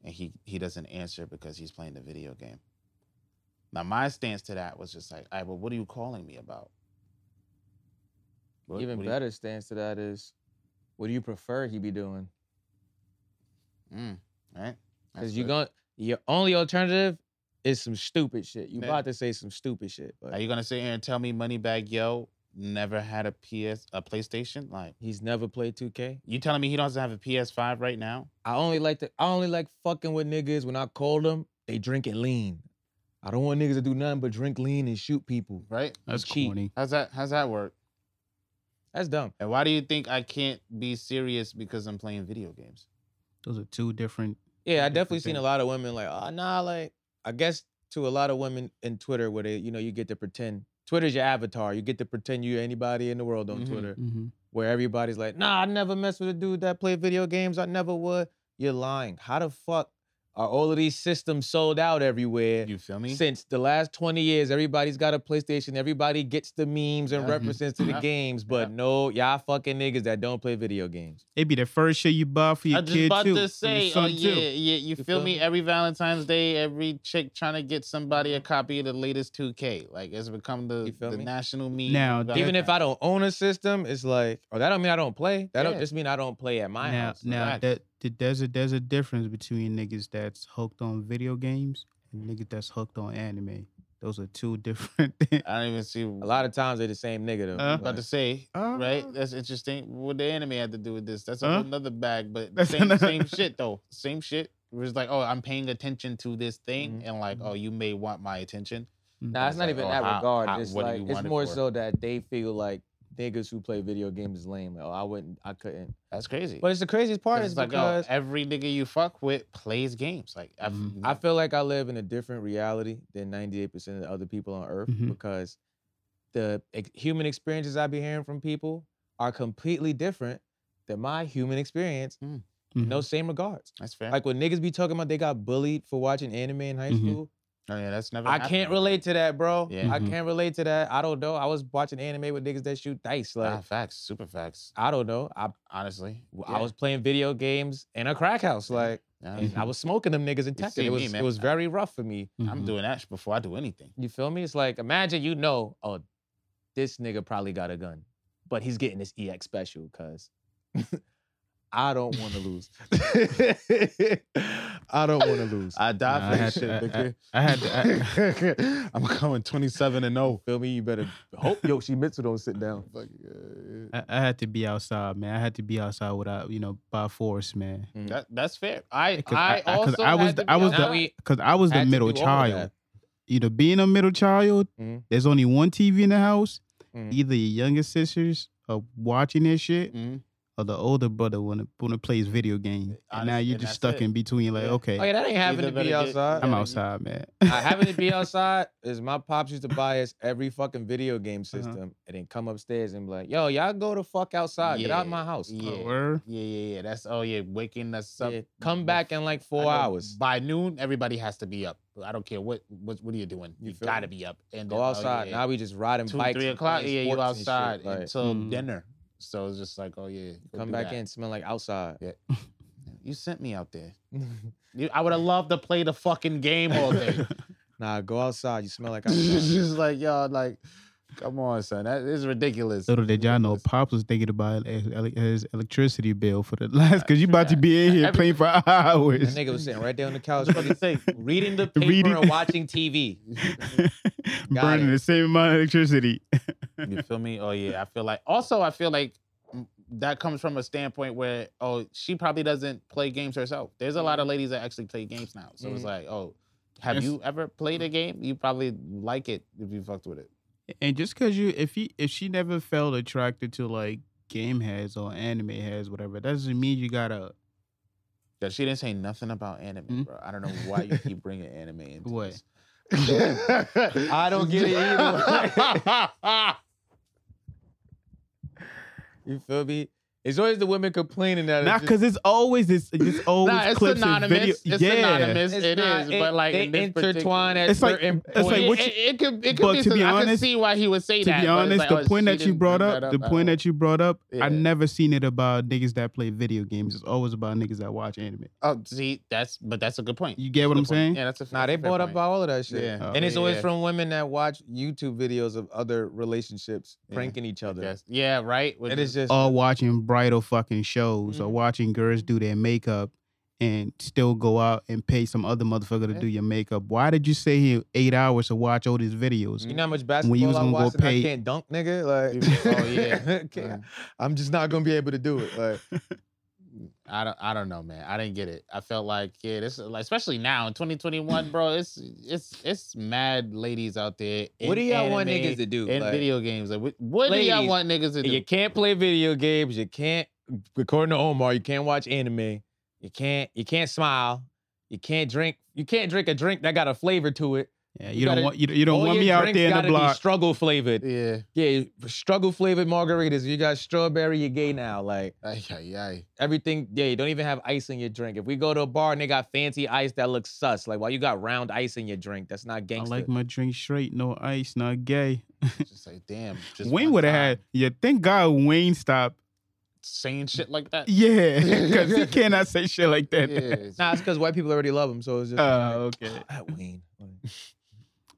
S2: and he he doesn't answer because he's playing the video game. Now, my stance to that was just like, all right, well, what are you calling me about? What-
S3: Even
S2: what do you-
S3: better stance to that is, what do you prefer he be doing?
S2: Mm, right? That's
S3: Because you
S2: good.
S3: going your only alternative is some stupid shit. You
S2: Yeah.
S3: about to say some stupid shit, but
S2: Are you gonna sit here and tell me Moneybag Yo never had a PS a PlayStation? Like
S3: he's never played 2K.
S2: you telling me he doesn't have a PS5 right now?
S3: I only like to I only like fucking with niggas when I call them, they drink it lean. I don't want niggas to do nothing but drink lean and shoot people.
S2: Right?
S1: That's
S3: cheat.
S1: corny.
S2: How's that how's that work?
S3: That's dumb.
S2: And why do you think I can't be serious because I'm playing video games?
S1: Those are two different
S3: Yeah, I
S1: Different
S3: definitely seen a
S1: thing.
S3: lot of women like, oh nah, like I guess to a lot of women in Twitter where they, you know, you get to pretend. Twitter's your avatar. You get to pretend you're anybody in the world on
S2: Mhm.
S3: Twitter.
S1: Mhm.
S3: where everybody's like, nah, I never mess with a dude that played video games. I never would. You're lying. How the fuck are all of these systems sold out everywhere?
S2: You feel me?
S3: Since the last 20 years, everybody's got a PlayStation. Everybody gets the memes and
S2: <laughs> Yeah. Mhm.
S3: references to the
S2: Yeah.
S3: games, but no, y'all fucking niggas that don't play video games.
S1: It'd be the first shit you buy for your
S2: I was just
S1: kid
S2: about
S1: too. for
S2: to
S1: your
S2: say, oh
S1: son,
S2: yeah,
S1: too.
S2: yeah, you, feel,
S3: feel
S2: me?
S3: me?
S2: Every Valentine's Day, every chick trying to get somebody a copy of the latest 2K. Like it's become
S3: You
S2: the,
S3: feel
S2: the
S3: me?
S2: national meme.
S1: Now,
S2: of
S3: Even if
S2: Valentine's.
S3: I don't own a system, it's like, oh, that don't mean I don't play. That
S2: Yeah.
S3: don't just mean I don't play at my
S1: now,
S3: house.
S1: now
S2: relax.
S1: that th- there's a there's a difference between niggas that's hooked on video games and niggas that's hooked on anime. Those are two <laughs> different things.
S2: I don't even see
S3: A lot of times they're the same nigga though.
S1: Uh,
S3: but-
S2: about to say,
S1: Uh,
S2: right? That's interesting. What the anime had to do with this? That's a
S1: Huh?
S2: whole nother bag,
S1: <laughs>
S2: but
S1: That's
S2: same,
S1: another-
S2: same shit though. Same shit. It was like, oh, I'm paying attention to this thing,
S3: Mm-hmm.
S2: and like, oh, you may want my attention.
S1: Mm-hmm.
S3: Nah, it's
S2: It's
S3: not
S2: like,
S3: even
S2: oh,
S3: that
S2: how-
S3: regard.
S2: how-
S3: it's
S2: what do
S3: like
S2: you
S3: it's
S2: want it
S3: more
S2: for?
S3: so that they feel like niggas who play video games is lame. Like, oh, I wouldn't, I couldn't.
S2: That's crazy.
S3: But it's the craziest part
S2: It's
S3: is
S2: like, oh,
S3: because Mm-hmm.
S2: every nigga you fuck with plays games. Like, I've,
S1: Mhm.
S3: I feel like I live in a different reality than 98% of the other people on Earth
S1: Mhm.
S3: because the ex- human experiences I be hearing from people are completely different than my human experience. in
S1: Mhm.
S3: No same regards.
S2: that's fair.
S3: Like when niggas be talking about they got bullied for watching anime in high
S1: Mhm.
S3: school.
S2: oh yeah, that's never.
S3: I
S2: happened.
S3: can't relate to that, bro.
S2: Yeah.
S3: I
S1: Mhm.
S3: can't relate to that. I don't know. I was watching anime with niggas that shoot dice. Like
S2: Ah, facts, super facts.
S3: I don't know. I
S2: Honestly,
S3: I
S2: Yeah.
S3: was playing video games in a crack house.
S2: Yeah.
S3: Like
S2: Yeah,
S3: and I was smoking them niggas in
S2: You
S3: Texas.
S2: see
S3: It
S2: me,
S3: was
S2: man.
S3: it was very rough for me.
S2: I'm
S1: Mhm.
S2: doing that before I do anything.
S3: You feel me? It's like imagine you know, oh, E this nigga probably got a gun, but he's getting this EX special because <laughs> I don't want to lose. <laughs> I don't want to
S2: <laughs>
S3: lose.
S11: I die
S1: Nah,
S11: for that
S1: I had
S11: shit,
S1: to-
S11: nigga.
S1: I had to. I,
S2: <laughs>
S11: I'm coming 27 and
S2: oh.
S11: 0.
S3: Feel me? You better hope Yoshi Mitsu don't sit
S2: <laughs>
S3: down.
S11: Fuck, uh,
S1: I, I had to be outside, man. I had to be outside without, you know, by force, man.
S2: That, that's fair. I
S1: 'Cause
S2: I,
S1: I- I- 'cause
S2: also
S1: I was
S2: had
S1: the-
S2: to be
S1: I was
S2: on
S1: the-
S2: that.
S3: we
S1: Because I was the
S3: had to
S1: middle
S3: do all of
S1: child.
S3: that.
S1: You know, being a middle child,
S3: Mhm.
S1: there's only one TV in the house.
S3: Mhm.
S1: Either your younger sisters are watching this shit,
S2: Mhm.
S1: or the older brother wanna wanna plays video game. and now
S2: Honestly,
S1: you're
S2: and
S1: just
S2: that's
S1: stuck
S2: it.
S1: in between. Like,
S2: Yeah.
S1: okay,
S3: Oh yeah, that ain't having
S2: Either
S3: to be
S2: better get-
S3: outside.
S1: I'm
S2: yeah, you-
S1: outside, man.
S3: I
S1: <laughs>
S3: having to
S2: <laughs>
S3: be outside is my pops used to buy us every fucking video game
S2: Uh-huh.
S3: system and then come upstairs and be like, yo, y'all go the fuck outside. Get out
S2: Yeah,
S3: my house.
S2: yeah.
S1: Oh, word?
S2: Yeah, yeah, yeah. That's oh yeah, waking us up.
S3: Yeah, Come back in like
S2: I
S3: four
S2: know
S3: hours.
S2: By noon, everybody has to be up. I don't care what what, what are you doing.
S3: You
S2: You,
S3: feel
S2: gotta
S3: me?
S2: be up. And
S3: Go
S2: then, oh,
S3: outside.
S2: yeah,
S3: Now we just riding
S2: two,
S3: bikes.
S2: three
S3: and
S2: o'clock.
S3: playing
S2: Yeah, you
S3: sports and shit,
S2: outside
S3: like,
S2: until
S1: Mm.
S2: dinner. So it's just like, oh yeah, go
S3: come
S2: do
S3: back
S2: that.
S3: in, smell like outside.
S2: You sent me out <laughs> there. You- I would have loved to play the fucking game all <laughs> day.
S3: nah, go outside. You
S2: <laughs>
S3: smell like
S2: it's
S3: outside.
S2: just like y'all, like, come on, son. That is ridiculous.
S1: Little did y'all know,
S2: Ridiculous.
S1: Pops was thinking about his ele- his electricity bill for the <laughs> last, because you about to be in here
S2: Every-
S1: playing for
S3: that
S1: hours, <laughs>
S3: nigga was sitting right there on the
S2: I was <laughs>
S3: couch
S2: about to say,
S3: reading the paper
S1: Reading.
S2: <laughs>
S3: and watching TV.
S1: burning
S3: it.
S1: the same amount of electricity.
S2: You feel me? Oh yeah, I feel like. Also, I feel like m- that comes from a standpoint where oh, she probably doesn't play games herself. There's a lot of ladies that actually play games now, so it's
S3: Mhm.
S2: like oh, have
S1: It's-
S2: you ever played a game? You probably like it if you fucked with it.
S1: And just because you, if he, if she never felt attracted to like game heads or anime heads, whatever, that doesn't mean you gotta
S2: Cause she didn't say nothing about anime,
S1: Hmm?
S2: bro. I don't know why you keep
S1: <laughs>
S2: bringing anime into
S1: What?
S2: this. <laughs>
S3: I don't get it
S2: <laughs>
S3: either. <laughs> you feel me? It's always the women complaining that it's
S1: not
S3: just-
S1: because it's always this, <laughs> it's always
S2: Nah, it's
S1: clips and video.
S2: anonymous. It's anonymous.
S3: It's
S2: It
S3: not-
S2: is,
S3: it-
S2: but like
S3: they
S2: in this
S3: intertwine
S2: particular-
S3: at
S1: It's like-
S3: certain
S1: it's like,
S3: points.
S1: what
S2: it,
S1: you-
S2: it, it could, it could
S1: but
S2: be
S1: to
S2: some-
S1: be
S2: I can
S1: honest-
S2: see why he would say
S1: to
S2: that.
S1: be
S2: but it's
S1: honest,
S2: like,
S1: the
S2: oh,
S1: point
S2: she
S1: that you
S2: didn't
S1: brought
S2: bring
S1: up, the
S2: I
S1: point
S2: don't-
S1: that you brought up,
S2: Yeah.
S1: I've never seen it about niggas that play video games. It's always about niggas that watch anime.
S2: Oh, see, that's but that's a good point.
S1: You get what
S2: Good
S1: I'm
S2: point.
S1: saying?
S2: Yeah, that's a. that's
S3: Nah, they
S2: a fair
S3: brought up
S2: point.
S3: all of that shit.
S2: Yeah.
S1: Oh.
S3: And it's
S2: Yeah,
S3: always
S2: yeah.
S3: from women that watch YouTube videos of other relationships
S2: Yeah,
S3: pranking each other.
S2: Yes. Yeah. Right. Which
S3: And it's
S2: is-
S3: just
S1: Or watching bridal fucking shows or
S3: Mhm.
S1: watching girls do their makeup and still go out and pay some other motherfucker to
S2: Yeah.
S1: do your makeup. Why did you say here eight hours to watch all these videos?
S3: you know how much
S1: When you was
S3: basketball I
S1: gonna go
S3: watch and I
S1: pay-
S3: can't dunk, nigga. Like,
S2: Oh,
S3: <laughs>
S2: yeah.
S3: Can't- I'm just not gonna be able to do it. Like,
S2: I don't. I don't know, man. I didn't get it. I felt like yeah, this like especially now in 2021, bro. It's it's it's mad ladies out there.
S3: what do
S2: in
S3: y'all want
S2: anime,
S3: niggas to do?
S2: in
S3: Like,
S2: video games? Like, what, what do y'all
S3: Ladies,
S2: want niggas to do?
S3: You can't play video games. You can't, according to Omar, you can't watch anime. You can't. You can't smile. You can't drink. You can't drink a drink that got a flavor to it.
S1: Yeah,
S3: You
S1: you, don't
S3: gotta-
S1: want you, you don't
S3: All
S1: want
S3: your
S1: me out
S3: drinks
S1: there in
S3: gotta
S1: the
S3: be
S1: block.
S3: struggle flavored.
S2: yeah.
S3: Yeah, struggle flavored margaritas. You got strawberry. You're gay now. Like
S2: Ay, ay, ay.
S3: everything. Yeah, you don't even have ice in your drink. If we go to a bar and they got fancy ice that looks sus, like why you got round ice in your drink? That's not
S1: I
S3: gangster.
S1: like my drink straight, no ice, not gay.
S2: Just like damn. Just
S1: Wayne
S2: one
S1: would have
S2: time
S1: had. Yeah, thank God Wayne stopped.
S2: saying shit like that.
S1: Yeah,
S3: <laughs>
S1: because he cannot say shit like that.
S2: it's-
S3: Nah, it's because white people already love them. So it's just.
S1: <laughs> Oh,
S3: like,
S1: okay.
S3: that Wayne. Like,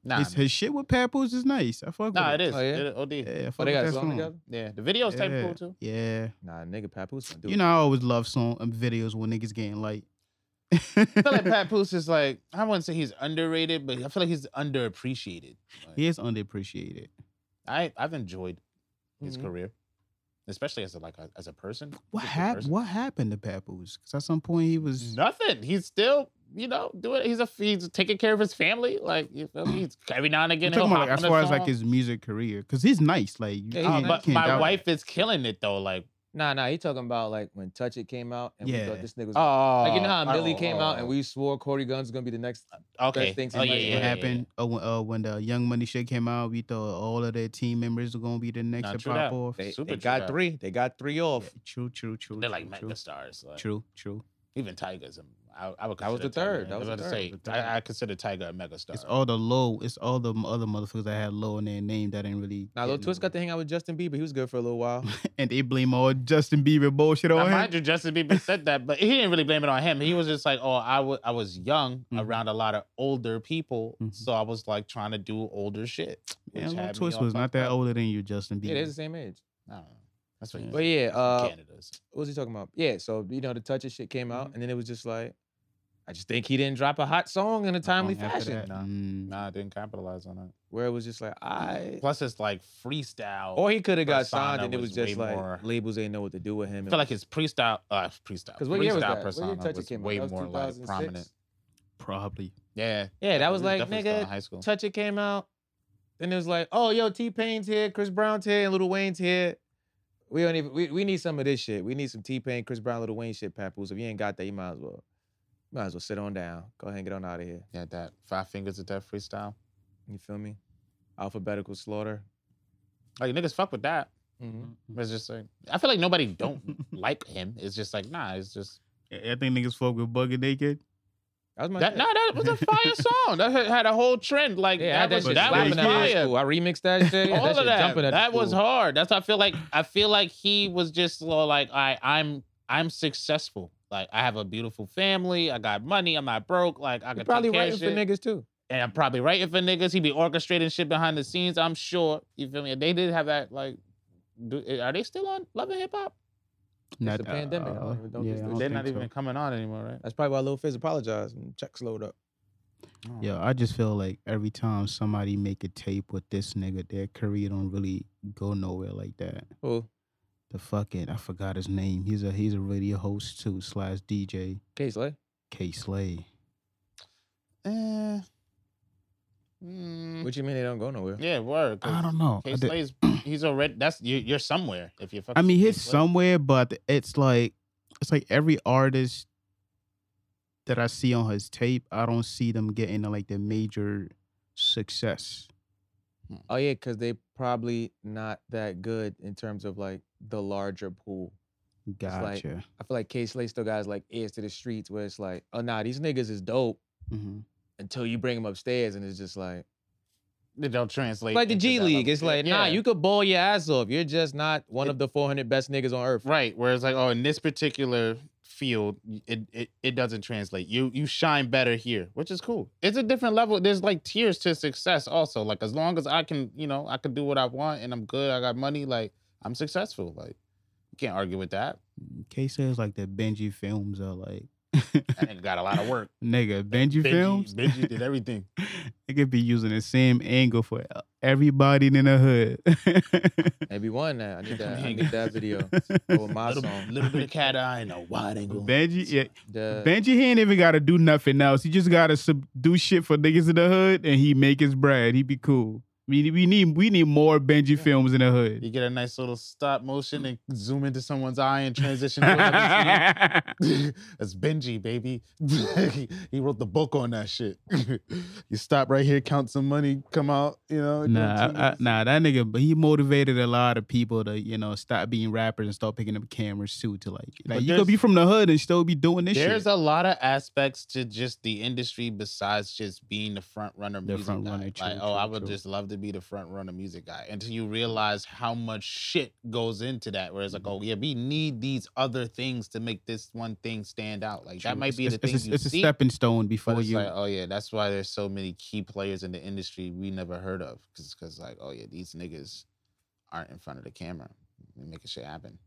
S2: nah,
S1: His, his shit with Papoose is nice. I fuck
S2: nah,
S1: with
S2: it is.
S3: Oh, yeah?
S2: It- OD. Yeah.
S1: Yeah, I fuck
S3: oh, they
S1: with
S3: got a
S1: that
S3: song
S1: song.
S3: together.
S2: the video's type
S1: Yeah.
S2: cool too.
S1: Yeah.
S3: Nah, nigga, Papoose. gonna do
S1: You
S3: it.
S1: know, I always love song um, videos when niggas getting light. <laughs>
S2: I feel like Pat Poose is like I wouldn't say he's underrated, but I feel like he's underappreciated. Like,
S1: he is underappreciated.
S2: I I've enjoyed his
S3: Mhm.
S2: career, especially as a, like a, as a person.
S1: What
S2: just a
S1: happened?
S2: person.
S1: What happened to Papoose? Because at some point he was.
S2: Nothing. He's still you know doing. He's a he's taking care of his family. Like you feel me? He's every now and
S1: I'm
S2: again.
S1: talking
S2: he'll
S1: about like,
S2: hop
S1: as
S2: on a
S1: far as like
S2: song.
S1: his music career, because he's nice. Like, you
S3: Yeah, he's
S1: can't,
S3: nice.
S1: you
S2: But
S1: can't
S2: my
S1: doubt
S2: wife is killing it though. Like
S3: Nah, nah, he talking about like when Touch It came out and we
S1: Yeah. Ah,
S3: thought this nigga was
S2: oh,
S3: like you know how Millie
S2: oh,
S3: came out and
S2: oh.
S3: we swore Corey Gunn's gonna be the next.
S2: okay.
S3: best things
S2: oh,
S3: in
S2: yeah,
S3: life
S2: yeah,
S1: What
S2: yeah,
S1: happened? Oh, when, uh, when the Young Money shit came out, we thought all of their team members were gonna be the next
S2: Nah,
S1: to
S2: true
S1: pop
S2: that.
S1: off.
S3: They,
S2: Super
S3: they got
S2: Trooper.
S3: three. They got three
S1: Yeah,
S3: off.
S1: true, true, true.
S2: They're
S1: true,
S2: like
S1: true.
S2: mega stars. Like,
S1: True, true.
S2: Even Tiger's. A, I, I would
S3: That was
S2: consider
S3: the
S2: Tiger-
S3: third. That
S2: I
S3: was the
S2: about
S3: third.
S2: to say, I, I consider Tiger a mega star.
S1: It's all the low. It's all the m- other motherfuckers that had low in their name that didn't really.
S3: Now
S1: get
S3: Lil Twist
S1: nowhere.
S3: got to hang out with Justin Bieber. He was good for a little
S2: <laughs>
S3: while.
S1: <laughs> and they blame all Justin Bieber bullshit
S2: Now,
S1: on him.
S2: mind you, Justin Bieber said that, but he didn't really blame it on him. He was just like, "Oh, I wa- I was young
S1: Mhm.
S2: around a lot of older people,
S1: Mhm.
S2: so I was like trying to do older shit."
S1: Yeah,
S2: which
S1: Lil
S2: had me
S1: Twist
S2: all
S1: was not
S2: fucked
S1: that
S2: up.
S1: older than you, Justin Bieber.
S2: <laughs>
S3: yeah, they're the same age.
S2: I don't know. That's what.
S3: But yeah, uh,
S2: Canada's.
S3: what was he talking about? Yeah, so you know the touch of shit came
S2: Mm-hmm.
S3: out, and then it was just like, I just think he didn't drop a hot song in a
S2: Uh-huh,
S3: timely
S1: Long after that,
S3: fashion,
S1: mm,
S2: Nah, I didn't capitalize on it.
S3: where it was just like, I.
S2: Plus, it's like freestyle.
S3: <laughs> Or he could have got
S2: Persona
S3: signed, and it was
S2: was
S3: just
S2: way
S3: like
S2: more-
S3: labels ain't know what to do with him.
S2: I
S3: It
S2: feel
S3: was-
S2: like his freestyle, uh, freestyle.
S3: Because what year was
S2: freestyle
S3: that?
S2: persona
S3: what year Touch It
S2: was
S3: came out?
S2: way
S3: That was
S2: more like
S3: 2006?
S2: prominent.
S1: probably.
S2: Yeah,
S3: Yeah, that was
S2: he
S3: like,
S2: definitely still in
S3: nigga,
S2: high school.
S3: Touch It came out. Then it was like, oh, yo, T Pain's here, Chris Brown's here, and Little Wayne's here. We don't even, we, we need some of this shit. We need some T Pain, Chris Brown, Little Wayne shit, Papoose. If you ain't got that, you might as well, might as well sit on down. Go ahead and get on out of here.
S2: yeah, that Five Fingers of Death freestyle.
S3: You feel me? Alphabetical slaughter.
S2: Like niggas fuck with that.
S3: Mhm.
S2: It's just like I feel like nobody don't
S3: <laughs>
S2: like him. It's just like nah. It's just
S1: E, I I think niggas fuck with Bugger Naked.
S3: That was my
S2: that.
S3: shit.
S2: Nah, that was a
S3: <laughs>
S2: fire song. That had- had a whole trend. Like
S3: Yeah, I had
S2: that, was
S3: shit
S2: that
S1: slapping
S2: was
S3: slapping at high
S2: fire.
S3: school. I remixed
S2: <laughs>
S3: that shit. <laughs> Yeah,
S2: All
S3: that
S2: of
S3: shit
S2: that.
S3: jumping at the
S2: That was
S3: school.
S2: hard. That's how I feel like. I feel like he was just so like I I'm I'm successful. Like I have a beautiful family. I got money. I'm not broke. Like I
S3: He
S2: can
S3: probably
S2: take care
S3: writing
S2: of
S3: for
S2: shit.
S3: niggas too.
S2: and I'm probably writing for niggas. He be orchestrating shit behind the scenes. I'm sure. You feel me? They did have that. Like, do, eh, are they still on Love and Hip Hop?
S1: Not, uh,
S3: the pandemic. I don't even know if
S1: yeah,
S3: it's
S1: I
S3: the-
S1: don't
S2: They're
S1: think
S2: not
S1: so.
S2: even coming on anymore, right?
S3: That's probably why Lil Fizz apologized and check slowed up.
S1: Yeah, I just feel like every time somebody make a tape with this nigga, their career don't really go nowhere like that.
S3: Oh,
S1: The fucking I forgot his name. He's a he's a radio host too slash DJ
S3: K Slay.
S1: K Slay.
S2: Eh. Mm.
S3: What you mean they don't go nowhere?
S2: yeah, word.
S1: I don't know. I
S2: Case
S1: did-
S2: Slay's, he's already. That's you, you're somewhere. If you,
S1: I mean, he's
S2: his song.
S1: somewhere, but it's like it's like every artist that I see on his tape, I don't see them getting like the major success.
S3: Oh yeah, because they probably not that good in terms of like the larger pool. like-
S1: Gotcha.
S3: I feel like K Slay still got his like ears to the streets where it's like, oh nah, these niggas is dope
S1: hmm
S3: until you bring them upstairs and it's just like
S2: They don't translate.
S3: like the
S2: into
S3: G
S2: that
S3: League.
S2: level.
S3: It's like, nah,
S2: Yeah.
S3: you could ball your ass off. You're just not one of the 400 best niggas on earth.
S2: Right, where it's like, oh, in this particular field, it, it it doesn't translate. You you shine better here, which is cool. It's a different level. There's like tiers to success also. Like as long as I can, you know, I can do what I want and I'm good, I got money, like I'm successful. Like you can't argue with that.
S1: K Slay is like the Benji films are like
S2: That nigga got a lot of <laughs> work.
S1: <laughs> nigga Benji, films.
S2: Benji did everything.
S1: <laughs> They could be using the same angle for everybody in the hood.
S3: Maybe one now. I need that. I
S1: <laughs>
S2: Hang
S3: need
S2: on.
S3: that
S2: <laughs>
S3: video. Or
S2: <laughs>
S3: my
S2: little,
S3: song.
S2: little bit of cat eye and a wide angle.
S1: Benji, yeah,
S3: The-
S1: Benji, he ain't even gotta do nothing else. He just gotta sub- do shit for niggas in the hood, and he make his bread. He be cool. We, we need we need more Benji films in the hood.
S2: You get a nice little stop motion and zoom into someone's eye and transition to <laughs> another
S1: <laughs>
S2: scene. That's Benji, baby. <laughs> he, he wrote the book on that shit. <laughs> you stop right here, count some money, come out, you know. go
S1: nah,
S2: to-
S1: I, I- nah, that nigga, but he motivated a lot of people to you know stop being rappers and start picking up cameras too. To like, like you could
S2: there's-
S1: be from the hood and still be doing this
S2: There's
S1: shit.
S2: a lot of aspects to just the industry besides just being the front runner
S1: The
S2: music
S1: front
S2: guy.
S1: runner,
S2: like,
S1: true,
S2: oh, I
S1: true,
S2: would
S1: true.
S2: just love to be the front runner music guy until you realize how much shit goes into that. Where it's like,
S1: Mm-hmm.
S2: oh yeah, we need these other things to make this one thing stand out. Like that might
S1: It's-
S2: be the
S1: it's,
S2: thing
S1: It's, a-
S2: you
S1: it's a
S2: seek,
S1: stepping stone
S2: But
S1: before
S2: it's
S1: you.
S2: like, oh yeah, that's why there's so many key players in the industry we never heard of. Cause, 'cause, like, oh yeah, these niggas aren't in front of the camera. They making shit happen.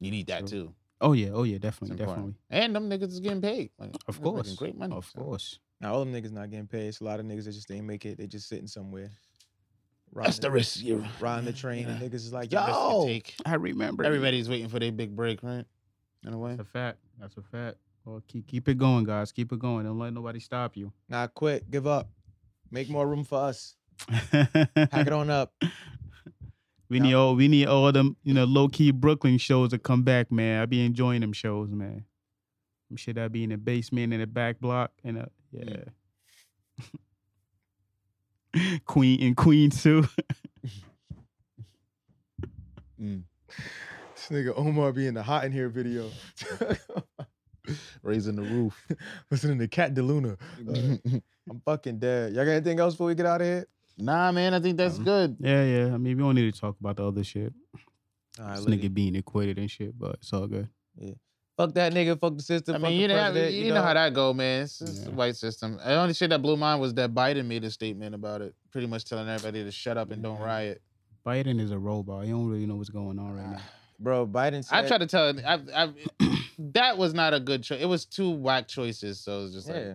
S2: You need that
S1: True.
S2: too.
S1: oh yeah, oh yeah,
S2: It's
S1: definitely, definitely,
S2: important. And them niggas is getting paid. Like,
S1: of
S2: they're making
S1: course,
S2: Great money.
S1: of
S2: so.
S1: course.
S3: Now all them niggas not getting paid. It's a lot of niggas that just ain't make it. They just sitting somewhere. Riding,
S2: That's the risk you <laughs>
S3: Riding the train and niggas is like,
S2: The risk you
S3: yo,
S2: take.
S1: I remember.
S2: Everybody's waiting for their big break, right? In a way.
S1: That's a fact. That's a fact. Well, keep keep it going, guys. Keep it going. Don't let nobody stop you.
S3: nah, quit, give up, make more room for us, pack
S1: we
S3: it on up.
S1: need all <laughs> we need all them you know low key Brooklyn shows to come back, man. I be enjoying them shows, man. I'm sure that be in the basement in the back block and uh, yeah. <laughs> Queen and Queen too. <laughs>
S3: <laughs> This nigga Omar be in the hot in here video, <laughs>
S2: Raising
S1: <laughs>
S2: the roof.
S3: listening to Cat DeLuna. Uh-huh. I'm fucking dead. Y'all got anything else before we get out of here?
S2: nah, man, I think that's
S1: Um,
S2: good.
S1: Yeah, yeah. I mean, we don't need to talk about the other shit.
S3: All
S1: This
S3: right,
S1: nigga being acquitted and shit, but it's all good.
S3: fuck that nigga, fuck the system.
S2: I
S3: fuck
S2: mean,
S3: the
S2: you know, how-
S3: president,
S2: you know how that go, man. It's just the
S1: Yeah.
S2: white system. The only shit that blew mine was that Biden made a statement about it, pretty much telling everybody to shut up and don't riot.
S1: Biden is a robot. He don't really know what's going on right now.
S3: bro. Biden said.
S12: I try to tell. I, I, that was not a good choice. It was two whack choices. So it's just like
S3: Yeah.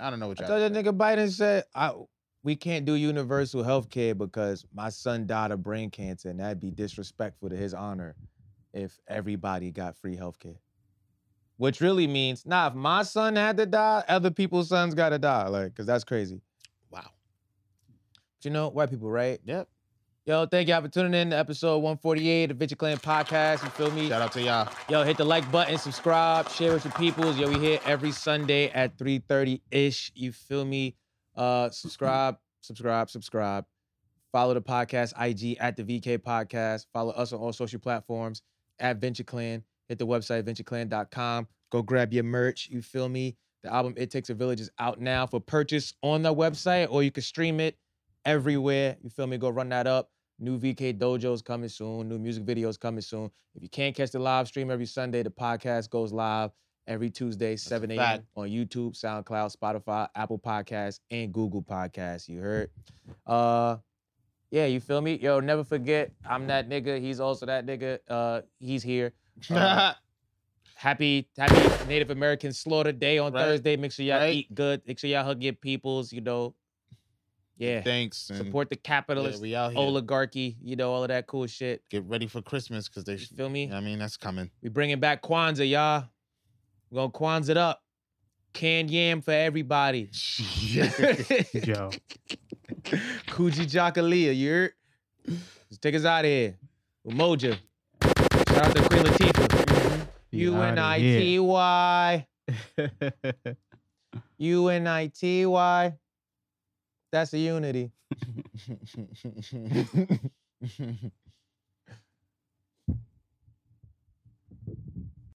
S12: I don't know what
S3: I
S12: y'all.
S3: told that nigga Biden said, I we can't do universal health care because my son died of brain cancer, and that'd be disrespectful to his honor if everybody got free health care. Which really means, nah, if my son had to die, other people's sons gotta die. Like, cause that's crazy.
S12: Wow.
S3: But you know, white people, right? <laughs>
S12: Yep.
S3: Yo, thank y'all for tuning in to episode 148 of Venture Clan Podcast. You feel me?
S12: Shout out to y'all.
S3: Yo, hit the like button, subscribe, share with your peoples. Yo, we here every Sunday at 3:30-ish. You feel me? Uh subscribe, subscribe, subscribe. Follow the podcast IG at the VK Podcast. Follow us on all social platforms at Venture Clan. Hit the website ventureclan.com. Go grab your merch. You feel me? The album It Takes a Village is out now for purchase on the website, or you can stream it everywhere. You feel me? Go run that up. New VK Dojo's coming soon. New music videos coming soon. If you can't catch the live stream every Sunday, the podcast goes live every Tuesday, 7
S12: a
S3: a.m.
S12: fact.
S3: on YouTube, SoundCloud, Spotify, Apple Podcasts, and Google Podcasts. You heard? Uh yeah, you feel me? Yo, never forget, I'm that nigga. He's also that nigga. Uh he's here.
S12: <laughs>
S3: Uh, happy happy Native American Slaughter Day on
S12: Right.
S3: Thursday. Make sure y'all all
S12: Right.
S3: eat good. Make sure y'all hug your peoples, you know. Yeah. <laughs>
S12: Thanks. And
S3: Support the
S12: yeah,
S3: capitalist
S12: we out here.
S3: oligarchy, you know, all of that cool shit.
S12: Get ready for Christmas because they.
S3: You feel me?
S12: I mean, that's
S3: <laughs>
S12: coming. <laughs>
S3: We bringing back Kwanzaa, y'all. We're gonna Kwanzaa it up. Canned yam
S12: <laughs>
S3: for everybody. <laughs>
S1: <laughs>
S3: Coogee
S1: Yo.
S3: Jakalia, you heard? Let's take us out of here. Umoja. Shout out to Queen Latifah. U N I T Y. U N I T Y. That's a unity.